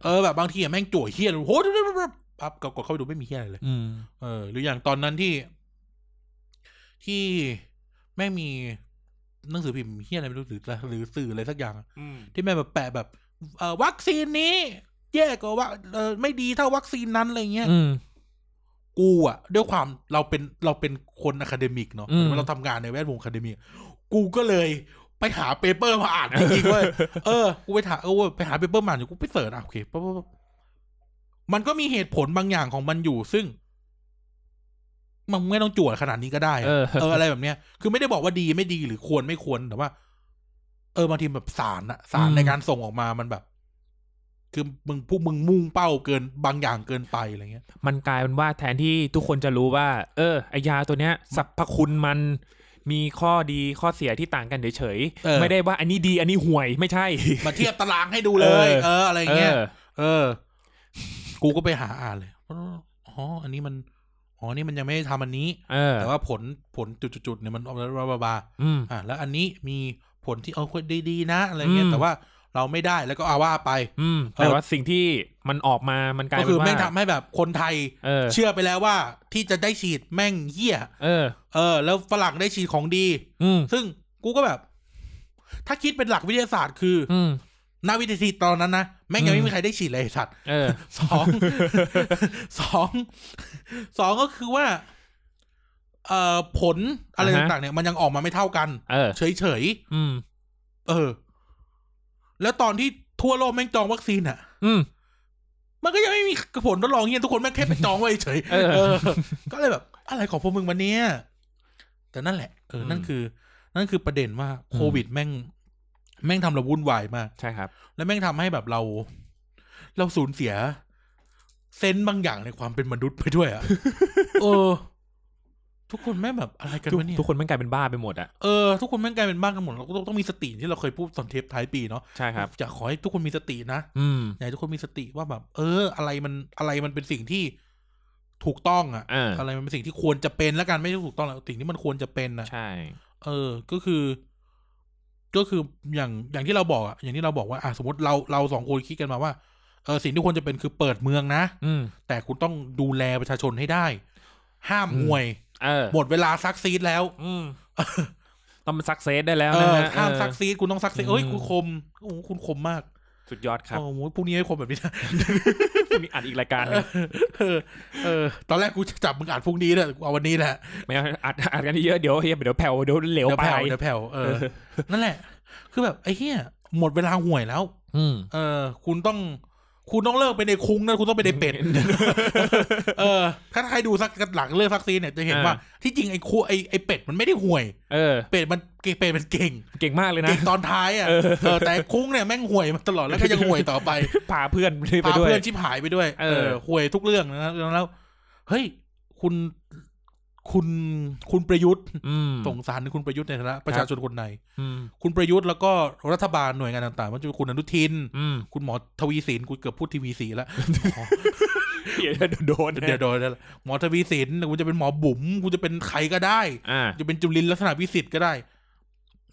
Speaker 1: เออแบบบางทีอะแม่งจั่วเฮี้ยเลยโหปั๊บกดเข้าไปดูไม่มีเฮี้ยอะไรเลย
Speaker 2: อืม
Speaker 1: เออ หรืออย่างตอนนั้นที่ ที่แม่งมีหนังสือพิมพ์เฮี้ยอะไรไม่รู้หรือหรือสื่ออะไรสักอย่างอะ
Speaker 2: อืม
Speaker 1: ที่แม่งแบบแปะแบบเออวัคซีนนี้ แย่กว่าวัคเออไม่ดีเท่าวัคซีนนั้นอะไรเงี้ย
Speaker 2: อืม
Speaker 1: กูอะด้วยความเราเป็นเราเป็นคนอะคาเดมิกเนาะ
Speaker 2: อืม
Speaker 1: เราทำงานในแวดวงอะคาเดมิกกูก็เลยไปหาเปเปอร์มาอ่านจริงๆ
Speaker 2: *laughs*
Speaker 1: เว้ย เออ กูไปถามเออเว้ยไปหาเปเปอร์มาอยู่กูไปเสิร์ชอ่ะโอเคปั๊บปั๊บปั๊บมันก็มีเหตุผลบางอย่างของมันอยู่ ซึ่ง มันไม่ต้องจวดขนาดนี้ก็ได้อะ
Speaker 2: เออ
Speaker 1: เอออะไรแบบเนี้ย คือไม่ได้บอกว่าดีไม่ดีหรือควรไม่ควรแต่ว่า เออบางทีแบบสารอะสาร
Speaker 2: อืม
Speaker 1: ในการส่งออกมามันแบบ คือมึงพวกมึงมุ่งเป้าเกินบางอย่างเกินไปอะไรเงี้ย
Speaker 2: มันกลายเป็นว่าแทนที่ทุกคนจะรู้ว่า เออไอยาตัวเนี้ยสรรพคุณมันมีข้อดีข้อเสียที่ต่างกันเฉย
Speaker 1: เออ
Speaker 2: ๆไม่ได้ว่าอันนี้ดีอันนี้ห่วยไม่ใช่
Speaker 1: มาเทียบตารางให้ดูเลย
Speaker 2: เออ
Speaker 1: เอออะไร
Speaker 2: เอ
Speaker 1: เงี้ย
Speaker 2: อ
Speaker 1: เออ กูก็ไปหาอ่านเลยอ๋ออันนี้มันอ๋อนี่มันยังไม่ได้ทำอันนี้
Speaker 2: เออ
Speaker 1: แต่ว่าผลผลจุดๆๆเนี่ยมันออกมาบลาบลา
Speaker 2: อืม
Speaker 1: อ่ะแล้วอันนี้มีผลที่เออคนดีๆนะอะไรเงี้
Speaker 2: อื
Speaker 1: ย
Speaker 2: ม
Speaker 1: แต่ว่าเราไม่ได้แล้วก็อาว่าไป
Speaker 2: อืมแต่ว่าสิ่งที่มันออกมามันกลาย
Speaker 1: ก็
Speaker 2: เป็
Speaker 1: คื
Speaker 2: น
Speaker 1: อ
Speaker 2: ว่า
Speaker 1: แม่งทำให้แบบคนไทย
Speaker 2: เออ
Speaker 1: เชื่อไปแล้วว่าที่จะได้ฉีดแม่งเหี้ย
Speaker 2: เออ
Speaker 1: เออ แล้วฝรั่งได้ฉีดของดี
Speaker 2: อืม
Speaker 1: ซึ่งกูก็แบบ ถ้าคิดเป็นหลักวิทยาศาสตร์คือ
Speaker 2: อืม
Speaker 1: หนาวิทยาศาสตร์ตอนนั้นนะแม่งยัง
Speaker 2: อื
Speaker 1: ไม่
Speaker 2: ม
Speaker 1: มีใครได้ฉีดเลยไอ้สัตว์
Speaker 2: เออ
Speaker 1: สอง *laughs* สองสองก็คือว่า เอ่อผลอะไร
Speaker 2: อ่าฮะ
Speaker 1: ต่างๆเนี่ยมันยังออกมาไม่เท่ากัน
Speaker 2: เออ
Speaker 1: เฉยๆ
Speaker 2: อืม
Speaker 1: เออ แล้วตอนที่ทั่วโลกแม่งจองวัคซีนอ่ะ
Speaker 2: อืม
Speaker 1: มันก็ยังไม่มีผลทด *laughs* ลองเงี้ยทุกคนแม่งแค่ไปจองไว้เฉย
Speaker 2: เออ
Speaker 1: ก็เลยแบบ อะไรของพวกมึงวันเนี้ย แต่นั่นแหละเอออ
Speaker 2: ม
Speaker 1: นั่นคือ นั่นคือประเด็นว่าโควิดแม่ง แม่งทำเราวุ่นวายมาก
Speaker 2: ใช่ครับ
Speaker 1: แล้วแม่งทำให้แบบเรา เราสูญเสีย เซนส์บางอย่างในความเป็นมนุษย์ไปด้วยอะ
Speaker 2: *laughs*
Speaker 1: เออ ทุกคนแม่งแบบอะไรกัน
Speaker 2: ทุก
Speaker 1: วะเนี่ย
Speaker 2: ทุกคนแมันกลายเป็นบ้าไปหมดอ่ะ
Speaker 1: เออทุกคนแม่งกลายเป็นบ้ากันหมดเราก็ต้องต้องมีสติที่เราเคยพูดตอนเทปท้ายปีเนาะ
Speaker 2: ใช่ครับ
Speaker 1: จะขอให้ทุกคนมีสตินะ
Speaker 2: อืม
Speaker 1: อยากให้ทุกคนมีสติว่าแบบ เออ อะไรมันอะไรมันเป็นสิ่งที่ถูกต้องอะ
Speaker 2: อ่า
Speaker 1: อะไรมันเป็นสิ่งที่ควรจะเป็นแล้วกันไม่ใช่ถูกต้องแล้วสิ่งที่มันควรจะเป็นนะ
Speaker 2: ใช่
Speaker 1: เออ ก็คือ ก็คืออย่างอย่างที่เราบอกอะอย่างที่เราบอกว่าอ่ะสมมติเราเราสองคนคิดกันมาว่า เออสิ่งที่ควรจะเป็นคือเปิดเมืองนะ
Speaker 2: อืม
Speaker 1: แต่คุณต้องดูแลประชาชนให้ได้ ห้าม
Speaker 2: อืม
Speaker 1: มวย
Speaker 2: เออ
Speaker 1: หมดเวลาซักซีดแล้ว
Speaker 2: อืมต้องมันซักเซสได้แล้ว
Speaker 1: เอ
Speaker 2: นะ
Speaker 1: อ
Speaker 2: ฮะ
Speaker 1: ห้าม
Speaker 2: เออ
Speaker 1: ซักซีดคุณต้องซักซีดเอ้ย
Speaker 2: อืม
Speaker 1: คุณคมโอ้โหคุณคมมาก
Speaker 2: สุดยอดครับ
Speaker 1: โอ้โหพรุ่งนี้ให้คมแบบนี้นะ
Speaker 2: มีอัดอีกรายการหนึ่ง
Speaker 1: เออเออ ตอนแรกกูจะจับมึงอ่านพรุ่งนี้แหละกูเอาวันนี้แหละ
Speaker 2: ไม่เอาอัดอัดกันเยอะเดี๋ยวเฮียเดี๋ยวแผ่วเดี๋ยวเหลว
Speaker 1: เดี๋ยว
Speaker 2: ไป
Speaker 1: แผ่วเดี๋ยวแผ่วเออ
Speaker 2: เออ
Speaker 1: นั่นแหละ คือแบบไอ้เหี้ยหมดเวลาห่วยแล้ว
Speaker 2: อืม
Speaker 1: เออ คุณต้อง คุณต้องเลิกไปในคุงนะ คุณต้องไปใน
Speaker 2: *laughs*
Speaker 1: เป็ด เออ ถ้าใครดูสักหลังเลิกซักซีนเนี่ยจะเห็น
Speaker 2: อ่า
Speaker 1: ว่า ที่จริงไอ้ครูไอ้ไอ้เป็ดมันไม่ได้ห่วย
Speaker 2: เออ
Speaker 1: เป็ดมันเก่งเป็ดมันเก่ง
Speaker 2: เก่งมากเลยนะ
Speaker 1: เก่งตอนท้ายอ่ะ เออ แต่ไอ้คุงเนี่ยแม่งห่วยมาตลอดแล้วก็ยังห่วยต่อไป
Speaker 2: พาเพื่อนไป
Speaker 1: พา
Speaker 2: ด้วย
Speaker 1: เพื่อนชิบหายไปด้วย
Speaker 2: เอ
Speaker 1: เอ
Speaker 2: อ
Speaker 1: อห่วยทุกเรื่องนะครับแล้ว เฮ้ย คุณ คุณ คุณประยุทธ์
Speaker 2: อืม
Speaker 1: สงสารคุณประยุทธ์ในฐานะประชาชนคนใน
Speaker 2: อืม
Speaker 1: คุณประยุทธ์แล้วก็รัฐบาลหน่วยงานต่างๆไมันจะเป็นคุณอนุทิน
Speaker 2: อืม
Speaker 1: คุณหมอทวีสินกูเกือบพูดทีวีสีแล้ว
Speaker 2: เดี๋ยวโดน
Speaker 1: เดี๋ยวโดนแล้วหมอทวีสินกูจะเป็นหมอบุ๋มกูจะเป็นใครก็ได้
Speaker 2: อ่า
Speaker 1: กูจะเป็นจุลินลักษณะวิสิทธิ์ก็ได้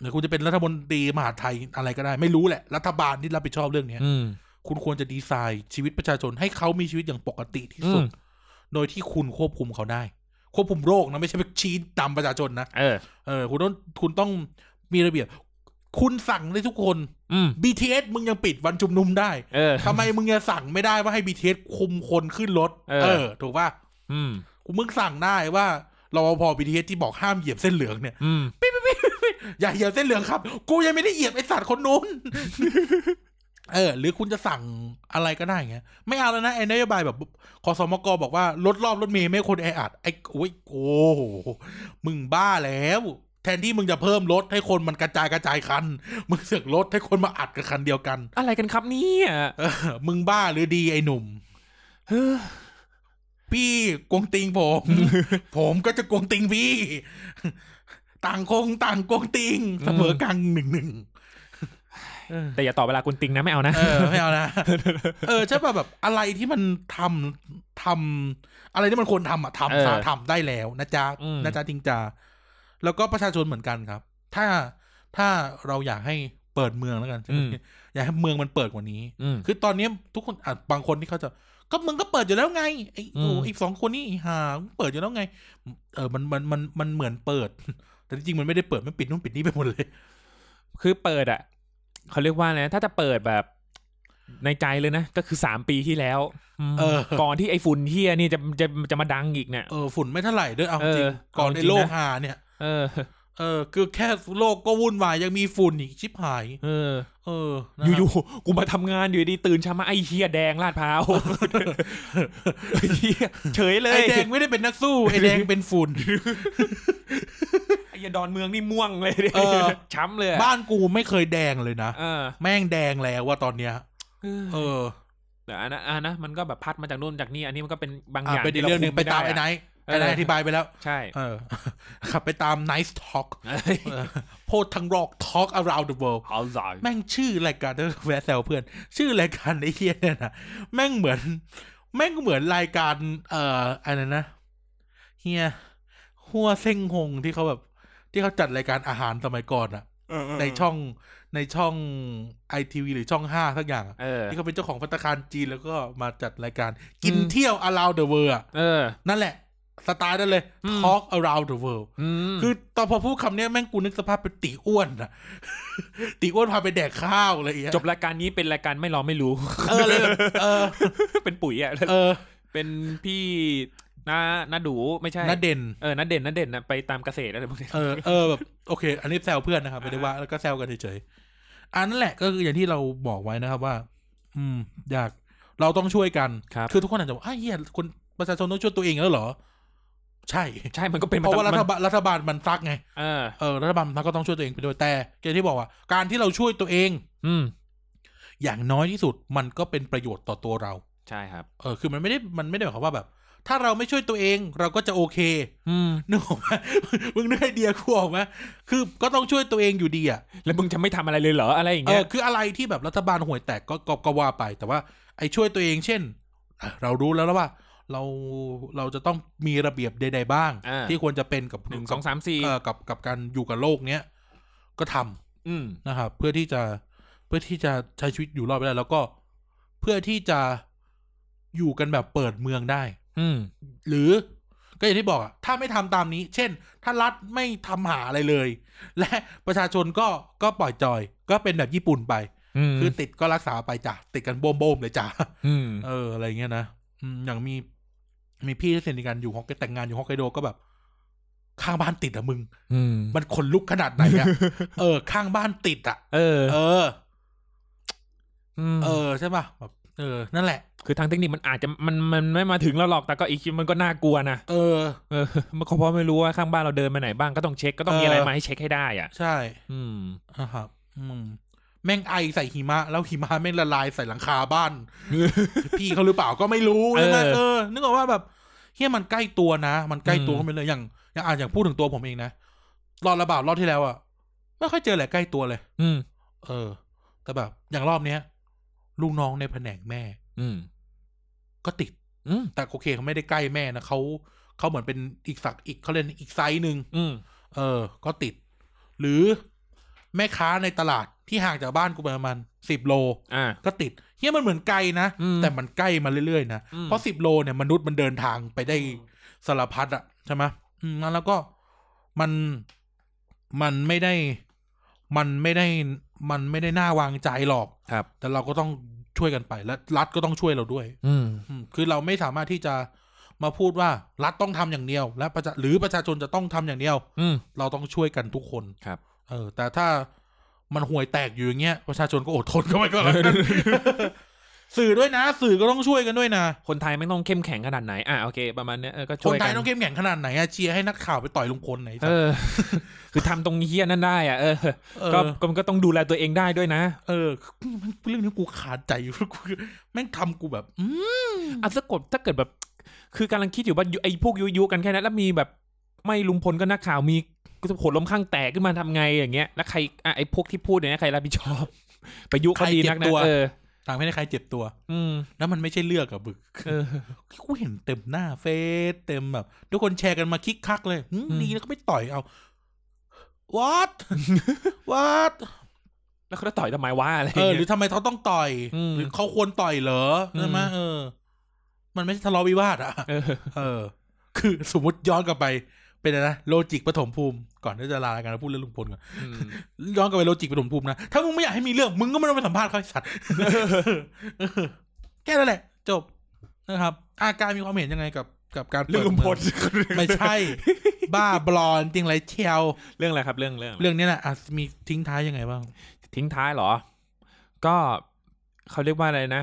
Speaker 1: หรือกูจะเป็นรัฐมนตรีมหาดไทยอะไรก็ได้ ไม่รู้แหละ รัฐบาลที่รับผิดชอบเรื่องเนี้ย
Speaker 2: อืม
Speaker 1: คุณควรจะดีไซน์ชีวิตประชาชนให้เขามีชีวิตอย่างปกติที่สุด
Speaker 2: อืม
Speaker 1: โดยที่คุณควบคุมเขาได้ ควบคุมโรคนะไม่ใช่ไปชี้นำประชาชนนะ
Speaker 2: เออ
Speaker 1: เออคุณต้องคุณต้องมีระเบียบ คุณสั่งได้ทุกคน
Speaker 2: อืม
Speaker 1: BTS มึงยังปิดวันชุมนุมได้
Speaker 2: เออ
Speaker 1: ทำไมมึงจะสั่งไม่ได้ว่าให้ BTS คุมคนขึ้นรถ
Speaker 2: เออ
Speaker 1: เออ ถูกป่ะ
Speaker 2: อืม
Speaker 1: กูมึงสั่งได้ว่ารปภ BTS ที่บอกห้ามเหยียบเส้นเหลืองเนี่ย
Speaker 2: อืม
Speaker 1: อย่าเหยียบเส้นเหลืองครับ กูยังไม่ได้เหยียบไอสัตว์คนนู้น *laughs* เออ หรือคุณจะสั่งอะไรก็ได้เงี้ย ไม่เอาแล้วนะไอ้นโยบายแบบคอสมกบอกว่า รถรอบรถเมย์ไม่ให้คนแออัดไอ้โอ้ยโอ้โหมึงบ้าแล้ว แทนที่มึงจะเพิ่มรถให้คนมันกระจายกระจายคัน มึงเสือกรถให้คนมาอัดกับคันเดียวกัน
Speaker 2: อะไรกันครับเนี่ย
Speaker 1: เออมึงบ้าหรือดีไอ้หนุ่ม
Speaker 2: เฮ้อ
Speaker 1: พี่กวงติงผม ผมก็จะกวงติงพี่ ต่างคงต่างกวงติงเสมอกันหนึ่งหนึ่งเออ
Speaker 2: แต่อย่าต่อเวลาคุณติงนะไม่เอานะ
Speaker 1: เออไม่เอานะ เออใช่ป่ะแบบอะไรที่มันทำทำอะไรที่มันควรทำอะ
Speaker 2: เอ
Speaker 1: ทำซะ
Speaker 2: อ
Speaker 1: ทำได้แล้วนะจ๊ะ
Speaker 2: อืม
Speaker 1: นะจ๊ะจริงจ้าแล้วก็ประชาชนเหมือนกันครับ ถ้าถ้าเราอยากให้เปิดเมืองแล้วกันอยากให้เมืองมันเปิดกว่านี้
Speaker 2: อืม
Speaker 1: คือตอนเนี้ยทุกคนอ่ะบางคนที่เขาจะ ก็มึงก็เปิดอยู่แล้วไงไอ้
Speaker 2: อื
Speaker 1: โอ้
Speaker 2: ม
Speaker 1: อีกสองคนนี่ไอ้ห่ามึงเปิดอยู่แล้วไง เออมันมันมันมันเหมือนเปิด *laughs* แต่จริงๆมันไม่ได้เปิดมันปิดนู่นปิดนี่ไปหมดเลย
Speaker 2: *laughs* คือเปิดอ่ะเขาเรียกว่าอะไรนะถ้าจะเปิดแบบในใจเลยนะก็คือสามปีที่แล้วม
Speaker 1: เออ
Speaker 2: ก่อนที่ไอ้ฝุ่นเฮียนี่จะจะจะมาดังอีกเนี่ย
Speaker 1: เออฝุ่นไม่เท่าไหร่ด้วยเอา
Speaker 2: เออ
Speaker 1: จริงก่อน
Speaker 2: เอาจริง
Speaker 1: ในโลก
Speaker 2: นะ
Speaker 1: หาเนี่ย
Speaker 2: เออ
Speaker 1: เออคือแค่โลกก็วุ่นวายยังมีฝุ่นอีกชิบหาย
Speaker 2: เออ
Speaker 1: เออนะ
Speaker 2: อยู่ๆกูมาทำงานอยู่ดีตื่นเช้ามาไอ้เฮียแดงลาดพร้าวไอ้เฮียเฉยเลย
Speaker 1: ไอแดงไม่ได้เป็นนักสู้ไอแดงเป็น
Speaker 2: *laughs*
Speaker 1: ฝุ่น
Speaker 2: ไอ้เหี้ยดอนเมืองนี่ม่วงเลย
Speaker 1: เออ
Speaker 2: ช้ำเลยอะ
Speaker 1: บ้านกูไม่เคยแดงเลยนะ
Speaker 2: เออ
Speaker 1: แม่งแดงแล้วว่าตอนเนี้ย เออ
Speaker 2: แต่อันนั้นอันนะมันก็แบบพัดมาจากนู่นจากนี่อันนี้มันก็เป็นบางอ
Speaker 1: อ่ะ
Speaker 2: ย่าง
Speaker 1: เป็นอีก
Speaker 2: ที่า
Speaker 1: เรื่องหนึ่ง
Speaker 2: คุ
Speaker 1: ไปตามไอ้ไน
Speaker 2: ด้ะ
Speaker 1: ท์ไอ้ไนท์อธิบายไปแล้ว
Speaker 2: ใช่
Speaker 1: เอ *laughs* อ ครับไปตาม Nice Talk เออโพดทั้งรอก Talk around the world
Speaker 2: *laughs* เอาใจ
Speaker 1: แม่งชื่อรายการเดี๋ยวแวะแซวเพื่อน ชื่อรายการไอ้เฮียเนี่ยนะแม่งเหมือน แม่งเหมือนรายการ เอ่ออะไรนะเฮียหัวเส้งหงที่เขาแบบ ที่เขาจัดรายการอาหารสมัยก่อนอะในช่องในช่องไอทีวีหรือช่องห้าสักอย่างอะ
Speaker 2: เออ
Speaker 1: ที่เขาเป็นเจ้าของพัตตาคารจีนแล้วก็มาจัดรายการ กิน
Speaker 2: อืม
Speaker 1: เที่ยว around the world อะ
Speaker 2: เออ
Speaker 1: นั่นแหละ สไตล์นั่นเลย
Speaker 2: อืม
Speaker 1: talk around the world
Speaker 2: อืม
Speaker 1: คือตอนพอพูดคำเนี้ยแม่งกูนึกสภาพเป็นตีอ้วนอะ *laughs* ตีอ้วนพาไปแดกข้าวอะไรอย่างเงี้ย
Speaker 2: *laughs* จบรายการนี้เป็นรายการไม่รอไม่รู้ *laughs*
Speaker 1: เออเลยแบบเออ
Speaker 2: เป็นปุ๋ยอ่ะ
Speaker 1: เออ
Speaker 2: เป็นพี่นานาดูไม่ใช่
Speaker 1: น่าเด่น
Speaker 2: เออนาเด่นนาเด่นนะไปตามเกษตรอะไรพวกเนี้ย
Speaker 1: เออเออแบบโอเค อันนี้แซวเพื่อนนะครับไม่ได้ว่าแล้วก็แซวกันเฉยๆอันนั่นแหละก็คืออย่างที่เราบอกไว้นะครับว่า อืม อยากเราต้องช่วยกัน
Speaker 2: ครับ
Speaker 1: อทุกคนอาจจะบอกอ้าวเหี้ยคนประชาชนต้องช่วยตัวเองแล้วเหรอ ใช่
Speaker 2: ใช่มันก็เป็น
Speaker 1: เพราะว่ารัฐ
Speaker 2: มัน
Speaker 1: บาลรัฐบาลมันซักไง
Speaker 2: เออ
Speaker 1: เออรัฐบาลมันซักก็ต้องช่วยตัวเองไปด้วยแต่อย่างที่บอกว่า การที่เราช่วยตัวเอง
Speaker 2: อืม
Speaker 1: อย่างน้อยที่สุดมันก็เป็นประโยชน์ต่อตัวเรา
Speaker 2: ใช่ครับ
Speaker 1: เออคือมันไม่ได้มันไม่ได้หมายความว่าแบบ ถ้าเราไม่ช่วยตัวเองเราก็จะโอเค
Speaker 2: อืม
Speaker 1: นึกออกไหม *laughs* มึงนึกไอเดียกูออกไหมคือก็ต้องช่วยตัวเองอยู่ดีอ่ะ
Speaker 2: แล้วมึงจะไม่ทำอะไรเลยเหรออะไรอย่าง
Speaker 1: เอ
Speaker 2: เงี้
Speaker 1: อย คืออะไรที่แบบรัฐบาลห่วยแตกก็ก็ก็ว่าไป แต่ว่าไอ้ช่วยตัวเองเช่นอ่ะเรารู้แล้วแล้วว่า เราเราจะต้องมีระเบียบใด ๆ บ้าง
Speaker 2: า
Speaker 1: ที่ควรจะเป็นกับ
Speaker 2: หนึ่งสองสามสี่
Speaker 1: เออกับกับการอยู่กับโลกเนี้ยก็ทำ
Speaker 2: อืม
Speaker 1: นะครับเพื่อที่จะเพื่อที่จะใช้ชีวิตอยู่รอดไปได้แล้วก็เพื่อที่จะอยู่กันแบบเปิดเมืองได้
Speaker 2: อืม
Speaker 1: หรือก็อย่างที่บอกอะถ้าไม่ทำตามนี้ เช่น ถ้ารัฐไม่ทำหาอะไรเลย และประชาชนก็ก็ปล่อยจอย ก็เป็นแบบญี่ปุ่นไป
Speaker 2: อืม
Speaker 1: คือติดก็รักษาไปจ้ะติดกันโบมโบมๆเลยจ้ะ
Speaker 2: อืม
Speaker 1: เอออะไรเงี้ยนะอืมอย่างมีมีพี่ที่สนิทกันอยู่ฮอกไกแต่งงานอยู่ฮอกไกโดก็แบบ ข้างบ้านติดอะมึง
Speaker 2: อืม
Speaker 1: มันขนลุกขนาดไหนอะ
Speaker 2: *laughs*
Speaker 1: เออ ข้างบ้านติดอะ
Speaker 2: เออ
Speaker 1: เออ
Speaker 2: ม
Speaker 1: เออใช่ป่ะแบบเออนั่นแหละ
Speaker 2: คือทางเทคนิคมันอาจจะมันมันไม่มาถึงเราหรอก แต่ก็อีกมันก็น่ากลัวนะ
Speaker 1: เออ
Speaker 2: เออมันก็เพราะไม่รู้ว่าข้างบ้านเราเดินมาไหนบ้างก็ต้องเช็คก็ต้องมีอะไร
Speaker 1: เออ
Speaker 2: มาให้เช็คให้ได้อ่ะ
Speaker 1: ใช่
Speaker 2: อืม
Speaker 1: อ่ะครับอืมแม่งไอใส่หิมะ แล้วหิมะแม่งละลายใส่หลังคาบ้าน
Speaker 2: *laughs*
Speaker 1: พี่เขาหรือเปล่าก็ไม่รู้
Speaker 2: เออ
Speaker 1: ใช่ไหมเออนึกออกว่าแบบเฮียมันใกล้ตัวนะ มันใกล้ตัว
Speaker 2: อืม
Speaker 1: เข้าไปเลยอย่างอย่างอ่ะอย่างพูดถึงตัวผมเองนะรอดระบาดรอบที่แล้วอะไม่ค่อยเจอแหละไรใกล้ตัวเลย
Speaker 2: อืม
Speaker 1: เออ แต่แบบ อย่างรอบเนี้ยลูกน้องในแผนกแม่
Speaker 2: อืม
Speaker 1: ก็ติด
Speaker 2: อืม
Speaker 1: แต่โอเคเขาไม่ได้ใกล้แม่นะเขาเขาเหมือนเป็นอีกฝักอีกเขาเรียนอีกไซส์หนึ่ง
Speaker 2: อืม
Speaker 1: เออ ก็ติด หรือแม่ค้าในตลาดที่ห่างจากบ้านกูไปประมาณสิบโล
Speaker 2: อ่า
Speaker 1: ก็ติดเฮียมันเหมือนไกลนะ
Speaker 2: อืม
Speaker 1: แต่มันใกล้มาเรื่อยๆนะ
Speaker 2: อืม
Speaker 1: เพราะสิบโลเนี่ยมนุษย์มันเดินทางไปได้สารพัดอะใช่ไหมอืมแล้วก็มันมันไม่ได้ มันไม่ได้มันไม่ได้น่าวางใจหรอก
Speaker 2: ครับ
Speaker 1: แต่เราก็ต้องช่วยกันไป และรัฐก็ต้องช่วยเราด้วย
Speaker 2: อืม
Speaker 1: อืมคือเราไม่สามารถที่จะมาพูดว่ารัฐต้องทำอย่างเดียว และประชาหรือประชาชนจะต้องทำอย่างเดียว
Speaker 2: อืม
Speaker 1: เราต้องช่วยกันทุกคน
Speaker 2: ครับ
Speaker 1: เออ แต่ถ้ามันห่วยแตกอยู่อย่างเงี้ยประชาชนก็อดทนกันไปก่อน
Speaker 2: *laughs*
Speaker 1: แล้วกัน สื่อด้วยนะ สื่อก็ต้องช่วยกันด้วยนะ
Speaker 2: คนไทยไม่ต้องเข้มแข็งขนาดไหน อ่ะโอเคประมาณเนี้ยเออก็
Speaker 1: ค
Speaker 2: ช่วน ย
Speaker 1: ไท
Speaker 2: กั
Speaker 1: ย
Speaker 2: น
Speaker 1: ต้องเข้มแข็งขนาดไหนอะเชียร์ให้นักข่าวไปต่อยลุงพลไหน
Speaker 2: เออ *laughs* คือทำตรงเฮี้ยนั่นได้อ่ะเออ
Speaker 1: เออ
Speaker 2: ก็ก็ก็ต้องดูแลตัวเองได้ด้วยนะ
Speaker 1: เออเรื่องนี้กูขาดใจอยู่ *laughs* กูแม่งทำกูแบบ อืม
Speaker 2: อ่ะสะกดถ้าเกิดแบบ คือกำลังคิดอยู่ว่าไอ้พวกยุยุกันแค่นั้นแล้วมีแบบไม่ลุงพลก็นักข่าวมีก็จะผลล้มข้างแตกขึ้นมาทำไงอย่างเงี้ยแล้วใครอ่ะไอ้พวกที่พูดเนี่ยใครรับผิดชอบ *laughs* ไประยุเขาดีนักนะเออ
Speaker 1: ต่างไม่ได้ใครเจ็บตัว
Speaker 2: อืม
Speaker 1: แล้วมันไม่ใช่เลือกอะบึก
Speaker 2: เออ
Speaker 1: กูเห็นเต็มหน้าเฟซเต็มแบบ ทุกคนแชร์กันมาคิกคักเลยหืม
Speaker 2: อืม
Speaker 1: ดีแล้วก็ไม่ต่อยเอา what *laughs* what
Speaker 2: แล้วเขาจะต่อยทำไมว่าอะไร
Speaker 1: เออ หรื
Speaker 2: เงี้
Speaker 1: อย ทำไมเขาต้องต่อย
Speaker 2: อืม
Speaker 1: หรือเขาควรต่อยเหรอใช่ไหม
Speaker 2: อืม
Speaker 1: เออ มันไม่ใช่ทะเลาะวิวาทอะ
Speaker 2: เออ
Speaker 1: เออ คือสมมติย้อนกลับไป เป็นอะไรนะโลจิกปฐมภูมิ ก่อนที่จะลารายการแล้วพูดเรื่องลุงพลก่อน
Speaker 2: อืม
Speaker 1: ย้อนกลับไปโลจิกปฐมภูมินะ ถ้ามึงไม่อยากให้มีเรื่องมึงก็ไม่ต้องไปสัมภาษณ์เขาไอ้สัตว์ *laughs* เออแค่นั้นแหละ จบนะครับ อาการมีความเห็นยังไงกับกับการปิด
Speaker 2: เรื่องลุงพล
Speaker 1: เมือ ไม่ใช่ บ้าบลอนจริงไรเชียว
Speaker 2: เรื่องอะไรครับเรื่องเรื่องอะไร
Speaker 1: เรื่องนี้นะอ่ะมีทิ้งท้ายยังไงบ้าง
Speaker 2: ทิ้งท้ายเหรอ ก็เขาเรียกว่าอะไรนะ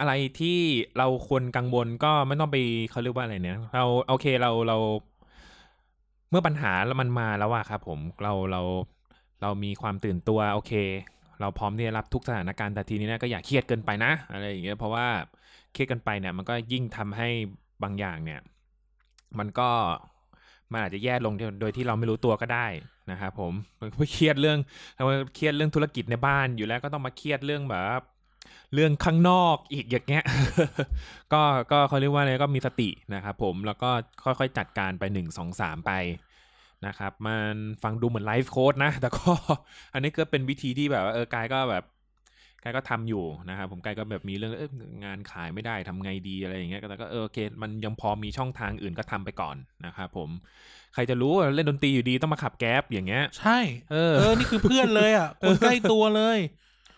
Speaker 2: อะไรที่เราควรกังวลก็ไม่ต้องไปเขาเรียกว่าอะไรเนี่ย เราโอเคเราเรา เมื่อปัญหาแล้วมันมาแล้วอะครับผมเราเราเรามีความตื่นตัวโอเค เราพร้อมที่จะรับทุกสถานการณ์แต่ทีนี้เนะก็อย่าเครียดเกินไปนะ อะไรอย่างเงี้ยเพราะว่าเครียดเกันไปเนี่ย มันก็ยิ่งทำให้บางอย่างเนี่ย มันก็มันอาจจะแย่ลงโดยที่เราไม่รู้ตัวก็ได้นะครับผมเครียดเรื่องเราเครียดเรื่องธุรกิจในบ้านอยู่แล้วก็ต้องมาเครียดเรื่องแบบ เรื่องข้างนอกอีกอย่างเงี้ย *laughs* ก็ก็เขาเรียกว่าอะไรก็มีสตินะครับผมแล้วก็ค่อยๆจัดการไปหนึ่งสองสามไปนะครับ มันฟังดูเหมือนไลฟ์โค้ดนะ *laughs* แต่ก็ อันนี้ก็เป็นวิธีที่แบบว่าเออกายก็แบบกายก็ทำอยู่นะครับผมกายก็แบบมีเรื่องเอยงานขายไม่ได้ทำไงดีอะไรอย่างเงี้ยแต่ก็เออโอเค มันยังพอมีช่องทางอื่นก็ทำไปก่อนนะครับผมใครจะรู้ว่าเล่นดนตรีอยู่ดีต้องมาขับแก๊ปอย่างเงี้ย
Speaker 1: ใช่
Speaker 2: เออ
Speaker 1: เออ นี่คือเพื่อนเลยอ่ะ คนใกล้ตัวเลย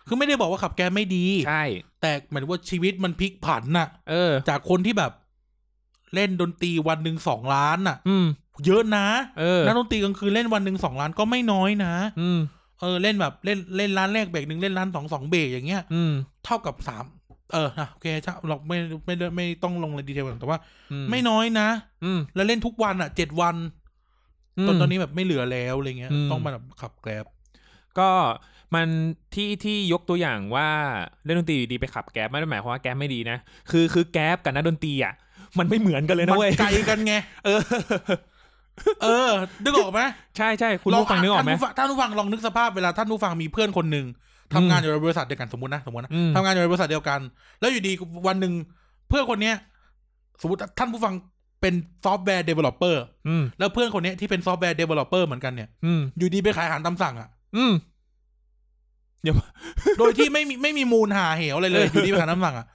Speaker 1: คือไม่ได้บอกว่าขับแกไม่ดี
Speaker 2: ใช่
Speaker 1: แต่เหมือนว่าชีวิตมันพลิกผันน่ะ
Speaker 2: เออ
Speaker 1: จากคนที่แบบ เล่นดนตรีวันหนึ่งสองล้านน่ะ
Speaker 2: อืม
Speaker 1: เยอะนะ
Speaker 2: เออ
Speaker 1: นักดนตรีกลางคืนเล่นวันหนึ่งสองล้านก็ไม่น้อยนะ
Speaker 2: อืม
Speaker 1: เออ เล่นแบบเล่นเล่นร้านแรกเบรกหนึ่งเล่นร้านสองสองเบรกอย่างเงี้ย
Speaker 2: อืม
Speaker 1: เท่ากับสาม เออนะโอเคใช่เราไม่ไม่ไม่ไม่ต้องลงในดีเทลแต่ว่า
Speaker 2: อื
Speaker 1: ไม่น้อยนะ
Speaker 2: อืม
Speaker 1: แล้วเล่นทุกวันอ่ะเจ็ดวัน
Speaker 2: ม
Speaker 1: ตอนตอนนี้แบบไม่เหลือแล้วอะไรเงี้ย
Speaker 2: อืม
Speaker 1: ต้องมาแบบขับแกร็บ
Speaker 2: ก็มันที่ที่ยกตัวอย่างว่าเล่นดนตรีอยู่ดีไปขับแก๊ปไม่ได้หมายความว่าแก๊ปไม่ดีนะ คือคือแก๊ปกับนักดนตรีอ่ะมันไม่เหมือนกันเลยนะ
Speaker 1: มั
Speaker 2: เว้ย
Speaker 1: ไกลกันไง
Speaker 2: เออ
Speaker 1: เออ นึกออกไหม
Speaker 2: ใช่ใช่คุณผู้ฟังนึกออกไหม
Speaker 1: ท่านผู้ฟังท่านผู้ฟังลองนึกสภาพเวลาท่านผู้ฟังมีเพื่อนคนหนึ่งทำงานอยู่ในบริษัทเดียวกันสมมตินะสมมตินะ
Speaker 2: อืม
Speaker 1: ทำงานอยู่ในบริษัทเดียวกัน แล้วอยู่ดีวันหนึ่งเพื่อนคนเนี้ย สมมติท่านผู้ฟังเป็นซอฟต์แวร์เดเวลลอปเปอร์
Speaker 2: อืม
Speaker 1: แล้วเพื่อนคนเนี้ยที่เป็นซอฟต์แวร์เดเวลลอปเปอร์เหมือนกันเนี่ย
Speaker 2: อืม
Speaker 1: อยู่ดีไปขายอาหารตามสั่งอ่ะ
Speaker 2: อืม
Speaker 1: โดยที่ไม่มีไม่มีมูลหาเหวอะไรเลย
Speaker 2: เออ
Speaker 1: อยู่ดีไปขายตามสั่งอ่ะ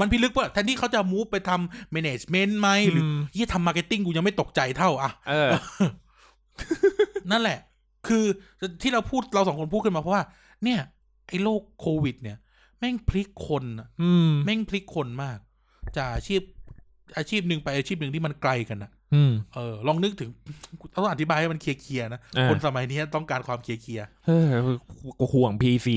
Speaker 1: มันพิลึกเปล่าแทนที่เขาจะมูฟไปทำแมネจเมนต์ไหมหรืออ
Speaker 2: ม
Speaker 1: ยี่ทำมาร์เก็ตติ้งกูยังไม่ตกใจเท่าอ่ะ
Speaker 2: เออ
Speaker 1: นั่นแหละ คือที่เราพูดเราสองคนพูดขึ้นมาเพราะว่า เนี่ย ไอ้โรคโควิด เนี่ย แม่งพลิกคนน่ะ
Speaker 2: อืม
Speaker 1: แม่งพลิกคนมาก จากอาชีพ อาชีพหนึ่งไปอาชีพหนึ่งที่มันไกลกันนะ
Speaker 2: อืม
Speaker 1: เออลองนึกถึงต้องอธิบายให้มันเคลียร์ๆนะ
Speaker 2: อ่า
Speaker 1: คนสมัยนี้ต้องการความเคลียร์
Speaker 2: เออกูห่วงพีซี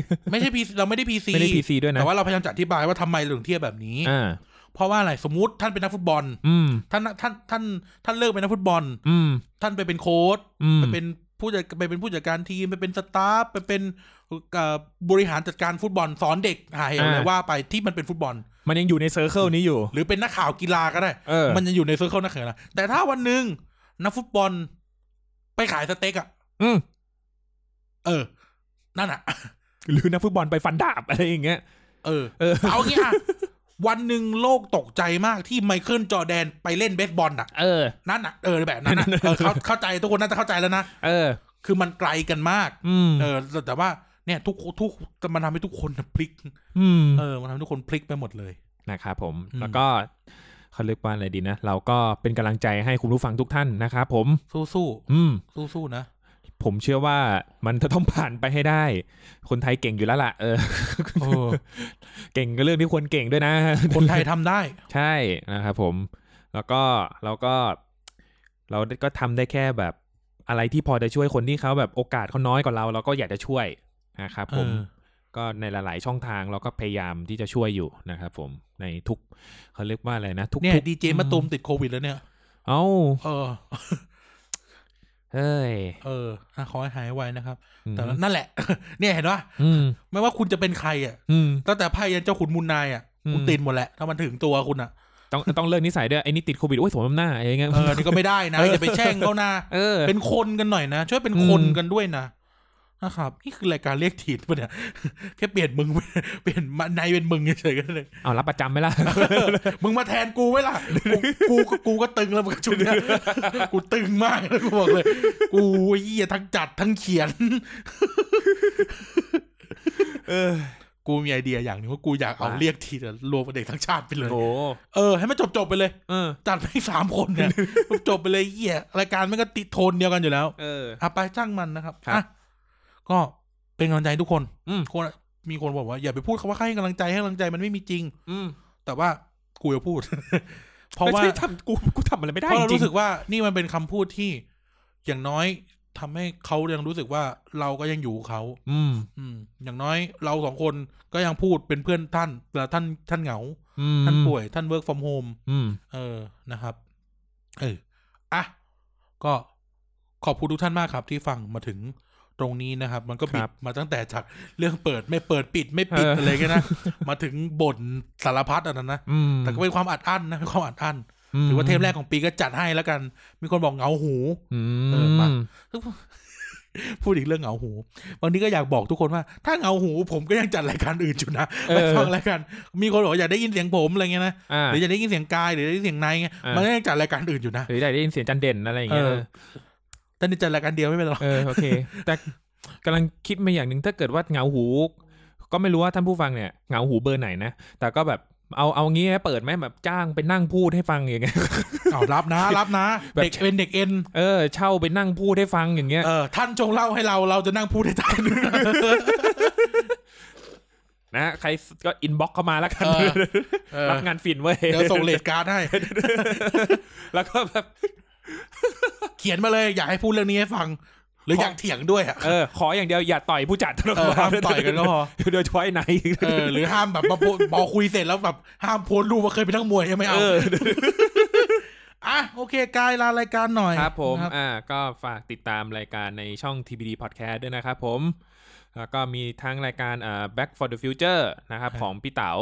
Speaker 1: ๆไม่ใช่พีเราไม่ได้พีซี
Speaker 2: *laughs* ไม่ได้พีซีด้วยนะ
Speaker 1: แต่ว่าเราพยายามจะอธิบายว่าทำไมเราถึงเทียบแบบนี้
Speaker 2: อ่า
Speaker 1: เพราะว่าอะไรสมมติท่านเป็นนักฟุตบอล
Speaker 2: อืม
Speaker 1: ท่านท่านท่านท่านเลิกเป็นนักฟุตบอล
Speaker 2: อืม
Speaker 1: ท่านไปเป็นโค้ช
Speaker 2: อืม
Speaker 1: ไปเป็นผู้จัดไปเป็นผู้จัดการทีมไปเป็นสตาฟไปเป็นเอ่อบริหารจัดการฟุตบอลสอนเด็กหาเหวเลย
Speaker 2: อ่า
Speaker 1: ว่าไปที่มันเป็นฟุตบอล
Speaker 2: มันยังอยู่ในเซอร์เคิลนี้อยู่
Speaker 1: หรือเป็นนักข่าวกีฬาก็ได้
Speaker 2: เออ
Speaker 1: มันจะอยู่ในเซอร์เคิลนักข่าวนะแต่ถ้าวันหนึ่งนักฟุตบอล ไปขายสเต็กอะ
Speaker 2: อืม
Speaker 1: เออ นั่นอะ
Speaker 2: หรือนักฟุตบอลไปฟันดาบ *laughs* อะไรอย่างเงี้ย
Speaker 1: เออ
Speaker 2: เออ
Speaker 1: เอางี้อะวันหนึ่งโลกตกใจมากที่ไมเคิลจอร์แดนไปเล่นเบสบอลอะ
Speaker 2: เออ
Speaker 1: นั่นอะเออแบบนั้น
Speaker 2: *laughs*
Speaker 1: อะเออเข้าเข้าใจทุกคนน่าจะเข้าใจแล้วนะ
Speaker 2: เออ
Speaker 1: คือมันไกลกันมาก
Speaker 2: อืม
Speaker 1: เออแต่แต่ว่าเนี่ยทุกทุกมันทำให้ทุกคนพลิก
Speaker 2: อืม
Speaker 1: เออ มันทำให้ทุกคนพลิกไปหมดเลย
Speaker 2: นะครับผม
Speaker 1: อืม
Speaker 2: แล้วก็เขาเรียกว่าอะไรดีนะ เราก็เป็นกำลังใจให้คุณผู้ฟังทุกท่านนะครับผม
Speaker 1: สู้สู้
Speaker 2: อืม
Speaker 1: สู้สู้
Speaker 2: *laughs*
Speaker 1: ๆนะ
Speaker 2: ผมเชื่อว่ามันจะต้องผ่านไปให้ได้ คนไทยเก่งอยู่แล้วล่ะ เออ เก่งก็เรื่องที่ควรเก่งด้วยนะ
Speaker 1: คนไทยทำได้
Speaker 2: ใช่นะครับผม แล้วก็เราก็เราก็ทำได้แค่แบบอะไรที่พอจะช่วยคนที่เขาแบบโอกาสเขาน้อยกว่าเรา เราก็อยากจะช่วยนะครับผม
Speaker 1: เออ
Speaker 2: ก็ในหลาย ๆ ช่องทางเราก็พยายามที่จะช่วยอยู่นะครับผมในทุกเขาเรียกว่าอะไรนะ ทุก
Speaker 1: เนี่ย
Speaker 2: ทุก
Speaker 1: ดีเจมาตูมติดโควิดแล้วเนี่ย
Speaker 2: เอ้า
Speaker 1: เออ
Speaker 2: เฮ้ย
Speaker 1: เอออ่ะขอให้หายไวนะครับ
Speaker 2: อืม
Speaker 1: แต่นั่นแหละ *laughs* เนี่ยเห็นว่า
Speaker 2: อืม
Speaker 1: ไม่ว่าคุณจะเป็นใครอ่ะ
Speaker 2: อืม
Speaker 1: ตั้งแต่ไพ่ยันเจ้าขุนมูลนายอ่ะ
Speaker 2: อืม
Speaker 1: คุณติดหมดแหละ ถ้ามันถึงตัวคุณอ่ะ
Speaker 2: ต้องต้องเลิกนิสัยด้วยไอ้นี่ติดโควิดโอ้ยสมน้ำหน้าอะไรเงี้ย
Speaker 1: เออ นี่ก็ไม่ได้นะ อย่าไปแช่งเขานะ
Speaker 2: เออ
Speaker 1: เป็นคนกันหน่อยนะ ช่วยเป็น
Speaker 2: อืม
Speaker 1: คนกันด้วยนะ นะครับ นี่คือรายการเรียกถีดปะเนี่ย *laughs* แค่เปลี่ยนมึง *laughs* เปลี่ยนมานายเป็นมึงเฉยๆกันเลย
Speaker 2: เอารับประจำไหมล่ะ
Speaker 1: มึงมาแทนกูไหมล่ะ กูกูกูก็ตึงแล้วมึงชุดเนี้ย *laughs* กูตึงมากแล้วกูบอกเลย กูเหี้ยทั้งจัดทั้งเขียน
Speaker 2: เออ
Speaker 1: กูมีไอเดียอย่างหนึงว่ากูอยากเอาเรียกทีเดียวรวมกับเด็กทั้งชาติไปเลย
Speaker 2: โอ้
Speaker 1: เออให้มันจบจบๆไปเลย
Speaker 2: เออ
Speaker 1: จัดไปสามคน *laughs* เนี่ย จบไปเลยเหี้ยรายการมันก็ติดโทนเดียวกันอยู่แล้ว
Speaker 2: เออ
Speaker 1: อ่ะไปจ้างมันนะครับ
Speaker 2: ครับ
Speaker 1: อ่ะก็เป็นกำลังใจให้ทุกคน
Speaker 2: อืม
Speaker 1: คนมีคนบอกว่าอย่าไปพูดคำว่าให้กำลังใจให้กำลังใจมันไม่มีจริง
Speaker 2: อืม
Speaker 1: แต่ว่ากูจะพูด *laughs* เพราะ
Speaker 2: ไม่
Speaker 1: ว่า
Speaker 2: ใช่ทำกูกูทำอะไรไม่ได้
Speaker 1: เพราะเรา
Speaker 2: จริง
Speaker 1: รู้สึกว่านี่มันเป็นคำพูดที่อย่างน้อยทำให้เขายังรู้สึกว่าเราก็ยังอยู่กับเขา
Speaker 2: อืม
Speaker 1: อืม อย่างน้อยเราสองคนก็ยังพูดเป็นเพื่อนท่านเวลาท่านท่านเหงา
Speaker 2: อืม
Speaker 1: ท่านป่วยท่าน work from home
Speaker 2: อืม
Speaker 1: เออนะครับ เอออ่ะก็ขอบคุณทุกท่านมากครับ ที่ฟังมาถึงตรงนี้นะครับ มันก็บิ
Speaker 2: ครั
Speaker 1: ด
Speaker 2: บ
Speaker 1: มาตั้งแต่จากเรื่องเปิดไม่เปิดปิดไม่ปิด
Speaker 2: เอออ
Speaker 1: อะไรกันนะ *laughs* มาถึงบ่นสารพัดอันนั้นนะ
Speaker 2: อืม
Speaker 1: แต่ก็เป็นความอัดอั้นนะเป็นความอัดอั้น ถือว่าเทปแรกของปีก็จัดให้แล้วกัน มีคนบอกเหงาหู
Speaker 2: อืม
Speaker 1: เออมา พูดอีกเรื่องเหงาหู วันนี้ก็อยากบอกทุกคนว่า ถ้าเหงาหูผมก็ยังจัดรายการอื่นอยู่นะไปฟังรายการ มีคนบอกว่าอยากได้ยินเสียงผมอะไรเงี้ยนะ
Speaker 2: อ่า
Speaker 1: หรืออยากได้ยินเสียงกายหรือได้ยินเสียงนายเงี้ย
Speaker 2: อ่า
Speaker 1: มั
Speaker 2: มั
Speaker 1: นก็ยังจัดรายการอื่นอยู่นะ
Speaker 2: หรือได้ยินเสียงจันเด่นอะไรอย่างเงี้ย
Speaker 1: เออ แต่นี่จัดรายการเดียวไม่เป็นหรอก
Speaker 2: เออโอเค แต่กำลังคิดมาอย่างหนึ่งถ้าเกิดว่าเหงาหู ก็ไม่รู้ว่าท่านผู้ฟังเนี่ยเหงาหูเบอร์ไหนนะ แต่ก็แบบเอาเอางี้ไหมเปิดไหมแบบจ้างไปนั่งพูดให้ฟังอย่างเงี้ย
Speaker 1: เอารับนะ รับนะ
Speaker 2: แบบ
Speaker 1: เด็กเป็นเด็กเอ็น
Speaker 2: เออเช่าไปนั่งพูดให้ฟังอย่างเงี้ย
Speaker 1: เออ ท่านจงเล่าให้เรา เราจะนั่งพูดให้ท่าน
Speaker 2: นะใครก็อินบ็อกเข้ามาแล้วกัน
Speaker 1: เออ เออ
Speaker 2: รับงานฝินเว้ย
Speaker 1: *laughs* เดี๋ยวส่งเลดการ์ดให้
Speaker 2: แล้วก็แบบ
Speaker 1: เขียนมาเลย อยากให้พูดเรื่องนี้ให้ฟัง หรืออยากเถียงด้วยอ่ะ
Speaker 2: เออขออย่างเดียวอย่าต่อยผู้จัดเท่านั้น
Speaker 1: เออห้ามต่อยกันก็พอ
Speaker 2: โดยเฉพาะไอ้ไหน
Speaker 1: เออหรือห้ามแบบมาพูดพอคุยเสร็จแล้วแบบห้ามโพสต์รูปว่าเคยเป็นนักมวยยังไม่เอา
Speaker 2: เออ
Speaker 1: อ่ะโอเคกายลารายการหน่อย
Speaker 2: ครับผม
Speaker 1: นะ
Speaker 2: อ่า ก็ฝากติดตามรายการในช่อง TBD Podcast ด้วยนะครับผม แล้วก็มีทั้งรายการเอ่อ Back for the Future นะครับ ของพี่เต๋า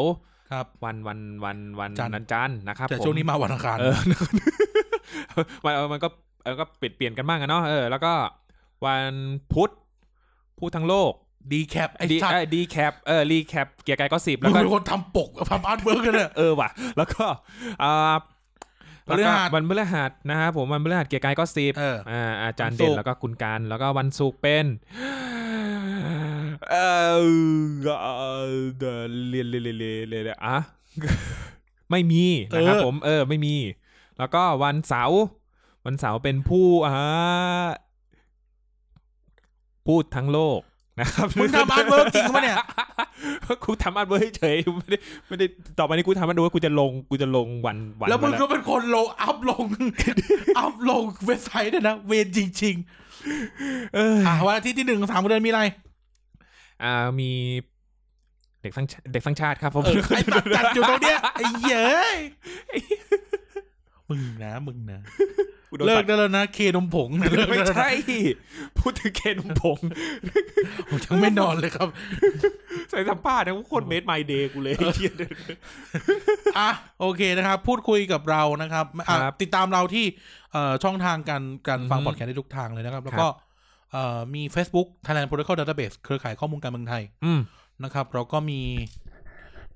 Speaker 1: ครับ
Speaker 2: วันวันวันวัน
Speaker 1: จันทร์
Speaker 2: นันจันทร์นะครับ
Speaker 1: แต่
Speaker 2: ผม
Speaker 1: ช่วงนี้มาวันอังคาร
Speaker 2: เออ *laughs* มันเออมันก็เออก็เปลี่ยนเปลี่ยนกันบ้างอะเนาะเออแล้วก็วันพุธพูดทั้งโลก
Speaker 1: ดีแคปไอ้
Speaker 2: ดี
Speaker 1: ชัด
Speaker 2: ดีแคปเออรีแคปเกียร์กายก็สิบ
Speaker 1: มึ
Speaker 2: แล้
Speaker 1: ง
Speaker 2: วก็
Speaker 1: เป็นคนทำปกทำอาร์ตเวิร์กกันเนี่ย
Speaker 2: เออว่ะ แล้วก็อ่าแล้ว
Speaker 1: พฤ
Speaker 2: ก็
Speaker 1: หัส
Speaker 2: วันพฤหัสนะครับผมวันพฤหัสเกียร์กายก็สิบ
Speaker 1: เออ
Speaker 2: อ่าอาจารย์
Speaker 1: วันศุกร์
Speaker 2: เด่นแล้วก็คุณการแล้วก็วันศุกร์เป็นเออเอ่อเอ่อเรียนเรียนเรียนเรียนเรียนอะ ไม่มีนะครับผมเออไม่มี แล้วก็วันเสาร์วันเสาร์เป็นผู้อ่าพูดทั้งโลกนะครับ
Speaker 1: มึงทำอาร์ตเวิร์กจริงปะเนี่ย
Speaker 2: กูทำอันเวิร์กเฉยๆไม่ได้ไม่ได้ต่อไปนี้กูทำอันเวิร์กกูจะลงกูจะลงวันวัน
Speaker 1: แล้วมึง
Speaker 2: น
Speaker 1: ก็เป็นคนลงอัพลง *laughs* อัพลงเว็บไซต์ด้วยนะ เวรจริงๆ
Speaker 2: เอออ่
Speaker 1: ะวันอาทิตย์ที่หนึ่งสามเดือนมีอะไร
Speaker 2: อ่ามีเด็กสังชาเด็กสังชาติครับผม
Speaker 1: เออไอ้ตัดจัดอยู่ตรงเนี้ยไอ้เหี้ย
Speaker 2: *laughs*
Speaker 1: เอ้ยมึงนะมึงนะ เลิ
Speaker 2: เลิ
Speaker 1: ก
Speaker 2: ก
Speaker 1: ได้แล้วนะ เคนมผงนะเลิก
Speaker 2: ไม่
Speaker 1: ได้แล้วนะ
Speaker 2: ใช่ พูดถึงเคนมผง
Speaker 1: ผมยังไม่นอนเลยครับ
Speaker 2: ใส่สัมภาษณ์นะโคตรเมดไมเดย์กูเลยเหี้ย
Speaker 1: อ่ะโอเคนะครับ พูดคุยกับเรานะครับอ่ะ
Speaker 2: ครับ
Speaker 1: ติดตามเราที่เอ่อช่องทางการการฟัง
Speaker 2: อือฮึ
Speaker 1: พอดแคสต์ได้ทุกทางเลยนะครับ แล้วก็เอ่อมี Facebook Thailand Protocol Database เครือข่ายข้อมูลการเมืองไทย
Speaker 2: อืม
Speaker 1: นะครับเราก็มี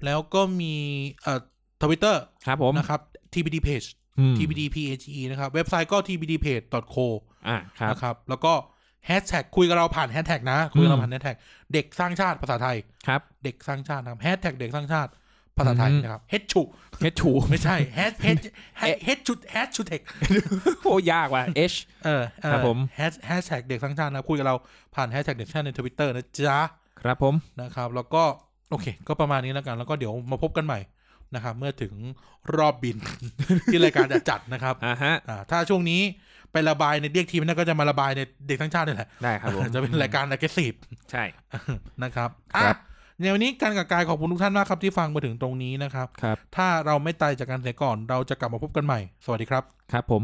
Speaker 1: แล้วก็มีเอ่อทวิตเตอร์
Speaker 2: ครับผม
Speaker 1: นะครับ TBD page
Speaker 2: อืม
Speaker 1: TBD page นะครับ เว็บไซต์ก็ TBD page co
Speaker 2: อ่ะครับ
Speaker 1: นะครับ แล้วก็แฮชแท็กคุยกับเราผ่านแฮชแท็กนะ คุยกับเรา
Speaker 2: อืม
Speaker 1: ผ่านแฮชแท็กเด็กสร้างชาติภาษาไทย
Speaker 2: ครับ
Speaker 1: เด็กสร้างชาตินะครับแฮชแท็กเด็กสร้างชาติภาษาไทย
Speaker 2: อืม
Speaker 1: นะครับเฮชู
Speaker 2: เอชู
Speaker 1: ไม่ใช่แฮชแฮชแฮชชุดแฮชชุดเทค
Speaker 2: โอ้ยากว่ะเอช
Speaker 1: เออเออ
Speaker 2: ครับผม
Speaker 1: แฮชแฮชแท็กเด็กสร้างชาตินะครับคุยกับเราผ่านแฮชแท็กเด็กสร้างชาติในทวิตเตอร์นะจ๊ะ
Speaker 2: ครับผม
Speaker 1: นะครับแล้วก็โอเค ก็ประมาณนี้แล้วกัน แล้วก็เดี๋ยวมาพบกันใหม่นะครับ เมื่อถึงรอบบิน *laughs* ที่รายการจะจัดนะครับ
Speaker 2: อ่าฮะ
Speaker 1: อ่าถ้าช่วงนี้ไประบายในเรียกทีมนั่นก็จะมาระบายในเด็กทั้งชาตินี่แหละ
Speaker 2: ได้ครับผม
Speaker 1: จะเป็นรายการ aggressive
Speaker 2: ใช่
Speaker 1: นะครับ
Speaker 2: ครับ
Speaker 1: อ่ะในวันนี้การกับกายขอบคุณทุกท่านมากครับที่ฟังมาถึงตรงนี้นะครับ
Speaker 2: ครับ
Speaker 1: ถ้าเราไม่ตายจากกันเสียก่อนเราจะกลับมาพบกันใหม่ สวัสดีครับ
Speaker 2: ครับผม